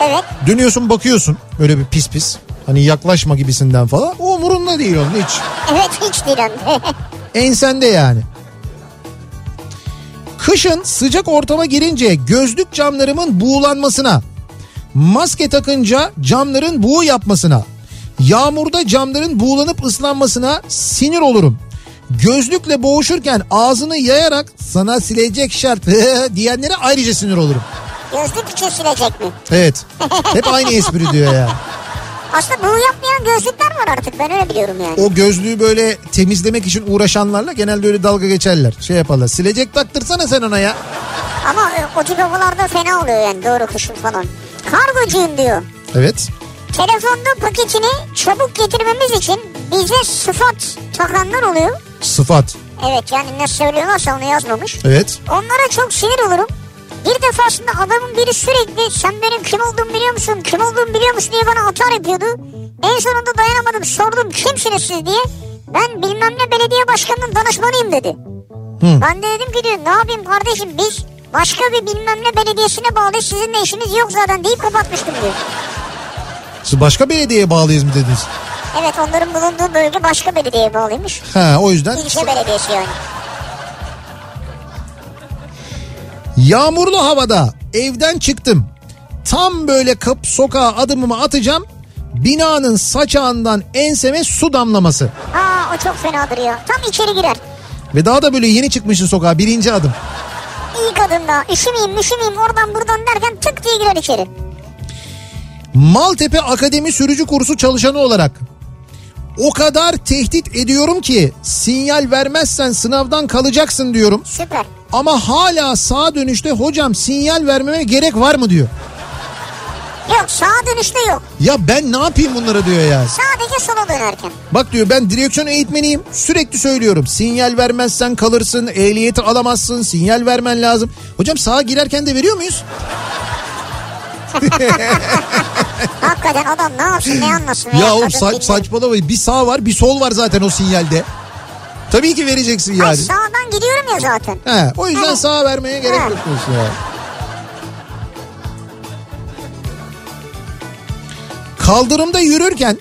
Speaker 2: Evet
Speaker 1: Dönüyorsun bakıyorsun böyle bir pis pis. Hani yaklaşma gibisinden falan. O umurunda değil onun hiç.
Speaker 2: Evet hiç değil hem de.
Speaker 1: Ensende yani. Kışın sıcak ortama girince gözlük camlarımın buğulanmasına, maske takınca camların buğu yapmasına, yağmurda camların buğulanıp ıslanmasına sinir olurum. Gözlükle boğuşurken ağzını yayarak sana silecek şart diyenlere ayrıca sinir olurum.
Speaker 2: Gözlük için silecek mi?
Speaker 1: Evet. Hep aynı espri diyor ya.
Speaker 2: Aslında bunu yapmayan gözlükler var artık ben öyle biliyorum yani.
Speaker 1: O gözlüğü böyle temizlemek için uğraşanlarla genelde öyle dalga geçerler. Şey yaparlar. Silecek taktırsana sen ona ya.
Speaker 2: Ama e, o tip havalarda fena oluyor yani doğru kışın falan. Kargocuyum diyor.
Speaker 1: Evet.
Speaker 2: Telefonda paketini çabuk getirmemiz için bize sıfat takanlar oluyor.
Speaker 1: Sıfat.
Speaker 2: Evet yani ne söylüyorlarsa onu yazmamış.
Speaker 1: Evet.
Speaker 2: Onlara çok sinir olurum. Bir defasında adamın biri sürekli sen benim kim olduğumu biliyor musun, kim olduğumu biliyor musun diye bana atar yapıyordu. En sonunda dayanamadım sordum kimsiniz siz diye. Ben bilmem ne belediye başkanının danışmanıyım dedi.
Speaker 1: Hı.
Speaker 2: Ben de dedim ki diyor ne yapayım kardeşim biz başka bir bilmem ne belediyesine bağlı sizinle işimiz yok zaten deyip kapatmıştım diyor.
Speaker 1: Siz başka belediyeye bağlıyız mı dediniz?
Speaker 2: Evet onların bulunduğu bölge başka belediyeye bağlıymış.
Speaker 1: Ha o yüzden.
Speaker 2: İlçe belediyesi yani.
Speaker 1: Yağmurlu havada evden çıktım. Tam böyle kap sokağa adımımı atacağım. Binanın saçağından enseme su damlaması.
Speaker 2: Aa o çok fenadır ya. Tam içeri girer.
Speaker 1: Ve daha da böyle yeni çıkmışsın sokağa birinci adım.
Speaker 2: İyi kadın da üşümeyeyim müşümeyeyim oradan buradan derken tık diye girer içeri.
Speaker 1: Maltepe Akademi sürücü kursu çalışanı olarak o kadar tehdit ediyorum ki sinyal vermezsen sınavdan kalacaksın diyorum.
Speaker 2: Süper.
Speaker 1: Ama hala sağa dönüşte hocam sinyal vermeme gerek var mı diyor.
Speaker 2: Yok sağa dönüşte yok.
Speaker 1: Ya ben ne yapayım bunlara diyor ya.
Speaker 2: Sadece sola dönerken.
Speaker 1: Bak diyor ben direksiyon eğitmeniyim. Sürekli söylüyorum. Sinyal vermezsen kalırsın. Ehliyeti alamazsın. Sinyal vermen lazım. Hocam sağa girerken de veriyor muyuz?
Speaker 2: Hakikaten adam ne yapsın ne anlasın. ne
Speaker 1: Ya oğlum
Speaker 2: yapmasın
Speaker 1: sa-
Speaker 2: bilmiyorum.
Speaker 1: saçmalamayın. Bir sağ var bir sol var zaten o sinyalde. Tabii ki vereceksin
Speaker 2: Ay,
Speaker 1: yani.
Speaker 2: sağdan gidiyorum ya zaten.
Speaker 1: He, o yüzden
Speaker 2: Evet.
Speaker 1: sağa vermeye gerek
Speaker 2: Evet.
Speaker 1: yok diyorsun ya. Kaldırımda yürürken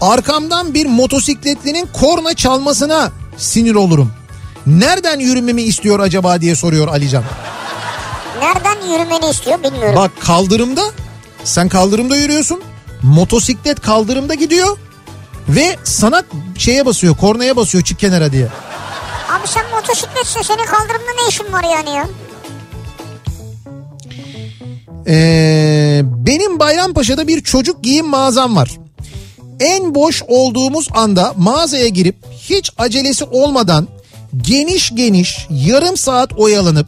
Speaker 1: arkamdan bir motosikletlinin korna çalmasına sinir olurum. Nereden yürümemi istiyor acaba diye soruyor Alican.
Speaker 2: Nereden yürümeni istiyor bilmiyorum.
Speaker 1: Bak kaldırımda sen kaldırımda yürüyorsun. Motosiklet kaldırımda gidiyor ve sana şeye basıyor, kornaya basıyor çık kenara diye.
Speaker 2: Abi sen motosikletsin senin kaldırımda ne işin var yani ya?
Speaker 1: Ee, benim Bayrampaşa'da bir çocuk giyim mağazam var. En boş olduğumuz anda mağazaya girip hiç acelesi olmadan geniş geniş yarım saat oyalanıp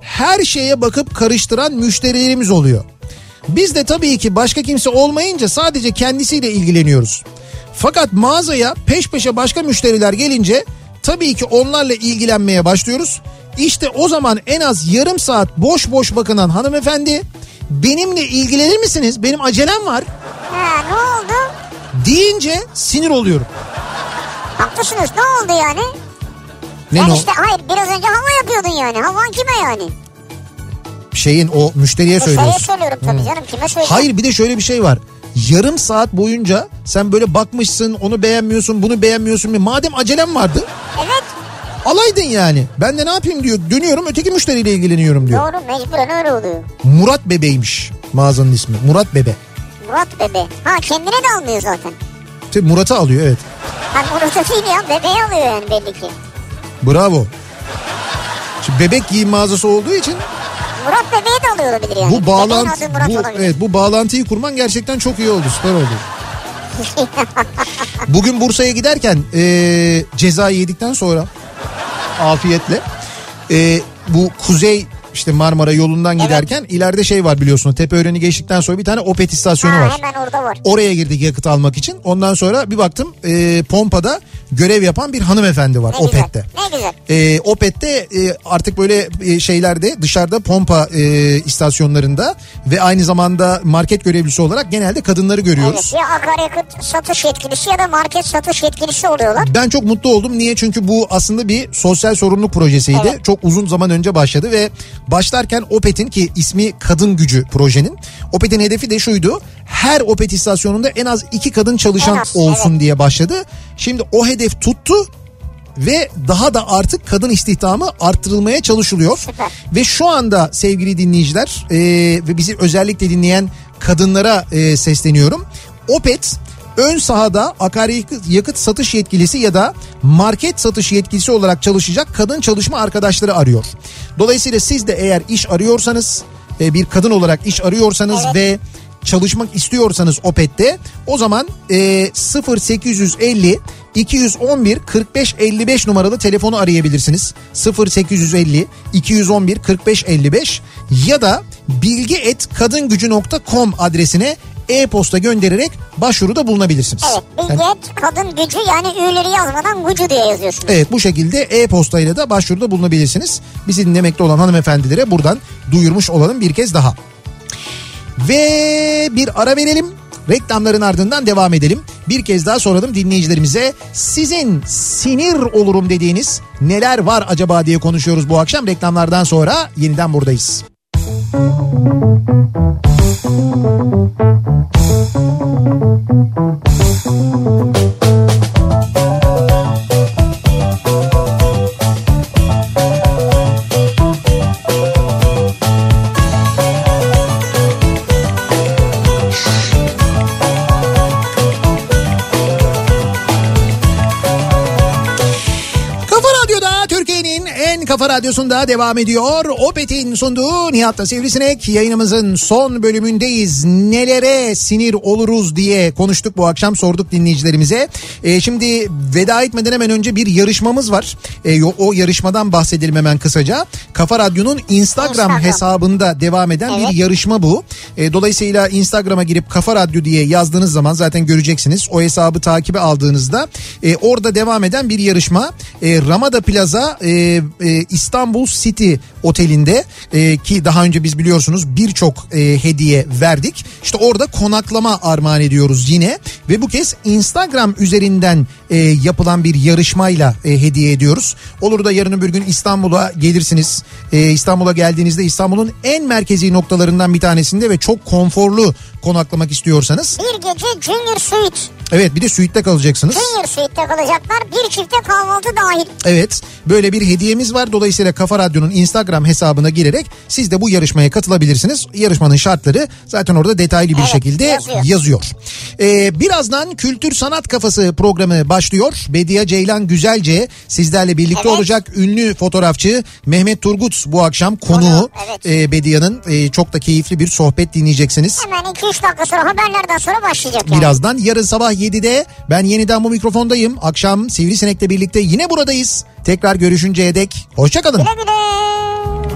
Speaker 1: her şeye bakıp karıştıran müşterilerimiz oluyor. Biz de tabii ki başka kimse olmayınca sadece kendisiyle ilgileniyoruz. Fakat mağazaya peş peşe başka müşteriler gelince tabii ki onlarla ilgilenmeye başlıyoruz. İşte o zaman en az yarım saat boş boş bakınan hanımefendi benimle ilgilenir misiniz? Benim acelem var
Speaker 2: Ha, ne oldu?
Speaker 1: deyince sinir oluyorum.
Speaker 2: Haklısınız ne oldu yani?
Speaker 1: Ne
Speaker 2: ben
Speaker 1: no-
Speaker 2: işte hayır biraz önce hava yapıyordun yani. Havan kime yani?
Speaker 1: şeyin o müşteriye
Speaker 2: Müşteriye
Speaker 1: söylüyorsun. Hmm.
Speaker 2: söylüyorum tabii canım kime söylüyorum?
Speaker 1: Hayır bir de şöyle bir şey var. Yarım saat boyunca sen böyle bakmışsın onu beğenmiyorsun bunu beğenmiyorsun. Madem acelem vardı
Speaker 2: Evet
Speaker 1: alaydın yani. Ben de ne yapayım diyor dönüyorum öteki müşteriyle ilgileniyorum diyor.
Speaker 2: doğru mecburen öyle oluyor.
Speaker 1: Murat Bebe'ymiş mağazanın ismi. Murat Bebe.
Speaker 2: Murat bebe. Ha kendine de almıyor zaten.
Speaker 1: Tabii Murat'ı alıyor evet.
Speaker 2: Ha Murat'ı değil ya bebeği alıyor yani belli ki.
Speaker 1: Bravo. Şimdi bebek giyim mağazası olduğu için
Speaker 2: Murat bebeği de alıyor olabilir yani.
Speaker 1: bu bağlantı
Speaker 2: Bebeğin adı Murat
Speaker 1: bu,
Speaker 2: olabilir.
Speaker 1: evet, bu bağlantıyı kurman gerçekten çok iyi oldu süper oldu. Bugün Bursa'ya giderken e, ceza yedikten sonra afiyetle e, bu kuzey işte Marmara yolundan giderken ileride şey var biliyorsun Tepeören'i geçtikten sonra bir tane Opet istasyonu
Speaker 2: ha,
Speaker 1: var.
Speaker 2: hemen orada var.
Speaker 1: Oraya girdik yakıt almak için. Ondan sonra bir baktım e, pompada görev yapan bir hanımefendi var
Speaker 2: Ne
Speaker 1: Opet'te.
Speaker 2: güzel. Ne güzel.
Speaker 1: E, Opet'te e, artık böyle e, şeylerde dışarıda pompa e, istasyonlarında ve aynı zamanda market görevlisi olarak genelde kadınları görüyoruz.
Speaker 2: Evet, ya akaryakıt satış yetkilisi ya da market satış yetkilisi oluyorlar.
Speaker 1: Ben çok mutlu oldum. Niye? Çünkü bu aslında bir sosyal sorumluluk projesiydi.
Speaker 2: Evet.
Speaker 1: Çok uzun zaman önce başladı ve başlarken Opet'in ki ismi Kadın Gücü projenin. Opet'in hedefi de şuydu. Her Opet istasyonunda en az iki kadın çalışan
Speaker 2: En az,
Speaker 1: olsun diye başladı. Şimdi o hedef tuttu ve daha da artık kadın istihdamı arttırılmaya çalışılıyor.
Speaker 2: Süper.
Speaker 1: Ve şu anda sevgili dinleyiciler e, ve bizi özellikle dinleyen kadınlara e, sesleniyorum. Opet ön sahada akaryakıt satış yetkilisi ya da market satış yetkilisi olarak çalışacak kadın çalışma arkadaşları arıyor. Dolayısıyla siz de eğer iş arıyorsanız e, bir kadın olarak iş arıyorsanız ve çalışmak istiyorsanız Opet'te o zaman e, 0850 211 45 55 numaralı telefonu arayabilirsiniz. 0850 211 45 55 ya da bilgi et kadingücü.com adresine e-posta göndererek başvuruda bulunabilirsiniz.
Speaker 2: Evet
Speaker 1: Yani-
Speaker 2: bilget kadın gücü yani üyeleri yazmadan gücü diye yazıyorsunuz.
Speaker 1: Evet bu şekilde e-postayla da başvuruda bulunabilirsiniz. Bizi dinlemekte olan hanımefendilere buradan duyurmuş olalım bir kez daha. Ve bir ara verelim. Reklamların ardından devam edelim. Bir kez daha soralım dinleyicilerimize. Sizin sinir olurum dediğiniz neler var acaba diye konuşuyoruz bu akşam. Reklamlardan sonra yeniden buradayız. Kafa Radyo'da Türkiye'nin en kafa radyosunda devam ediyor. Opet'in sunduğu Nihat'ta Sivrisinek yayınımızın son bölümündeyiz. Nelere sinir oluruz diye konuştuk bu akşam sorduk dinleyicilerimize. Ee, şimdi veda etmeden hemen önce bir yarışmamız var. Ee, yo- o yarışmadan bahsedelim hemen kısaca. Kafa Radyo'nun Instagram,
Speaker 2: Instagram.
Speaker 1: hesabı hesabında devam eden bir yarışma bu. E, dolayısıyla Instagram'a girip Kafa Radyo diye yazdığınız zaman zaten göreceksiniz. O hesabı takibe aldığınızda e, orada devam eden bir yarışma. E, Ramada Plaza e, e, İstanbul City Oteli'nde e, ki daha önce biz biliyorsunuz birçok e, hediye verdik. İşte orada konaklama armağan ediyoruz yine ve bu kez Instagram üzerinden e, yapılan bir yarışmayla e, hediye ediyoruz. Olur da yarın öbür gün İstanbul'a gelirsiniz. E, İstanbul'a geldiğinizde İstanbul'un en merkezi noktalarından bir tanesinde ve çok konforlu konaklamak istiyorsanız.
Speaker 2: Bir gece Junior Suite.
Speaker 1: Evet bir de suite'de kalacaksınız.
Speaker 2: Junior Suite'de kalacaklar. Bir çifte kahvaltı dahil.
Speaker 1: Evet böyle bir hediyemiz var. Dolayısıyla Kafa Radyo'nun Instagram hesabına girerek siz de bu yarışmaya katılabilirsiniz. Yarışmanın şartları zaten orada detaylı bir
Speaker 2: Evet,
Speaker 1: şekilde yazıyor.
Speaker 2: yazıyor.
Speaker 1: Ee, birazdan Kültür Sanat Kafası programı başlıyor. Bediye Ceylan Güzelce sizlerle birlikte
Speaker 2: Evet.
Speaker 1: olacak ünlü fotoğrafçı Mehmet Turgut bu akşam konuğu.
Speaker 2: Konuğu, evet.
Speaker 1: Ee, Bediye'nin e, çok da keyifli bir sohbet dinleyeceksiniz.
Speaker 2: Hemen 2-3 dakika sonra haberlerden sonra başlayacak yani.
Speaker 1: Birazdan yarın sabah 7'de ben yeniden bu mikrofondayım. Akşam Sivrisinek'le birlikte yine buradayız. Tekrar görüşünceye dek hoşçakalın.
Speaker 2: Güle güle.